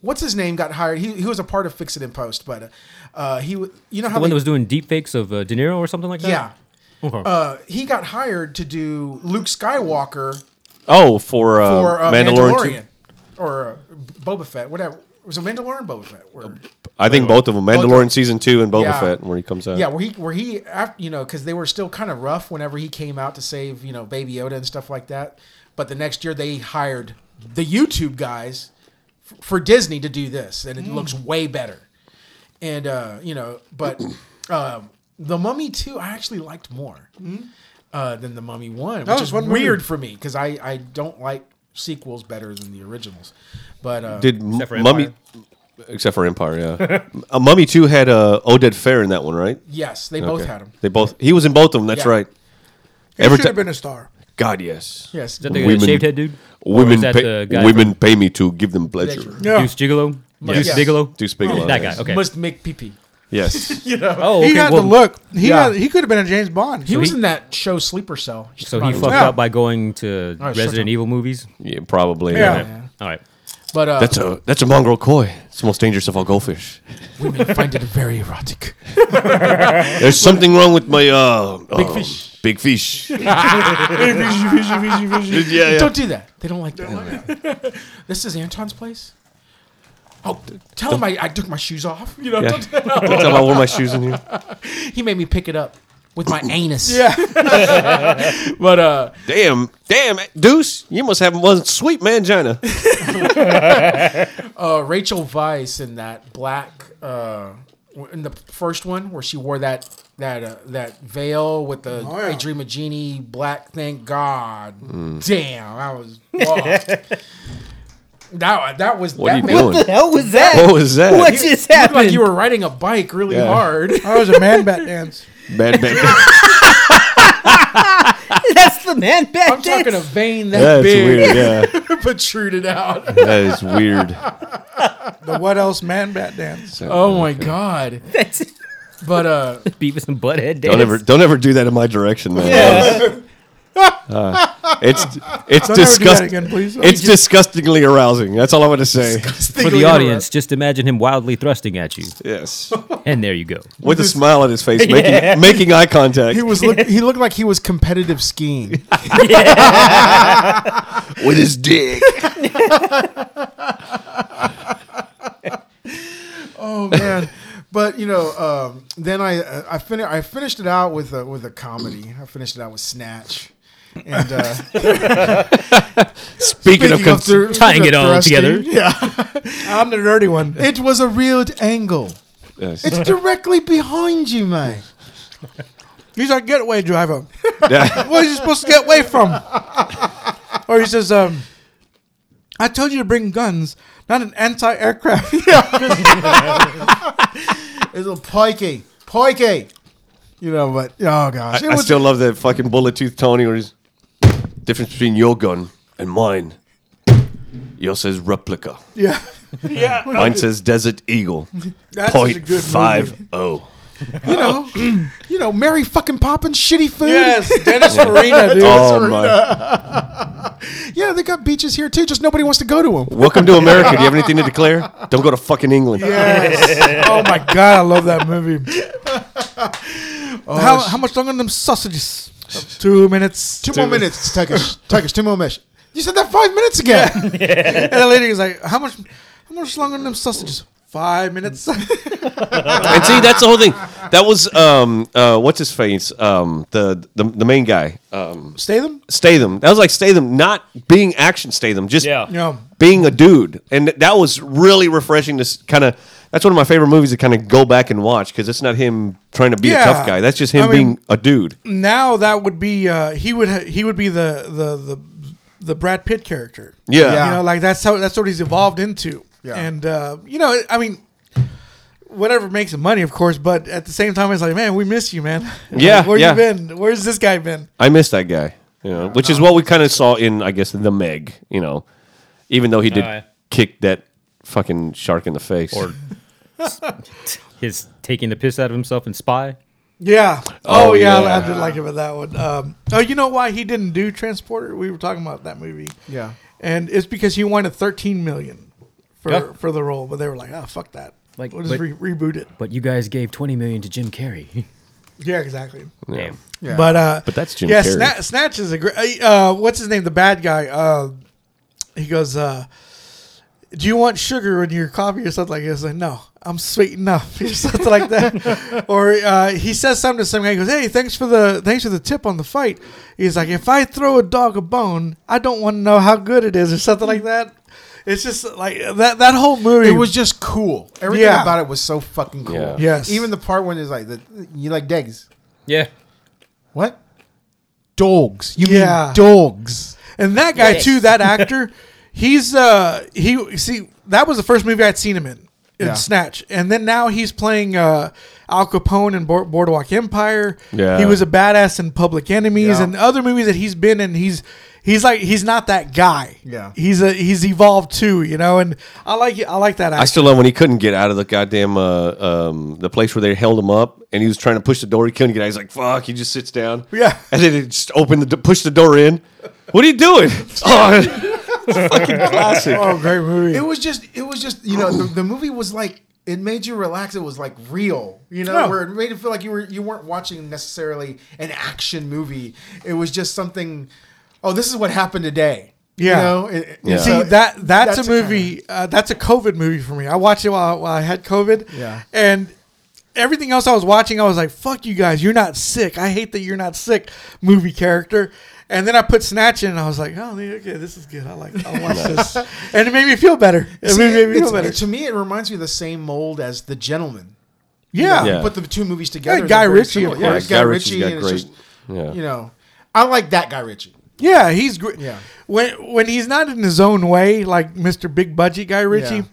what's his name got hired? He, he was a part of Fix It in Post, but uh, he w- you know how The one they- that was doing deep fakes of uh, De Niro or something like that. yeah. Okay. Uh, he got hired to do Luke Skywalker Oh, for, uh, or uh, Mandalorian. Mandalorian, two? or uh, Boba Fett, whatever. Was it Mandalorian Boba Fett? Where, I think both of them. Both of Mandalorian them. season two and Boba Yeah. Fett, where he comes out. yeah, where he where he af- you know because they were still kind of rough whenever he came out to save you know Baby Yoda and stuff like that. But the next year they hired the YouTube guys f- for Disney to do this, and it looks way better. And uh, you know, but um, the Mummy two I actually liked more uh, than the Mummy one, which was is one movie. weird for me because I I don't like sequels better than the originals. But uh, Did M- Except for Mummy? Except for Empire, [laughs] yeah. uh, Mummy two had uh, Oded Fair in that one, right? yes, they both Okay. had them. They both. He was in both of them. That's Yeah. right. He Every should have ti- been a star. God, yes. Yes, Is that the guy with Women- shaved head dude? Or is Women, that pay, the guy women pay me to give them pleasure. Pleasure. Yeah, Deuce Gigolo? Deuce Yes. Bigelow? Deuce Bigelow, Oh, That guy. yes. Okay. must make pee pee. [laughs] Yes. oh, okay. he had well, the look. He Yeah. had, he could have been a James Bond. He was he- in that show Sleeper Cell. So he fucked Yeah. up by going to All right, shut Resident up. Evil movies. yeah, probably. Yeah. yeah. [laughs] All right. But uh, That's a that's a mongrel koi. It's the most dangerous of all goldfish. women find it very erotic. There's something wrong with my uh, big fish. [laughs] Big fish. yeah, Don't yeah. [laughs] do that. They don't like that. This is Anton's place. Oh, tell him I, I took my shoes off. You know, Yeah. don't tell him. Don't tell him I wore my shoes in here. he made me pick it up with my anus. Yeah. [laughs] But uh, Damn, damn, Deuce, you must have one sweet mangina. uh, Rachel Vice in that black uh, w- in the first one where she wore that that uh, that veil with the Oh, yeah. Adrema Genie black thing. God Mm. damn, I was. [laughs] fucked. That, that was What are that you made- doing? The hell was that? [laughs] What was that? What just It looked happened? like you were riding a bike really Yeah. hard. [laughs] That was a man [laughs] bat dance. Bad, bad. [laughs] That's the man back I'm talking a vein [laughs] that That's big weird. Yeah, [laughs] protruded [laughs] out. that is weird. The what else man bat dance? Oh my god! But uh, Beat with some butthead dance. Don't ever, don't ever do that in my direction, man. [laughs] Uh, it's Don't ever do that it's disgusting. again, please. It's disgustingly arousing. That's all I want to say. For the audience, just imagine him wildly thrusting at you. [laughs] Yes, And there you go. with a smile on his face, making making eye contact he was look, he looked like he was competitive [laughs] skiing. with his dick. Oh man! But you know, um, then I uh, I finished I finished it out with a, with a comedy. I finished it out with Snatch. And uh, Speaking, of, cons- thr- tying it all thrusting, together. yeah, I'm the dirty one. it was a real angle. [laughs] Yes. [laughs] It's directly behind you, man. He's our getaway driver. Yeah. What are you supposed to get away from? Or he says, um, I told you to bring guns, not an anti-aircraft. [laughs] It's a pikey, pikey. You know, but oh gosh, I still love that fucking bullet tooth Tony. Where he's difference between your gun and mine. Yours says replica. yeah. Mine says Desert [laughs] Eagle. That's a Point good five movie. oh. you know, you know, Mary fucking popping shitty food. Yes, Dennis Farina, dude. Oh my! Yeah, they got beaches here too. Just nobody wants to go to them. Welcome to America. Do you have anything to declare? Don't go to fucking England. Yes. oh my god, I love that movie. Oh, how, how much longer than them sausages? Two minutes. Two [laughs] more minutes, Turkish. Turkish. Two more minutes. You said that five minutes ago. And the lady is like, how much? How much longer than them sausages? Five minutes. And see, that's the whole thing. That was um uh what's his face um the the, the main guy um Stay them. Statham. That was like Statham not being action Statham, just Yeah. Yeah. being a dude, and th- that was really refreshing. To kind of that's one of my favorite movies to kind of go back and watch because it's not him trying to be a tough Yeah. guy. That's just I him mean- being a dude. [laughs] Now that would be uh, he would ha- he would be the the the the Brad Pitt character. Yeah. Yeah. You know, like that's how that's what he's evolved into. Yeah. And uh, you know, I mean. Whatever makes him money, of course, but at the same time, it's like, man, we miss you, man. Like, Yeah, where yeah. you been? Where's this guy been? I miss that guy, you know, which Uh-huh. is what we kind of saw in, I guess, the Meg, you know, even though he did Oh, yeah. kick that fucking shark in the face. Or his taking the piss out of himself and spy. Yeah. Oh, Oh, yeah, yeah. I did like about that one. Um, oh, you know why he didn't do Transporter? We were talking about that movie. Yeah. And it's because he wanted 13 million for Yeah. for the role, but they were like, "Oh, fuck that. Like, Like, we'll just but- re- reboot it." But you guys gave 20 million to Jim [laughs] Carrey. Yeah, exactly. Damn. But uh, But that's Jim yeah, Carrey. Sna- Snatch is a great. Uh, what's his name? The bad guy. Uh, he goes, uh, "Do you want sugar in your coffee or something like this?" Like, no, I'm sweet enough [laughs] or something like [laughs] that. or uh, he says something to some guy. He goes, "Hey, thanks for the thanks for the tip on the fight." He's like, "If I throw a dog a bone, I don't want to know how good it is or something like that." It's just like that. That whole movie It was just cool. Everything Yeah. about it was so fucking cool. Yeah. Yes. Even the part when it's like the you like dogs. Yeah. What? Dogs. You Yeah. mean dogs? And that guy too, that actor, he's uh he see that was the first movie I'd seen him in in Yeah. Snatch, and then now he's playing uh Al Capone in Board- Boardwalk Empire. Yeah. he was a badass in Public Enemies Yeah. and other movies that he's been in. He's he's like he's not that guy. Yeah. he's a he's evolved too, you know. And I like I like that I actor. still love when he couldn't get out of the goddamn uh, um, the place where they held him up, and he was trying to push the door. He couldn't get out. He's like, "Fuck!" He just sits down. Yeah. and then he just opened the do- push the door in. What are [laughs] you doing? Oh, it's fucking classic. oh, great movie. It was just it was just you know the, the movie was like it made you relax. It was like real, you know, Yeah. where it made it feel like you were you weren't watching necessarily an action movie. It was just something. Oh, this is what happened today. Yeah. You know, it- it- Yeah. See so that that's, that's a a kinda- movie. uh, that's a COVID movie for me. I watched it while, while I had COVID. Yeah. And everything else I was watching, I was like, "Fuck you guys! You're not sick. I hate that you're not sick." Movie character. And then I put Snatch in, and I was like, "Oh, okay, this is good. I like. I watch this, and it made me feel [laughs] better. It See, made me it's- feel better. To me, it reminds me of the same mold as The Gentleman. yeah. Yeah. Put the two movies together. Guy they're very Ritchie, similar. of Yeah, course. Guy, Ritchie. got and great. It's just, yeah. You know, I like that Guy Ritchie. Yeah, he's great. Yeah. When when he's not in his own way, like Mr. Big Budget Guy Ritchie,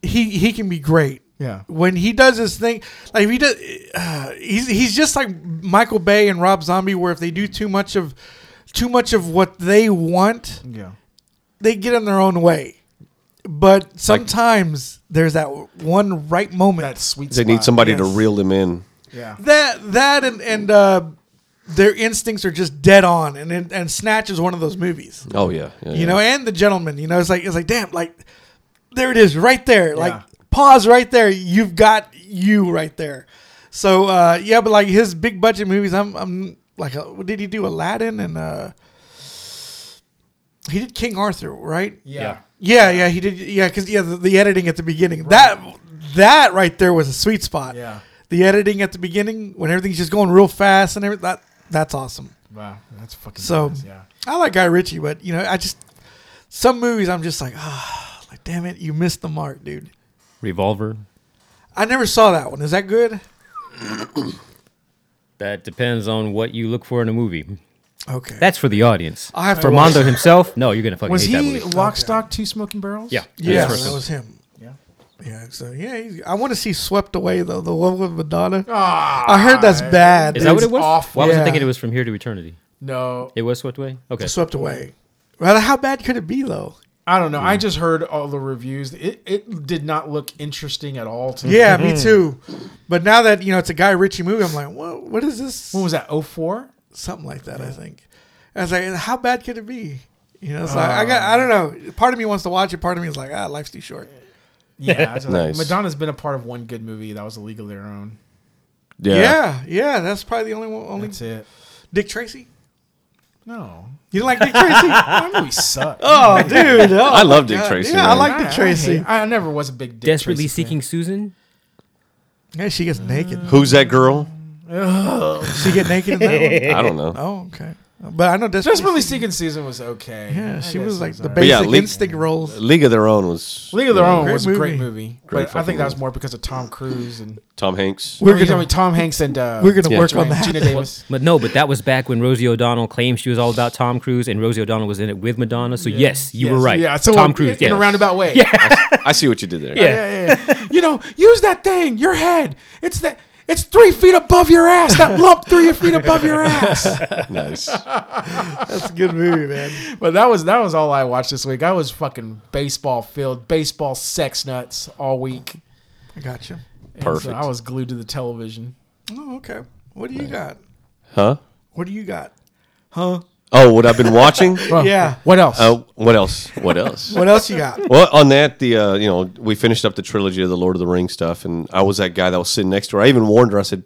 he he can be great. Yeah. When he does his thing, like if he does, uh, he's he's just like Michael Bay and Rob Zombie, where if they do too much of too much of what they want, Yeah. they get in their own way. But sometimes there's that one right moment That sweet. They need spot. somebody to yes. reel them in. Yeah. that that and and uh, their instincts are just dead on, and and, and Snatch is one of those movies. Oh yeah, yeah, you yeah. know, and the gentleman, you know, it's like it's like damn, like there it is, right there, Yeah. like pause right there. You've got you right there. So uh, yeah, but like his big budget movies, I'm I'm like, uh, what did he do Aladdin and uh, he did King Arthur, right? Yeah. Yeah. Yeah, yeah, he did. Yeah, because yeah, the, the editing at the beginning that that right there was a sweet spot. Yeah. the editing at the beginning when everything's just going real fast and everything that that's awesome. Wow. That's fucking. So badass, yeah. I like Guy Ritchie, but you know, I just some movies I'm just like, ah, like damn it, you missed the mark, dude. Revolver. I never saw that one. Is that good? That depends on what you look for in a movie. Okay. That's for the audience. I have to for watch- Mondo himself, no, you're gonna fucking Was hate that he movie. lock, stock, two smoking barrels? Yeah, yeah, that's that him. was him. Yeah. Yeah. So yeah, he's, I want to see Swept Away though, the one with Madonna. Ah, I heard that's bad. Is that what dude. it was? awful. Well, I was Yeah. thinking it was from here to eternity. No, It was swept away. Okay. Swept Away. Well, how bad could it be though? I don't know. I just heard all the reviews. It it did not look interesting at all to me. Yeah, me too. But now that you know it's a Guy Ritchie movie, I'm like, what? What is this? What was that? 04? something like that. I think. I was like, how bad could it be? You know, so I, I got. I don't know. Part of me wants to watch it. Part of me is like, ah, life's too short. Yeah. I don't know. Nice. Madonna's been a part of one good movie that was a league of their own. yeah. Yeah, yeah. that's probably the only one. Only That's it. Dick Tracy. No. You don't like Dick Tracy? That movie sucked. [laughs] oh, dude. Oh, I love Dick God. Tracy. Yeah, I man. like Dick Tracy. I, I never was a big Dick Desperately Tracy seeking Susan. yeah, she gets naked. Who's that girl? she get naked in that [laughs] one. I don't know. Oh, okay. But I know Fan. Desperately. Desperately seeking season was okay. Yeah, I she guess was it like the alright. basic yeah, Link- instinct roles. League of Their Own was League of Their Own Great was a great movie, Great but I fucking think that was movie. more because of Tom Cruise and Tom Hanks. We're I mean, gonna- I mean, Tom Hanks and uh, We're gonna Yeah. work on Gina- that. Gina Davis. But no, but that was back when Rosie O'Donnell claimed she was all about Tom Cruise, and Rosie O'Donnell was in it with Madonna. So yes, you were Yes. right. Yeah, so Tom Cruise. in yes. a roundabout way. Yeah. I see what you did there. yeah, yeah. [laughs] you know, use that thing, your head. It's that. It's three feet above your ass. That lump three feet above [laughs] your ass. Nice. That's a good movie, [laughs] man. But that was that was all I watched this week. I was fucking baseball filled, baseball sex nuts all week. I got you. And so Perfect. I was glued to the television. Oh, okay. What do you got? Huh? What do you got? Oh, what I've [laughs] been watching? Yeah. What else? Uh, what else? What else? What else you got? Well, on that, the uh, you know we finished up the trilogy of the Lord of the Rings stuff, and I was that guy that was sitting next to her. I even warned her. I said,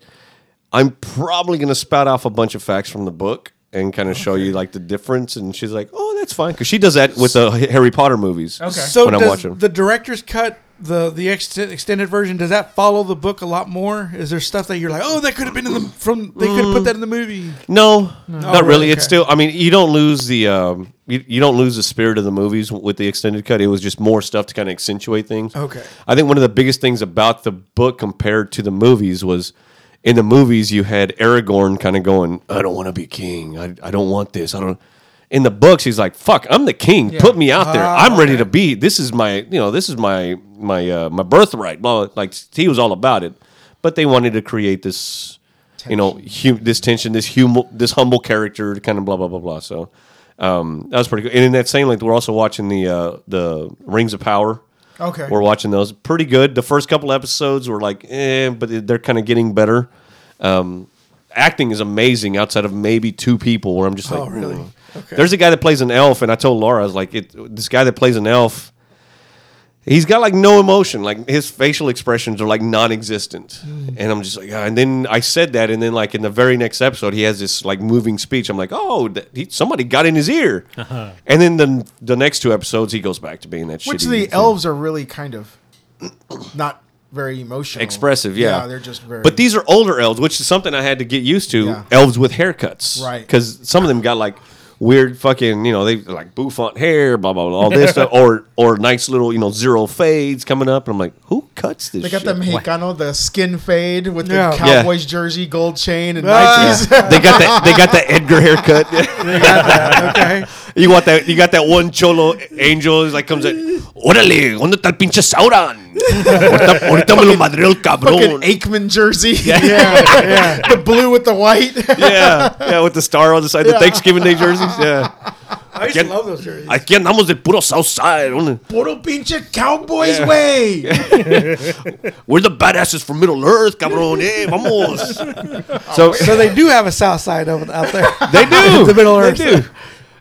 "I'm probably going to spout off a bunch of facts from the book and kind of show you like the difference." And she's like, "Oh, that's fine," because she does that with the Harry Potter movies. Okay. So when I'm does watching. the director's cut, the the ex- extended version, does that follow the book a lot more? Is there stuff that you're like, oh, that could have been in the from they could have put that in the movie? Mm. No, not really. okay. It's still. I mean, you don't lose the um, you, you don't lose the spirit of the movies w- with the extended cut. It was just more stuff to kind of accentuate things. Okay. I think one of the biggest things about the book compared to the movies was in the movies you had Aragorn kind of going, "I don't want to be king. I, I don't want this. I don't." In the books, he's like, "Fuck, I'm the king. Put me out there. I'm ready to be. This is my you know this is my my uh, my birthright." Well, like he was all about it, but they wanted to create this you know, hu- this tension, this humble, this humble character, kind of blah blah blah blah. So um, that was pretty good. And in that same length, we're also watching the uh, the Rings of Power. Okay. we're watching those. Pretty good. The first couple episodes were like, eh, but they're kind of getting better. Um, acting is amazing outside of maybe two people where I'm just like, Oh, really? "Ooh." There's a guy that plays an elf, and I told Laura, I was like, it, this guy that plays an elf he's got like no emotion. Like his facial expressions are like non-existent. And I'm just like, ah. and then I said that, and then like in the very next episode, he has this like moving speech. I'm like, oh, that, he, somebody got in his ear. And then the the next two episodes, he goes back to being that. Which shitty the thing. elves are really kind of not very emotional. expressive, yeah. they're just very. But these are older elves, which is something I had to get used to. Yeah. Elves with haircuts, Right. Because some of them got like weird fucking, you know, they like bouffant hair, blah blah blah, all this stuff, or or nice little, you know, zero fades coming up. And I'm like, who cuts this? They got shit? the Mexicano, the skin fade with Yeah. the Yeah. Cowboys jersey, gold chain, and Ah. [laughs] Nikes. they got that. They got that Edgar haircut. [laughs] okay. you want that? You got that one cholo angel is like comes in. Órale, ¿dónde está el pinche Sauron? Ahorita, ahorita me lo madreo el [laughs] Fucking cabrón. Aikman jersey. [laughs] Yeah, yeah. the blue with [laughs] the white. Yeah, yeah, with the star on the side, the Thanksgiving Day jerseys. [laughs] Yeah. [laughs] I used Again- to love those jerseys. Aquí andamos de puro south side. only- Puro pinche Cowboys way. [laughs] We're the badasses from Middle Earth, cabrón. Eh, vamos. [laughs] [laughs] So So they do have a south side of it out [laughs] there. they do. The Middle Earth. They do.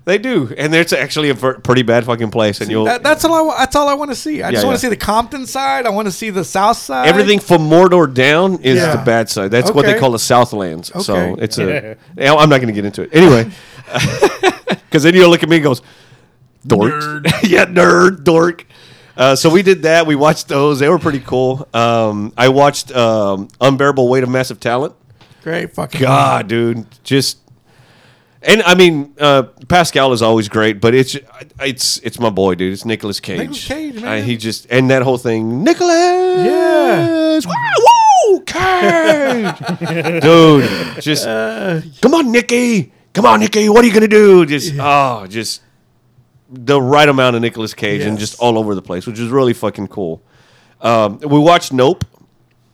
They do. And it's actually a ver- pretty bad fucking place. And you'll That, that's all I. wa- That's all I want to see. I just Yeah, want yeah. to see the Compton side. I want to see the South side. everything from Mordor down is Yeah. the bad side. That's what they Okay. call the Southlands. So Okay. it's a. Yeah, I'm not going to get into it [laughs] anyway. Because then you'll look at me and goes, dork. [laughs] yeah, nerd, dork. Uh, so we did that. We watched those. They were pretty cool. Um, I watched um, Unbearable Weight of Massive Talent. Great fucking God, dude, just and I mean uh, Pascal is always great, but it's it's it's my boy, dude. It's Nicolas Cage. Nicolas Cage, man. I- he just and that whole thing, Nicolas. Yeah. Woo, [laughs] Cage, dude. Just come on, Nicky. Come on, Nicky. What are you gonna do? Just oh, just the right amount of Nicolas Cage and Yes. just all over the place, which is really fucking cool. Um, we watched Nope.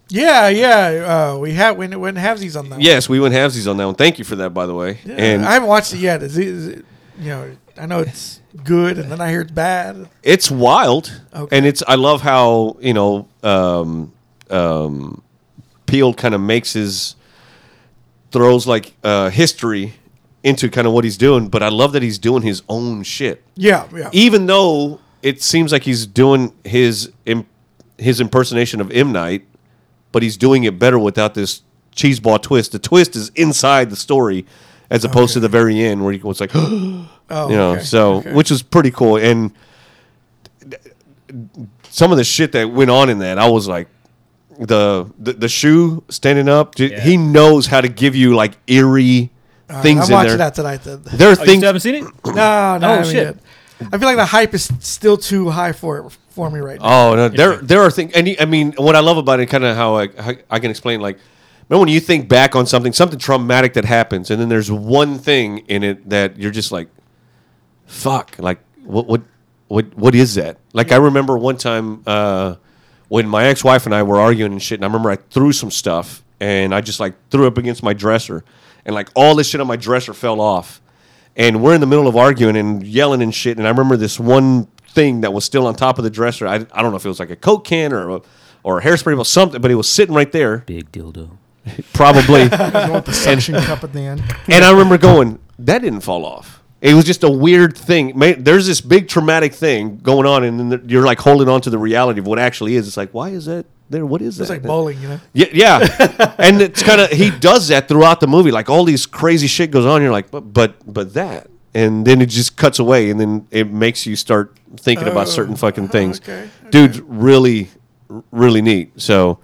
Yeah, yeah. Uh, we had we wouldn't have these on that. Yes, we went halvesies on that one. Thank you for that, by the way. one. Yeah. and I haven't watched it yet. Is it, is it, you know, I know it's good, and then I hear it's bad. it's wild Okay. and it's i love how you know um um peel kind of makes his throws like uh history into kind of what he's doing but i love that he's doing his own shit Yeah, yeah. even though it seems like he's doing his im- his impersonation of M Night, but he's doing it better without this cheeseball twist. The twist is inside the story, as opposed to the very end where he was like, [gasps] you know, Oh, okay, so okay. which is pretty cool. And th- some of the shit that went on in that, I was like. The, the the shoe standing up, j- he knows how to give you like eerie I'm things in watching there. that tonight. Then. No, There Oh, are you things. still haven't seen it? no, I haven't shit. yet. I feel like the hype is still too high for for me right now. Oh no, there there are things, and you- I mean, what I love about it, kind of how I how I can explain, like, remember when you think back on something, something traumatic that happens, and then there's one thing in it that you're just like, fuck, like, what what what what is that? Like, I remember one time uh, when my ex wife and I were arguing and shit, and I remember I threw some stuff, and I just like threw up against my dresser, and like all this shit on my dresser fell off and we're in the middle of arguing and yelling and shit. And I remember this one thing that was still on top of the dresser. I, I don't know if it was like a coke can or a, or a hairspray or something, but it was sitting right there, Big dildo. probably. You want the suction cup at the end. and I remember going, that didn't fall off. It was just a weird thing. Ma- There's this big traumatic thing going on, and then you're like holding on to the reality of what actually is. It's like, why is that there? What is that? It's like bowling, you know. Yeah, [laughs] yeah. and it's kind of he does that throughout the movie. Like all these crazy shit goes on. You're like, but but but that, and then it just cuts away, and then it makes you start thinking about certain fucking things. Oh, okay, Dude's really r- really neat. So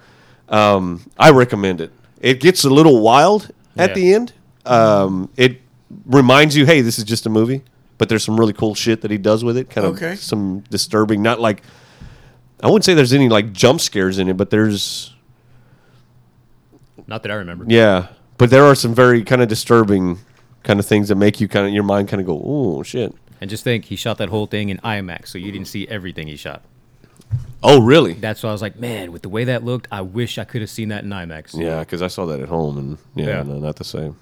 um, I recommend it. It gets a little wild at Yeah. the end. Um, it reminds you, hey, this is just a movie, but there's some really cool shit that he does with it. Kind of Okay. some disturbing, not like I wouldn't say there's any like jump scares in it, but there's Not that I remember. yeah, but there are some very kind of disturbing kind of things that make you kind of your mind kind of go, oh shit. And just think, he shot that whole thing in IMAX, so you didn't see everything he shot. Oh really? That's why I was like, man, with the way that looked, I wish I could have seen that in IMAX. Yeah, because I saw that at home, and yeah, Yeah. no, not the same.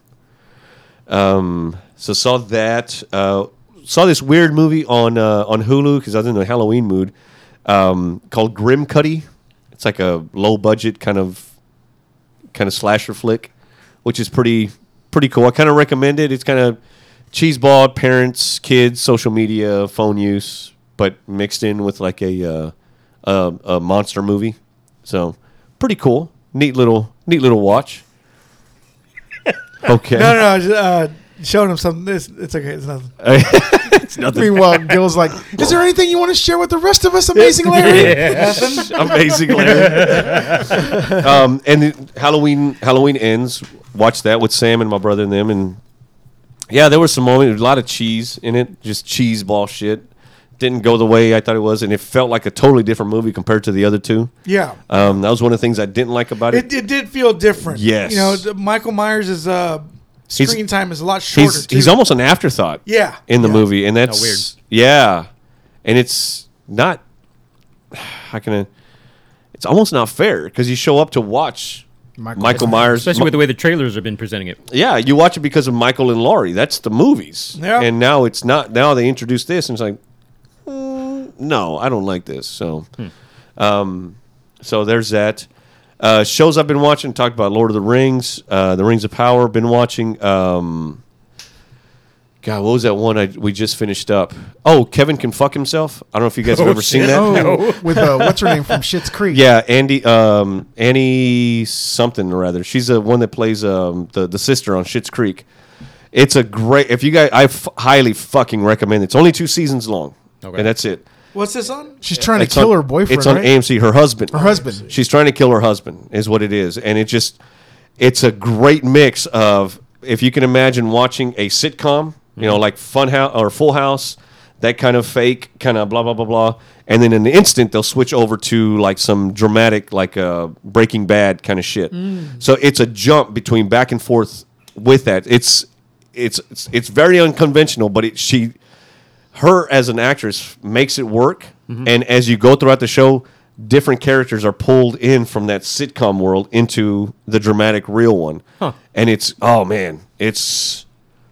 Um, so saw that. Uh, saw this weird movie on uh, on Hulu because I was in the Halloween mood. Um, called Grim Cuddy. It's like a low budget kind of kind of slasher flick, which is pretty pretty cool. I kind of recommend it. It's kind of cheeseball, parents, kids, social media, phone use, but mixed in with like a uh, a, a monster movie. So pretty cool, neat little neat [laughs] little watch. Okay, No, no, no. I was, uh, showing him something. This it's okay. It's nothing. Meanwhile, [laughs] Gil's like, "Is there anything you want to share with the rest of us, [laughs] Amazing Larry?" [laughs] amazing, Larry. um, and then Halloween Halloween ends. Watched that with Sam and my brother and them, and yeah, there were some moments. A lot of cheese in it, just cheese ball shit. Didn't go the way I thought it was, and it felt like a totally different movie compared to the other two. Yeah. Um, that was one of the things I didn't like about it. It, it did feel different. Yes. You know, the- Michael Myers is uh, He's- screen time is a lot shorter. he's too. he's almost an afterthought. Yeah. in the Yeah. movie, and that's weird. Yeah, and it's not. How can I? It's almost not fair because you show up to watch Michael, Michael- Myers, especially with the way the trailers have been presenting it. yeah, you watch it because of Michael and Laurie. That's the movies. Yeah. And now it's not. Now they introduce this, and it's like, mm, no, I don't like this. So, um, so there's that. Uh, shows I've been watching talked about Lord of the Rings, uh, The Rings of Power. Been watching. Um, God, what was that one I, we just finished up? Oh, Kevin can fuck himself. I don't know if you guys have ever seen that. Oh, with uh, what's her name from Shit's Creek? Yeah, Andy, um, Annie something or rather. She's the one that plays um, the the sister on Schitt's Creek. It's a great. If you guys, I f- highly fucking recommend. it. It's only two seasons long, Okay. and that's it. What's this on? she's trying It's to kill on- her boyfriend. It's on right? AMC. Her husband. Her [laughs] husband. She's trying to kill her husband. Is what it is, and it just. It's a great mix of if you can imagine watching a sitcom, you know, like Fun House or Full House, that kind of fake kind of blah blah blah blah, and then in an instant they'll switch over to like some dramatic like uh, Breaking Bad kind of shit. So it's a jump between back and forth with that. It's it's it's, it's very unconventional, but it, she her as an actress makes it work. Mm-hmm. And as you go throughout the show, different characters are pulled in from that sitcom world into the dramatic real one. And it's oh man, it's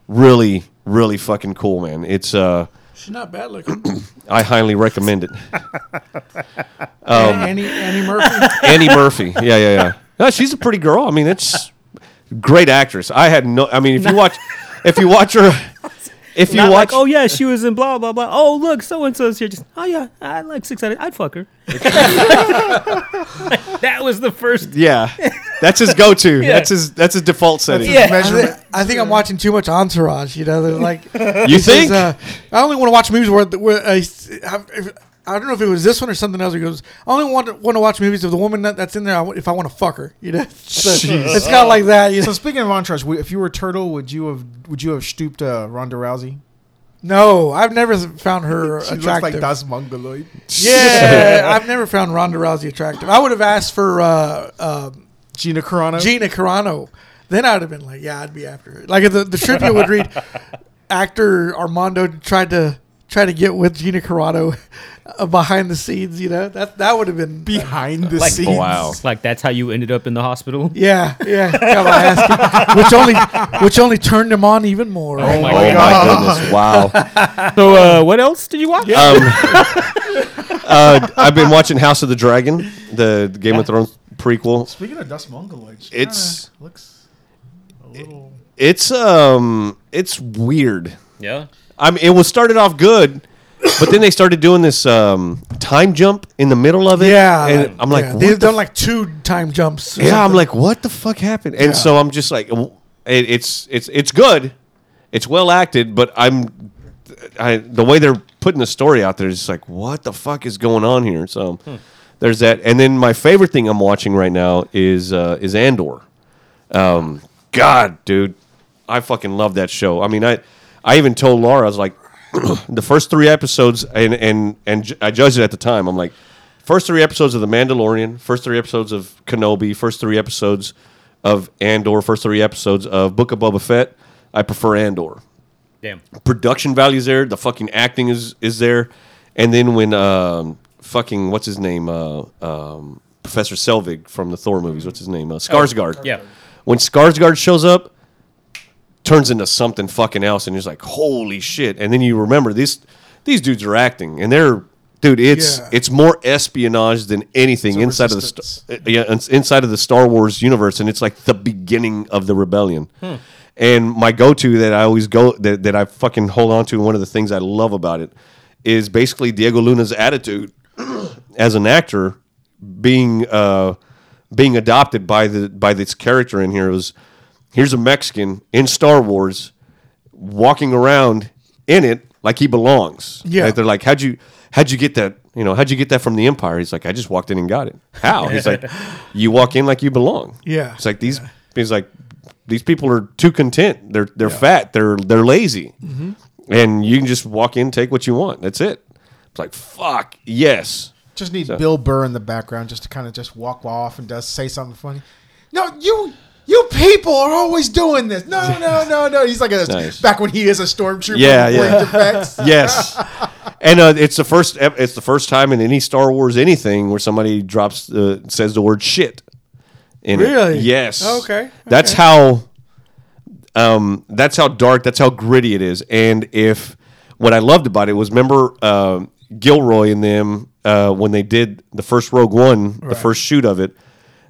really really fucking cool, man. It's uh She's not bad looking. I highly [laughs] recommend it. Oh. Annie, Annie [laughs] Murphy. Annie Murphy. Yeah, yeah, yeah. No, she's a pretty girl. I mean, it's great actress. I had no I mean, if you watch if you watch [laughs] her if you Not like, watch oh yeah, she was in blah blah blah. Oh look, so and so's here. Just oh yeah, I like six out of. I'd fuck her. that was the [laughs] first. yeah. That's [laughs] his go-to. That's his that's his default setting. Yeah. I, thi- I think I'm watching too much Entourage. You know, they're like You he says, think? uh, I only want to watch movies where, where uh, I, I don't know if it was this one or something else. He goes, I only want to, want to watch movies of the woman that, that's in there. I want- if I want to fuck her, you know, [laughs] So, it's Oh. kind of like that. You So know? speaking of entourage, w- if you were a turtle, would you have would you have stooped uh, Ronda Rousey? No, I've never found her [laughs] She attractive. looks like Das Mongoloid. yeah, [laughs] I've never found Ronda Rousey attractive. I would have asked for uh, um Gina Carano. Gina Carano. Then I'd have been like, yeah, I'd be after her. Like the, the trivia would [laughs] read, actor Armando tried to try to get with Gina Carano [laughs] uh, behind the scenes. You know that that would have been behind the scenes. Oh, Wow. Like that's how you ended up in the hospital. yeah yeah got my ass kicked. which only which only turned him on even more. Oh my Oh my goodness! Wow. So uh, what else did you watch? Um, uh, I've been watching House of the Dragon, the Game of Thrones prequel. Speaking of Das Mongoloid, she It's- kinda looks a little. It's um, it's weird. Yeah. I mean, it was started off good, but then they started doing this um time jump in the middle of it. Yeah, and I'm like, yeah, what they've the done like two time jumps. or yeah, I'm something. like, what the fuck happened? And so I'm just like, w- it, it's it's it's good, it's well acted, but I'm, I the way they're putting the story out there is just like, what the fuck is going on here? So there's that, and then my favorite thing I'm watching right now is uh, is Andor. Um, God, dude, I fucking love that show. I mean, I I even told Laura I was like, [clears throat] the first three episodes, and and and ju- I judged it at the time. I'm like, first three episodes of The Mandalorian, first three episodes of Kenobi, first three episodes of Andor, first three episodes of Book of Boba Fett. I prefer Andor Damn. production value's there. The fucking acting is is there. And then when um, fucking what's his name, uh, um, Professor Selvig from the Thor movies, what's his name, uh, Skarsgård. yeah. When Skarsgård shows up, turns into something fucking else, and you're just like, holy shit. And then you remember these these dudes are acting, and they're dude, it's Yeah. it's more espionage than anything inside of the resistance. st- uh, yeah, ins- inside of the Star Wars universe, and it's like the beginning of the rebellion. And my go-to that I always go that, that I fucking hold on to, and one of the things I love about it is basically Diego Luna's attitude as an actor being uh, being adopted by the by this character in here It was here's a Mexican in Star Wars walking around in it like he belongs. Yeah. Like they're like, how'd you how'd you get that? You know, how'd you get that from the Empire? He's like, I just walked in and got it. How? [laughs] He's like, you walk in like you belong. Yeah. It's like these. He's like, these people are too content. They're they're fat. They're they're lazy. Mm-hmm. And you can just walk in, take what you want. That's it. It's like fuck yes. Just need Bill Burr in the background just to kind of just walk off and just say something funny. No, you you people are always doing this. No, [laughs] no, no, no. He's like a, Nice. back when he is a stormtrooper. Yeah, with yeah. defects. [laughs] Yes. And uh, it's the first ep- it's the first time in any Star Wars anything where somebody drops uh, says the word shit. In it. Really? Yes. Okay, That's how um that's how dark, that's how gritty it is. And if what I loved about it was remember uh, Gilroy and them uh, when they did the first Rogue One, the first shoot of it,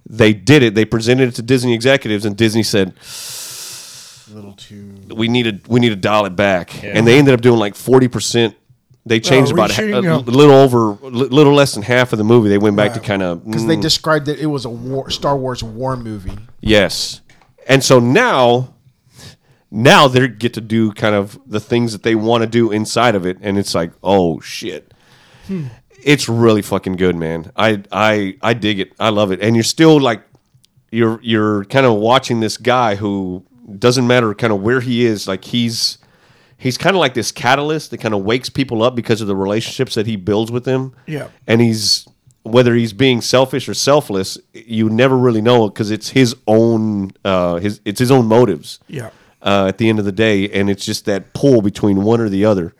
they did it. They presented it to Disney executives and Disney said, we need to we need to dial it back. And they ended up doing like forty percent. They changed about a, reshooting, a yeah. little over, li- little less than half of the movie. They went back to kind of Because they described that it was a war, Star Wars war movie. yes. And so now, now they get to do kind of the things that they want to do inside of it, and it's like, oh shit, it's really fucking good, man. I I I dig it. I love it. And you're still like, you're you're kind of watching this guy who doesn't matter kind of where he is. Like he's he's kind of like this catalyst that kind of wakes people up because of the relationships that he builds with them. Yeah. And he's whether he's being selfish or selfless, you never really know because it's his own uh, his it's his own motives. Yeah. Uh, at the end of the day, and it's just that pull between one or the other,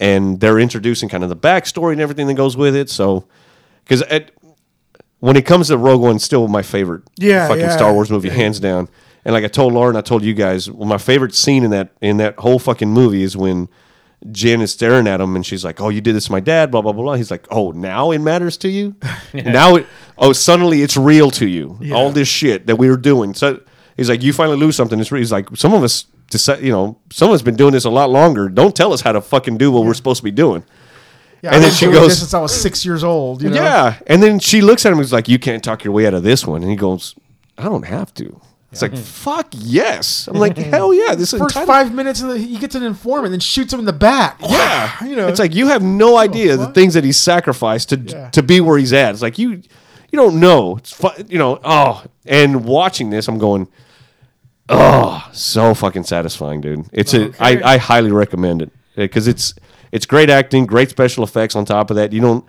and they're introducing kind of the backstory and everything that goes with it. So, because when it comes to Rogue One, still my favorite Yeah, fucking yeah. Star Wars movie, hands down. And like I told Lauren, I told you guys, well, my favorite scene in that in that whole fucking movie is when Jen is staring at him and she's like, "Oh, you did this to my dad," blah blah blah. blah. He's like, "Oh, now it matters [laughs] to you. Now it oh suddenly it's real to you. All this shit that we were doing." So he's like, "You finally lose something." It's real. He's like, "Some of us." Decide, you know, some of us been doing this a lot longer. Don't tell us how to fucking do what we're supposed to be doing. Yeah, And I've then been she doing this goes- since I was six years old. You know? Yeah. And then she looks at him and is like, You can't talk your way out of this one. And he goes, I don't have to. It's like, fuck yes. I'm [laughs] like, hell yeah. This is First entitled- five minutes, and he gets an informant and then shoots him in the back. Yeah. [laughs] you know, It's like you have no idea the things that he sacrificed to Yeah. to be where he's at. It's like you you don't know. It's fun, you know, oh and watching this, I'm going, Oh, so fucking satisfying, dude. It's Oh, a I I highly recommend it. Because it's it's great acting, great special effects on top of that. You don't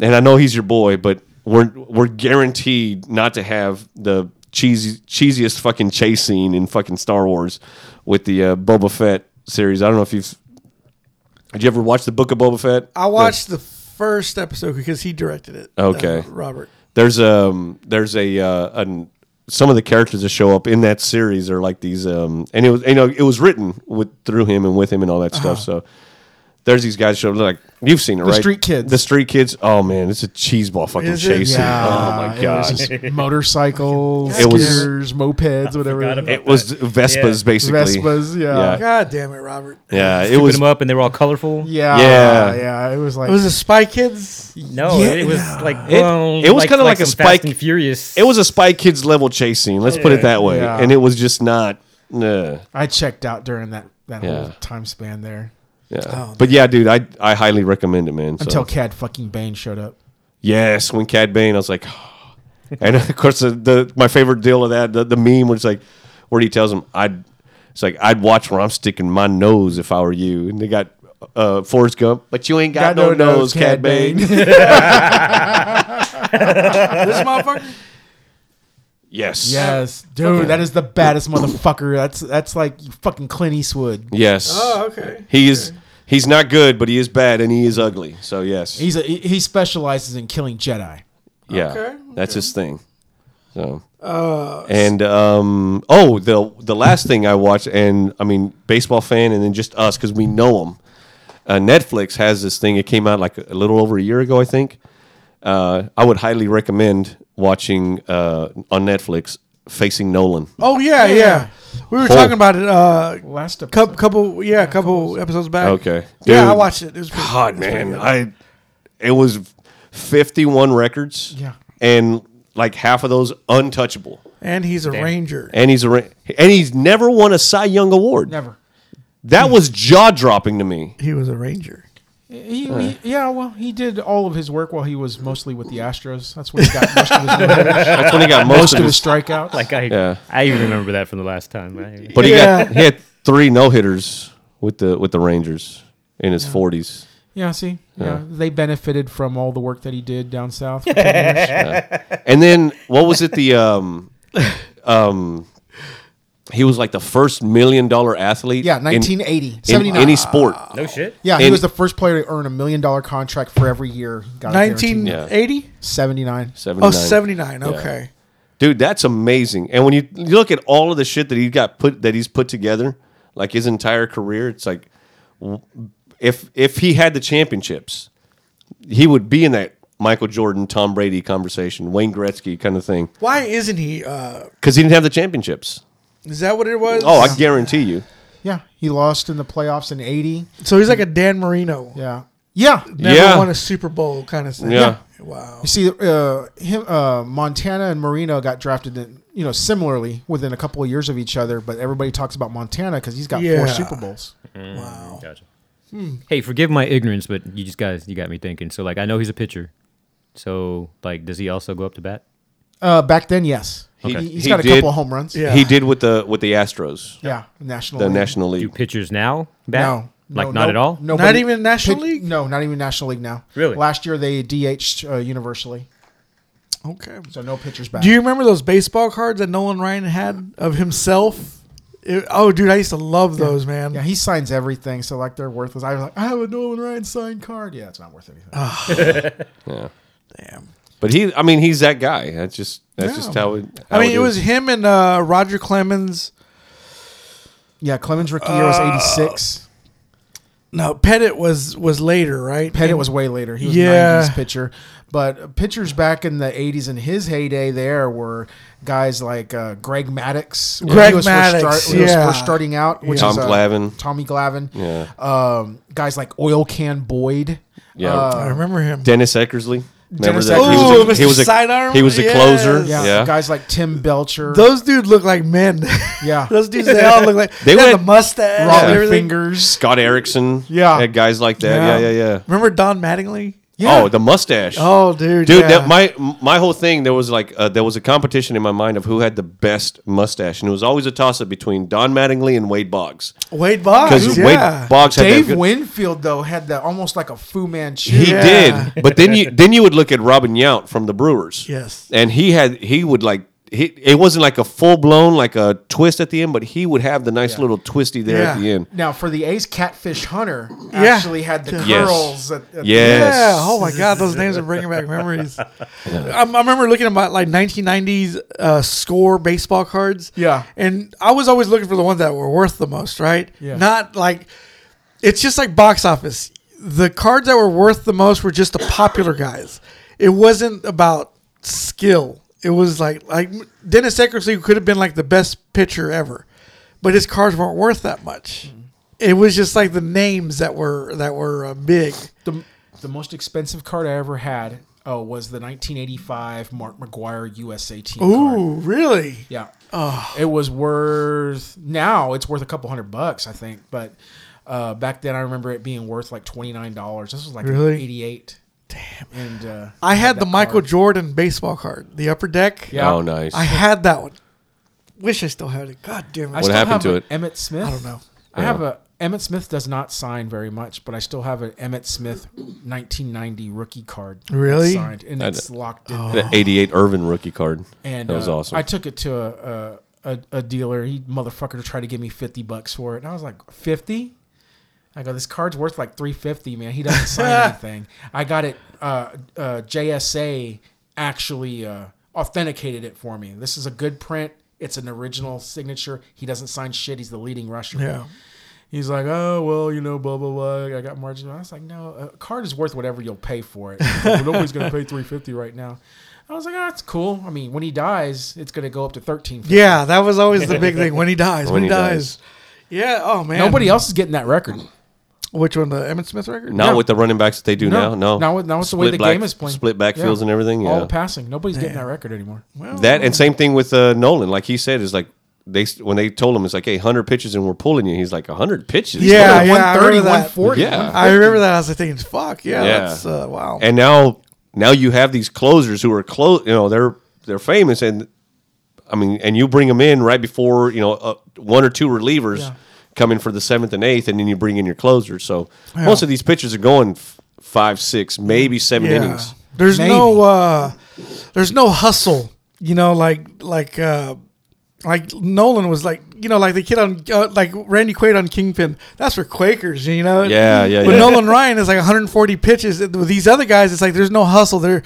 and I know he's your boy, but we're we're guaranteed not to have the cheesy cheesiest fucking chase scene in fucking Star Wars with the uh, Boba Fett series. I don't know if you've did you ever watch the Book of Boba Fett? I watched the first episode because he directed it. uh, Okay. Robert. There's um there's a uh an, some of the characters that show up in that series are like these um and it was you know it was written with through him and with him and all that stuff so there's these guys show up like you've seen it right Uh-huh. street kids. the street kids oh man it's a cheeseball fucking Is it? chase scene. oh my it was god just motorcycles, It was- scooters, mopeds, whatever. forgot about it was Vespas Yeah. basically Vespas, yeah. yeah, God damn it, Robert. yeah it It was them up and they were all colorful. Yeah, Yeah. yeah, It was like It was a Spy Kids. No, Yeah. it was like It- well, it was kinda like a some Fast Spike- and Furious. it was a Spy Kids level chase scene let's put it that way Yeah. and it was just not nah. I checked out during that that Yeah. whole time span there Yeah. Oh, but yeah, dude, I I highly recommend it, man. So. until Cad fucking Bane showed up. yes, when Cad Bane, I was like, [gasps] and of course the, the my favorite deal of that the, the meme was like where he tells him I'd it's like I'd watch where I'm sticking my nose if I were you, and they got uh Forrest Gump, but you ain't got, no, nose, Cad Bane. [laughs] This motherfucker. yes, yes, dude, that is the baddest motherfucker. That's that's like fucking Clint Eastwood. yes. Oh, okay. He is he's not good, but he is bad, and he is ugly. So yes, He's a, he he specializes in killing Jedi. yeah, okay, that's his thing. So. Uh, and um, oh, the the last thing I watched, and I mean, baseball fan, and then just us because we know them. Uh, Netflix has this thing. It came out like a little over a year ago, I think. Uh, I would highly recommend watching uh, on Netflix Facing Nolan. Oh yeah, yeah. We were talking about it. Uh, Last couple, couple, yeah, couple episodes back. Okay. Yeah, I Dude. watched it. It was pretty, God, man, I it was 51 records. Yeah. And like half of those untouchable. And he's a ranger. And he's a ra- and he's never won a Cy Young award. Never. That was jaw dropping to [laughs] me. He was a ranger. He, he, yeah, well, he did all of his work while he was mostly with the Astros. That's when he got most of his, most That's when he got most of of his his. strikeouts. Like Like, I, Yeah. I even remember that from the last time. I, But he Yeah. got he had three no hitters with the with the Rangers in his 40s. yeah, see, yeah. they benefited from all the work that he did down south. And then what was it? The um, um, he was like the first million dollar athlete. Yeah, Oh, in- 1980, in, 79. any sport. no shit. yeah, he and- was the first player to earn a million dollar contract for every year. He Got Nineteen eighty? seventy nine. Oh, 79. 79. Okay. Dude, that's amazing. And when you you look at all of the shit that he got put that he's put together, like his entire career, it's like w- if if he had the championships, he would be in that Michael Jordan, Tom Brady conversation, Wayne Gretzky kind of thing, Why isn't he? Uh, because he didn't have the championships. is that what it was? Oh, I guarantee you. Yeah, he lost in the playoffs in eighty. so he's like a Dan Marino. Yeah, yeah. Never Yeah. won a Super Bowl kind of thing. Yeah. Wow. You see, uh, him, uh, Montana and Marino got drafted, in, you know, similarly within a couple of years of each other. But everybody talks about Montana because he's got Yeah. four Super Bowls. Wow. Gotcha. Hmm. Hey, forgive my ignorance, but you just guys, you got me thinking. So like, I know he's a pitcher. So like, does he also go up to bat? Uh, back then, yes, he, Okay. has He got a did- couple of home runs. Yeah. He did with the with the Astros, yeah, national. the League. National Do League. pitchers now bat? No, like no, not no- at all. Nobody, Not even National League? No, not even National League now. Really? Last year they DH'd uh, universally, Okay. so no pitchers back. Do you remember those baseball cards that Nolan Ryan had of himself? It- oh, dude, I used to love those, man. yeah, he signs everything, so like they're worthless. I was like, I have a Nolan Ryan signed card. Yeah, it's not worth anything. Uh, Damn. But he, I mean, he's that guy. That's just that's just how it. how I mean, it was is. him and uh, Roger Clemens. yeah, Clemens rookie year was eighty uh, six. No, Pettit was was later, right? Pettit was way later. He was Yeah. a 90s pitcher. But pitchers back in the 80s in his heyday there were guys like uh, Greg Maddox. when Greg he was first Maddox, when he was yeah. first starting out. Which Tom is, uh, Glavine. Tommy Glavin. Yeah. Um, guys like Oil Can Boyd. Yeah. I remember him. Dennis Eckersley. Remember Dennis that? uh, Eckersley. Ooh, he was a, Mr. Sidearm? He was a Yes. closer. Yeah, Yeah. Guys like Tim Belcher. Those dudes look like men. Yeah. [laughs] those dudes they all look like They they had went- the mustache, and Raleigh everything. Fingers. Scott Erickson. Yeah. Had guys like that. Yeah, yeah, yeah. Remember Don Mattingly? Oh, the mustache. Oh, dude, Dude, yeah. that my my whole thing there was like uh, there was a competition in my mind of who had the best mustache, and it was always a toss up between Don Mattingly and Wade Boggs Wade Boggs. because yeah. Wade Boggs had that Dave good- Winfield, though, had that almost like a Fu Manchu. He Yeah. did, [laughs] but then you then you would look at Robin Yount from the Brewers. Yes. and he had he would like he, it wasn't like a full blown like a twist at the end, but he would have the nice little twisty there at Yeah. the end. Now, for the Ace, Catfish Hunter Yeah. actually had the Yes. curls. At, at Yes. Yeah. Oh my God, those names are bringing back memories. I, I remember looking at my like 1990s uh, score baseball cards. Yeah. And I was always looking for the ones that were worth the most, right? Yeah. Not like it's just like box office. The cards that were worth the most were just the popular guys. It wasn't about skill. It was like like Dennis Eckersley could have been like the best pitcher ever, but his cards weren't worth that much. Mm-hmm. It was just like the names that were that were uh, big. the the most expensive card I ever had oh was the 1985 Mark McGuire USA team card. Ooh, really? Yeah. It was worth now it's worth a couple hundred bucks I think, but uh, back then I remember it being worth like twenty nine dollars. This was like Really? eighty eight. Damn. And uh, I had the that Michael card. Jordan baseball card, the upper deck. Yeah. Oh, nice. I had that one. Wish I still had it. God damn I it. still happened have to an it? Emmett Smith. I don't know. I have a Emmett Smith does not sign very much, but I still have an Emmett Smith 1990 rookie card. that's Really? Oh, signed, and it's locked in. there. The '88 Irvin rookie card. And that was uh, awesome. I took it to a, a, a, a dealer. He motherfucker tried to give me fifty bucks for it, and I was like, fifty. I go, this card's worth like three fifty, man. He [laughs] doesn't sign anything. I got it. Uh, uh, JSA actually uh, authenticated it for me. This is a good print. It's an original signature. He doesn't sign shit. He's the leading rusher. Yeah. He's like, oh well, you know, blah blah blah. I got margin. I was like, no, a card is worth whatever you'll pay for it. He's like, well, nobody's gonna pay three fifty right now. I was like, ah, it's cool. I mean, when he dies, it's gonna go up to thirteen. Yeah, that was always the big thing. When he dies, when, When he he dies. Yeah. Oh man. Nobody else is getting that record. Which one? The Emmett Smith record? Not No. with the running backs that they do now. No, Now with now with the way Split the back- game is playing, split backfields and everything, all yeah. the passing. Nobody's getting that record anymore. Well, That and same thing with uh, Nolan. Like he said, is like they when they told him it's like, hey, hundred pitches and we're pulling you. He's like, hundred pitches. Yeah, Like yeah, I remember 130, that. 140. yeah. I remember that. I was like thinking, fuck, yeah, Yeah. that's uh, wow. And now, now you have these closers who are close. You know, they're they're famous, and I mean, and you bring them in right before you know uh, one or two relievers Yeah. come in for the seventh and eighth, and then you bring in your closers. So most of these pitchers are going f- five, six, maybe seven yeah. innings. There's Maybe. no uh there's no hustle. You know, like like uh like Nolan was like, you know, like the kid on uh, like Randy Quaid on Kingpin. That's for Quakers, you know. Yeah, yeah, But yeah. Nolan Ryan is like 140 pitches. With these other guys, it's like there's no hustle. They're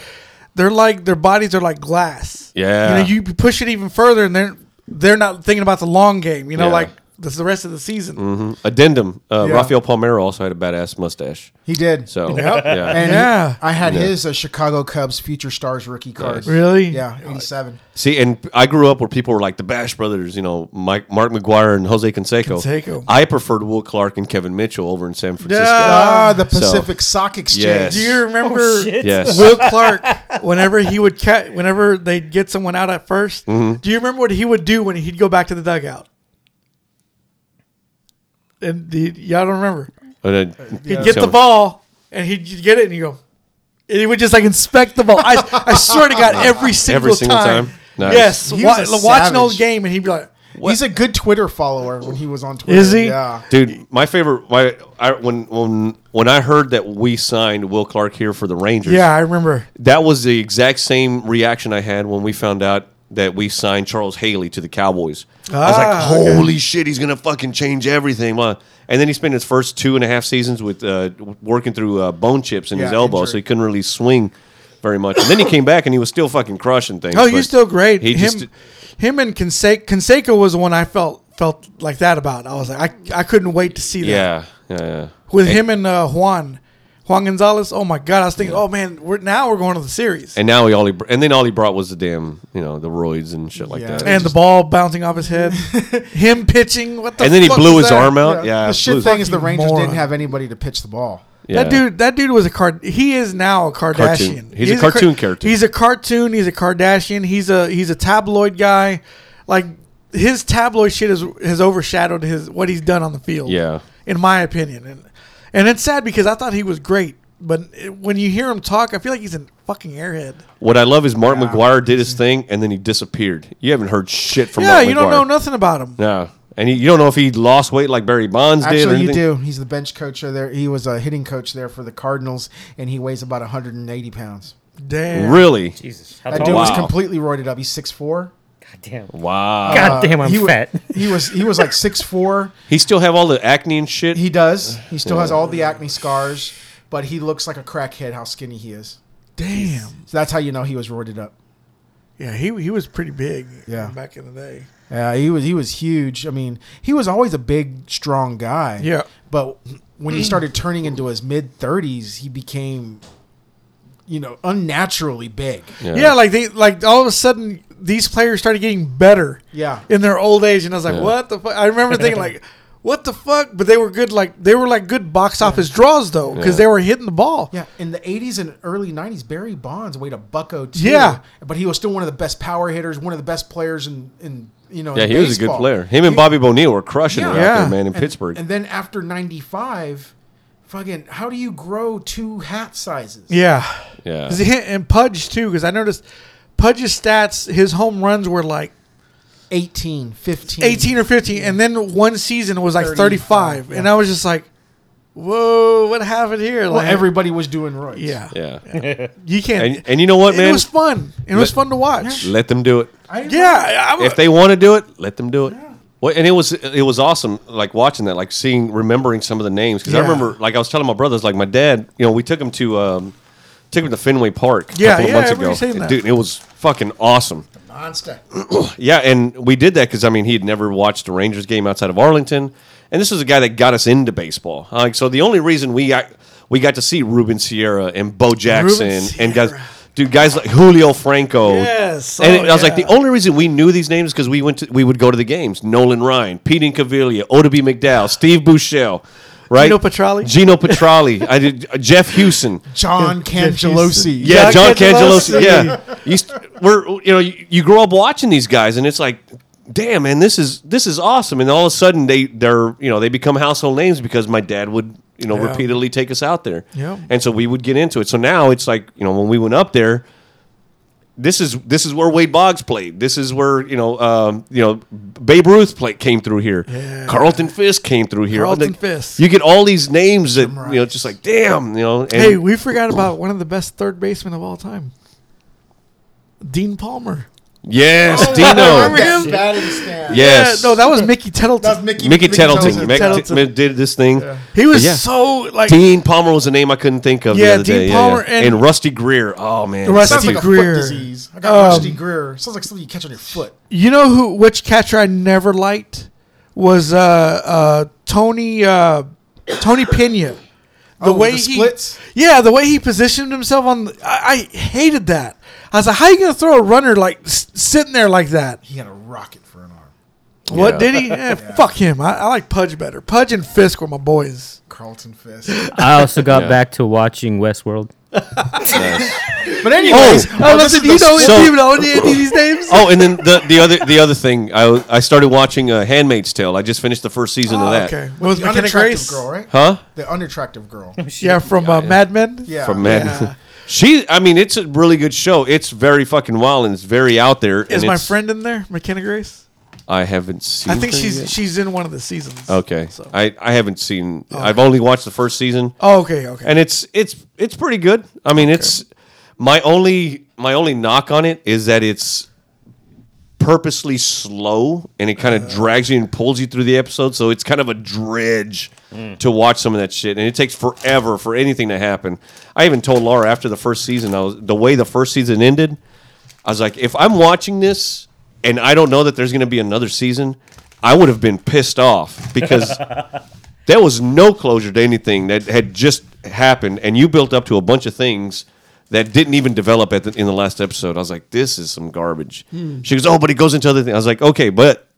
they're like their bodies are like glass. Yeah. You know, you push it even further, and they're they're not thinking about the long game. You know, Yeah. like this is the rest of the season. Mm-hmm. Addendum: uh, Yeah. Rafael Palmero also had a badass mustache. He did. So Yep. yeah, and Yeah. I had his uh, Chicago Cubs future stars rookie card. Nice. Really? Yeah, 87. See, and I grew up where people were like the Bash Brothers, you know, Mike, Mark McGuire and Jose Canseco. Canseco. I preferred Will Clark and Kevin Mitchell over in San Francisco. Yeah. Ah, the Pacific Sock Exchange. Yes. Do [laughs] you remember Yes. Will Clark? Whenever he would cut, whenever they'd get someone out at 1st Mm-hmm. do you remember what he would do when he'd go back to the dugout? And the, y'all don't remember? But, uh, He'd get the ball and he'd you'd get it, and you go. And he would just like inspect the ball. I, I swear to [laughs] God, every single single time. time? Nice. Yes, He wa- was a watch an old savage. game, and he'd be like, He's a good Twitter follower when he was on Twitter. Is he? Yeah. Dude, my favorite. My I, when when when I heard that we signed Will Clark here for the Rangers, "Yeah, I remember." that was the exact same reaction I had when we found out that we signed Charles Haley to the Cowboys. I was Ah, like, "Holy shit, he's gonna fucking change everything!" Well, And then he spent his first two and a half seasons with uh, working through uh, bone chips in his Yeah, elbow, injury. so he couldn't really swing very much. And then he came back and he was still fucking crushing things. Oh, but you're still great. He him, just him and Canseco, Canseco was the one I felt felt like that about. I was like, I, I couldn't wait to see that yeah, yeah, yeah. with him and uh, Juan, Juan Gonzalez. Oh my God, I was thinking, oh man, we're now we're going to the series. And, And now he all he, br- and then all he brought was the damn you know the roids and shit like Yeah. that. the ball bouncing off his [laughs] head, him pitching. What the? and then he fuck blew was his that? arm out. Yeah, the blew shit his- thing is the Fucking Rangers moron. didn't have anybody to pitch the ball. Yeah. That dude, that dude was a card. He is now a Kardashian. Cartoon. He's a cartoon character. He's a cartoon. He's a Kardashian. He's a he's a tabloid guy. Like his tabloid shit has has overshadowed his what he's done on the field. Yeah. in my opinion, and and it's sad because I thought he was great, but it- when you hear him talk, I feel like he's a fucking airhead. What I love is Mark McGuire did his thing and then he disappeared. You haven't heard shit from yeah, Mark you don't McGwire. know nothing about him. No. And he, you don't know if he lost weight like Barry Bonds did or Actually, you anything. do. He's the bench coach there. He was a hitting coach there for the Cardinals, and he weighs about 180 pounds. Damn. Really? Jesus, how That Oh, tall? dude was wow. completely roided up. He's 6'4". God damn. Wow. God damn, Uh, I'm he wa- fat. [laughs] He was he was like 6'4". He still have all the acne and shit. He does. He still has all the acne scars, but he looks like a crackhead. How skinny he is. Damn. So that's how you know he was roided up. Yeah, he he was pretty big. Yeah. back in the day. Yeah, he was he was huge. I mean, he was always a big, strong guy. Yeah. But when Mm. he started turning into his mid thirties, he became, you know, unnaturally big. Yeah. like they like all of a sudden these players started getting better. Yeah. in their old age, and I was like, Yeah. what the fuck? I remember thinking [laughs] like, what the fuck? But they were good. Like they were like good box office draws though, because Yeah. they were hitting the ball. Yeah, in the '80s and early '90s, Barry Bonds weighed a buck oh two. Yeah. but he was still one of the best power hitters, one of the best players in, in you know. yeah, in he was a good baseball. player. Him and Bobby Bonilla were crushing it out Yeah. there, man, in And- Pittsburgh. And then after '95, fucking, how do you grow two hat sizes? Yeah, yeah. 'Cause he hit- and Pudge too, because I noticed Pudge's stats. His home runs were like 18, 15. 18 or 15 and then one season was like 35, 35, and i was just like whoa what happened here Well, like everybody was doing roids. yeah [laughs] yeah. you can't And, and you know what, and it man? was fun it was fun to watch yeah, Let them do it. I didn't I, I, if they want to do it, let them do it. Well, and it was it was awesome, like watching that, like seeing, remembering some of the names because I Yeah. remember, like I was telling my brothers, like my dad, you know, we took him to um, took him to Fenway Park a Yeah, couple yeah, of months I ago, remember you saying that. dude. It was fucking awesome. Monster. Yeah, and we did that because I mean he had never watched a Rangers game outside of Arlington, and this was a guy that got us into baseball. Uh, Like so, the only reason we got we got to see Ruben Sierra and Bo Jackson and guys, Sierra. dude, guys like Julio Franco. Yes, and oh, I was like yeah. the only reason we knew these names because we went to we would go to the games. Nolan Ryan, Pete Incaviglia, Oda B. McDowell, Steve Bouchel. right? Gino Petrali? Gino Petrali. I did uh, Jeff Hewson. [laughs] John Cangelosi. Yeah, John John Cangelosi. Cangelosi. Yeah, [laughs] you st- we're you know you, you grow up watching these guys, and it's like, damn, man, this is this is awesome. And all of a sudden, they they're you know they become household names because my dad would you know Yeah. repeatedly take us out there, Yeah. and so we would get into it. So now it's like you know when we went up there. This is this is where Wade Boggs played. This is where you know um, you know Babe Ruth played came through here. Carlton Fisk came through here. Carlton Like, Fisk. You get all these names that you know, just like damn, you know. And Hey, we forgot about one of the best third basemen of all time, Dean Palmer. yes, Oh, [laughs] Dino. That's batting stand. Yes. Yeah, no, that was Mickey That's Tettleton. Mickey, Mickey Tettleton. Tettleton. Mick- Tettleton. Mick did this thing. he was Yeah. so like Dean Palmer was a name I couldn't think of Yeah, the other Dean day. Palmer yeah, yeah. and- and Rusty Greer. Oh man, Rusty Sounds like a Greer. foot disease. I got Um, Rusty Greer. Sounds like something you catch on your foot. you know who which catcher I never liked was uh uh Tony uh Tony Pena. The Oh, way the splits? he Yeah, the way he positioned himself on the, I, I hated that. I was like, how you gonna throw a runner like s- sitting there like that? He had a rocket for an arm. What did he? [laughs] Eh, Fuck him. I, I like Pudge better. Pudge and Fisk were my boys. Carlton [laughs] Fisk. I also [laughs] got back to watching Westworld. But anyways, I oh, love this that is you the- know so- you know any of these names. Oh, and then the, the other the other thing, I I started watching uh, *Handmaid's Tale*. I just finished the first season of Oh, that. okay. What with was the Mechanic unattractive Grace? girl, right? Huh? The unattractive [laughs] girl. Yeah, from uh, Mad Men. Yeah. From Madden. Yeah. [laughs] She, I mean, it's a really good show. It's very fucking wild and it's very out there. Is and my it's- friend in there, McKenna Grace? I haven't seen. I think her she's yet. she's in one of the seasons. okay. So. I I haven't seen. I've only watched the first season. Oh, okay, okay. and it's it's it's pretty good. I mean, it's my only my only knock on it is that it's purposely slow and it kind of drags you and pulls you through the episode, so it's kind of a dredge to watch some of that shit, and it takes forever for anything to happen. I even told Laura after the first season, I was the way the first season ended. I was like, if I'm watching this and I don't know that there's going to be another season, I would have been pissed off because there was no closure to anything that had just happened, and you built up to a bunch of things that didn't even develop at the, in the last episode. I was like, this is some garbage. She goes, oh, but it goes into other things. I was like, okay, but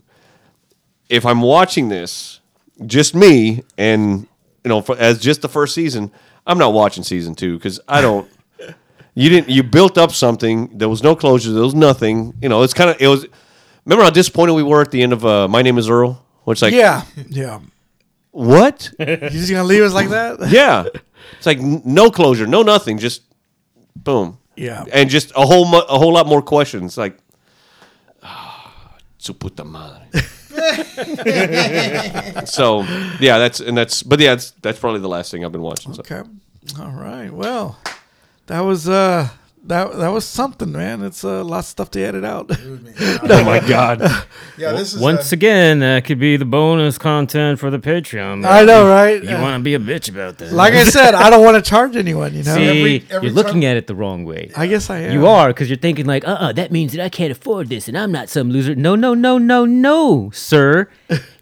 if I'm watching this, just me, and you know, for, as just the first season, I'm not watching season two because I don't. you didn't. You built up something. There was no closure. There was nothing. You know, it's kind of it was. Remember how disappointed we were at the end of uh, My Name Is Earl, which like, yeah, yeah. what? You just gonna leave us like that? Yeah. It's like n- no closure, no nothing, just boom. Yeah. And just a whole mu- a whole lot more questions like "Ah, su puta madre. [laughs] so, yeah, that's and that's but yeah, that's that's probably the last thing I've been watching. So. Okay. All right. Well, that was uh that that was something, man. It's uh, lots of stuff to edit out. Oh my god. Yeah, [laughs] this is Once uh, again, that could be the bonus content for the Patreon. I know, right? You want to be a bitch about that? [laughs] like I said, I don't want to charge anyone. You know. See, every- every you're looking time- at it the wrong way. I guess I am. You are because you're thinking like, uh, uh that means that I can't afford this, and I'm not some loser. No, no, no, no, no, sir.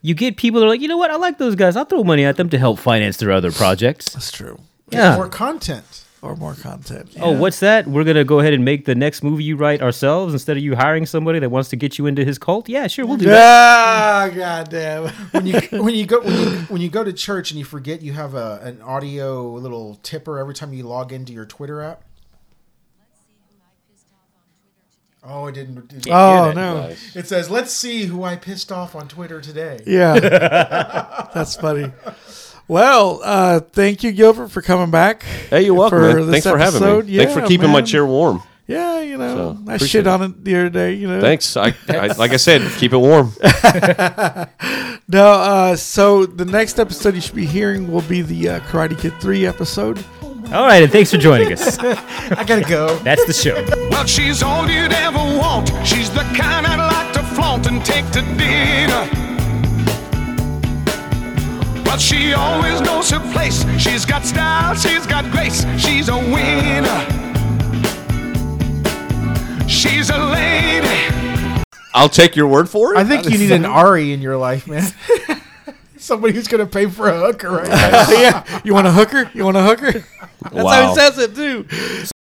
you get people that are like, you know what? I like those guys. I'll throw money at them to help finance their other projects. That's true. Yeah. more content. Or more content. Oh, what's that? We're gonna go ahead and make the next movie you write ourselves instead of you hiring somebody that wants to get you into his cult. Yeah, sure, we'll do that. Oh, Ah, goddamn. [laughs] When you when you go when you, [laughs] when you go to church and you forget you have a an audio little tipper every time you log into your Twitter app. Oh, it didn't. it didn't- Oh no. It says, "Let's see who I pissed off on Twitter today." Yeah. [laughs] That's funny. Well, uh, thank you, Gilbert, for coming back. Hey, you're welcome. For man. this Thanks for having me. episode. Thanks for Yeah, keeping my man. chair warm. Yeah, you know, So, I appreciate shit it. on it the other day. You know, Thanks. I, I like I said, keep it warm. No, uh, so the next episode you should be hearing will be the uh, Karate Kid 3 episode. All right, and thanks for joining us. [laughs] I gotta go. That's the show. Well, she's all you'd ever want. She's the kind I'd like to flaunt and take to dinner. But she always knows her place. She's got style, she's got grace, she's a winner. She's a lady. I'll take your word for it. I think you need an Ari in your life, man. [laughs] Somebody who's gonna pay for a hooker, right? yeah, you want a hooker? You want a hooker? [laughs] That's how Wow. he says it too.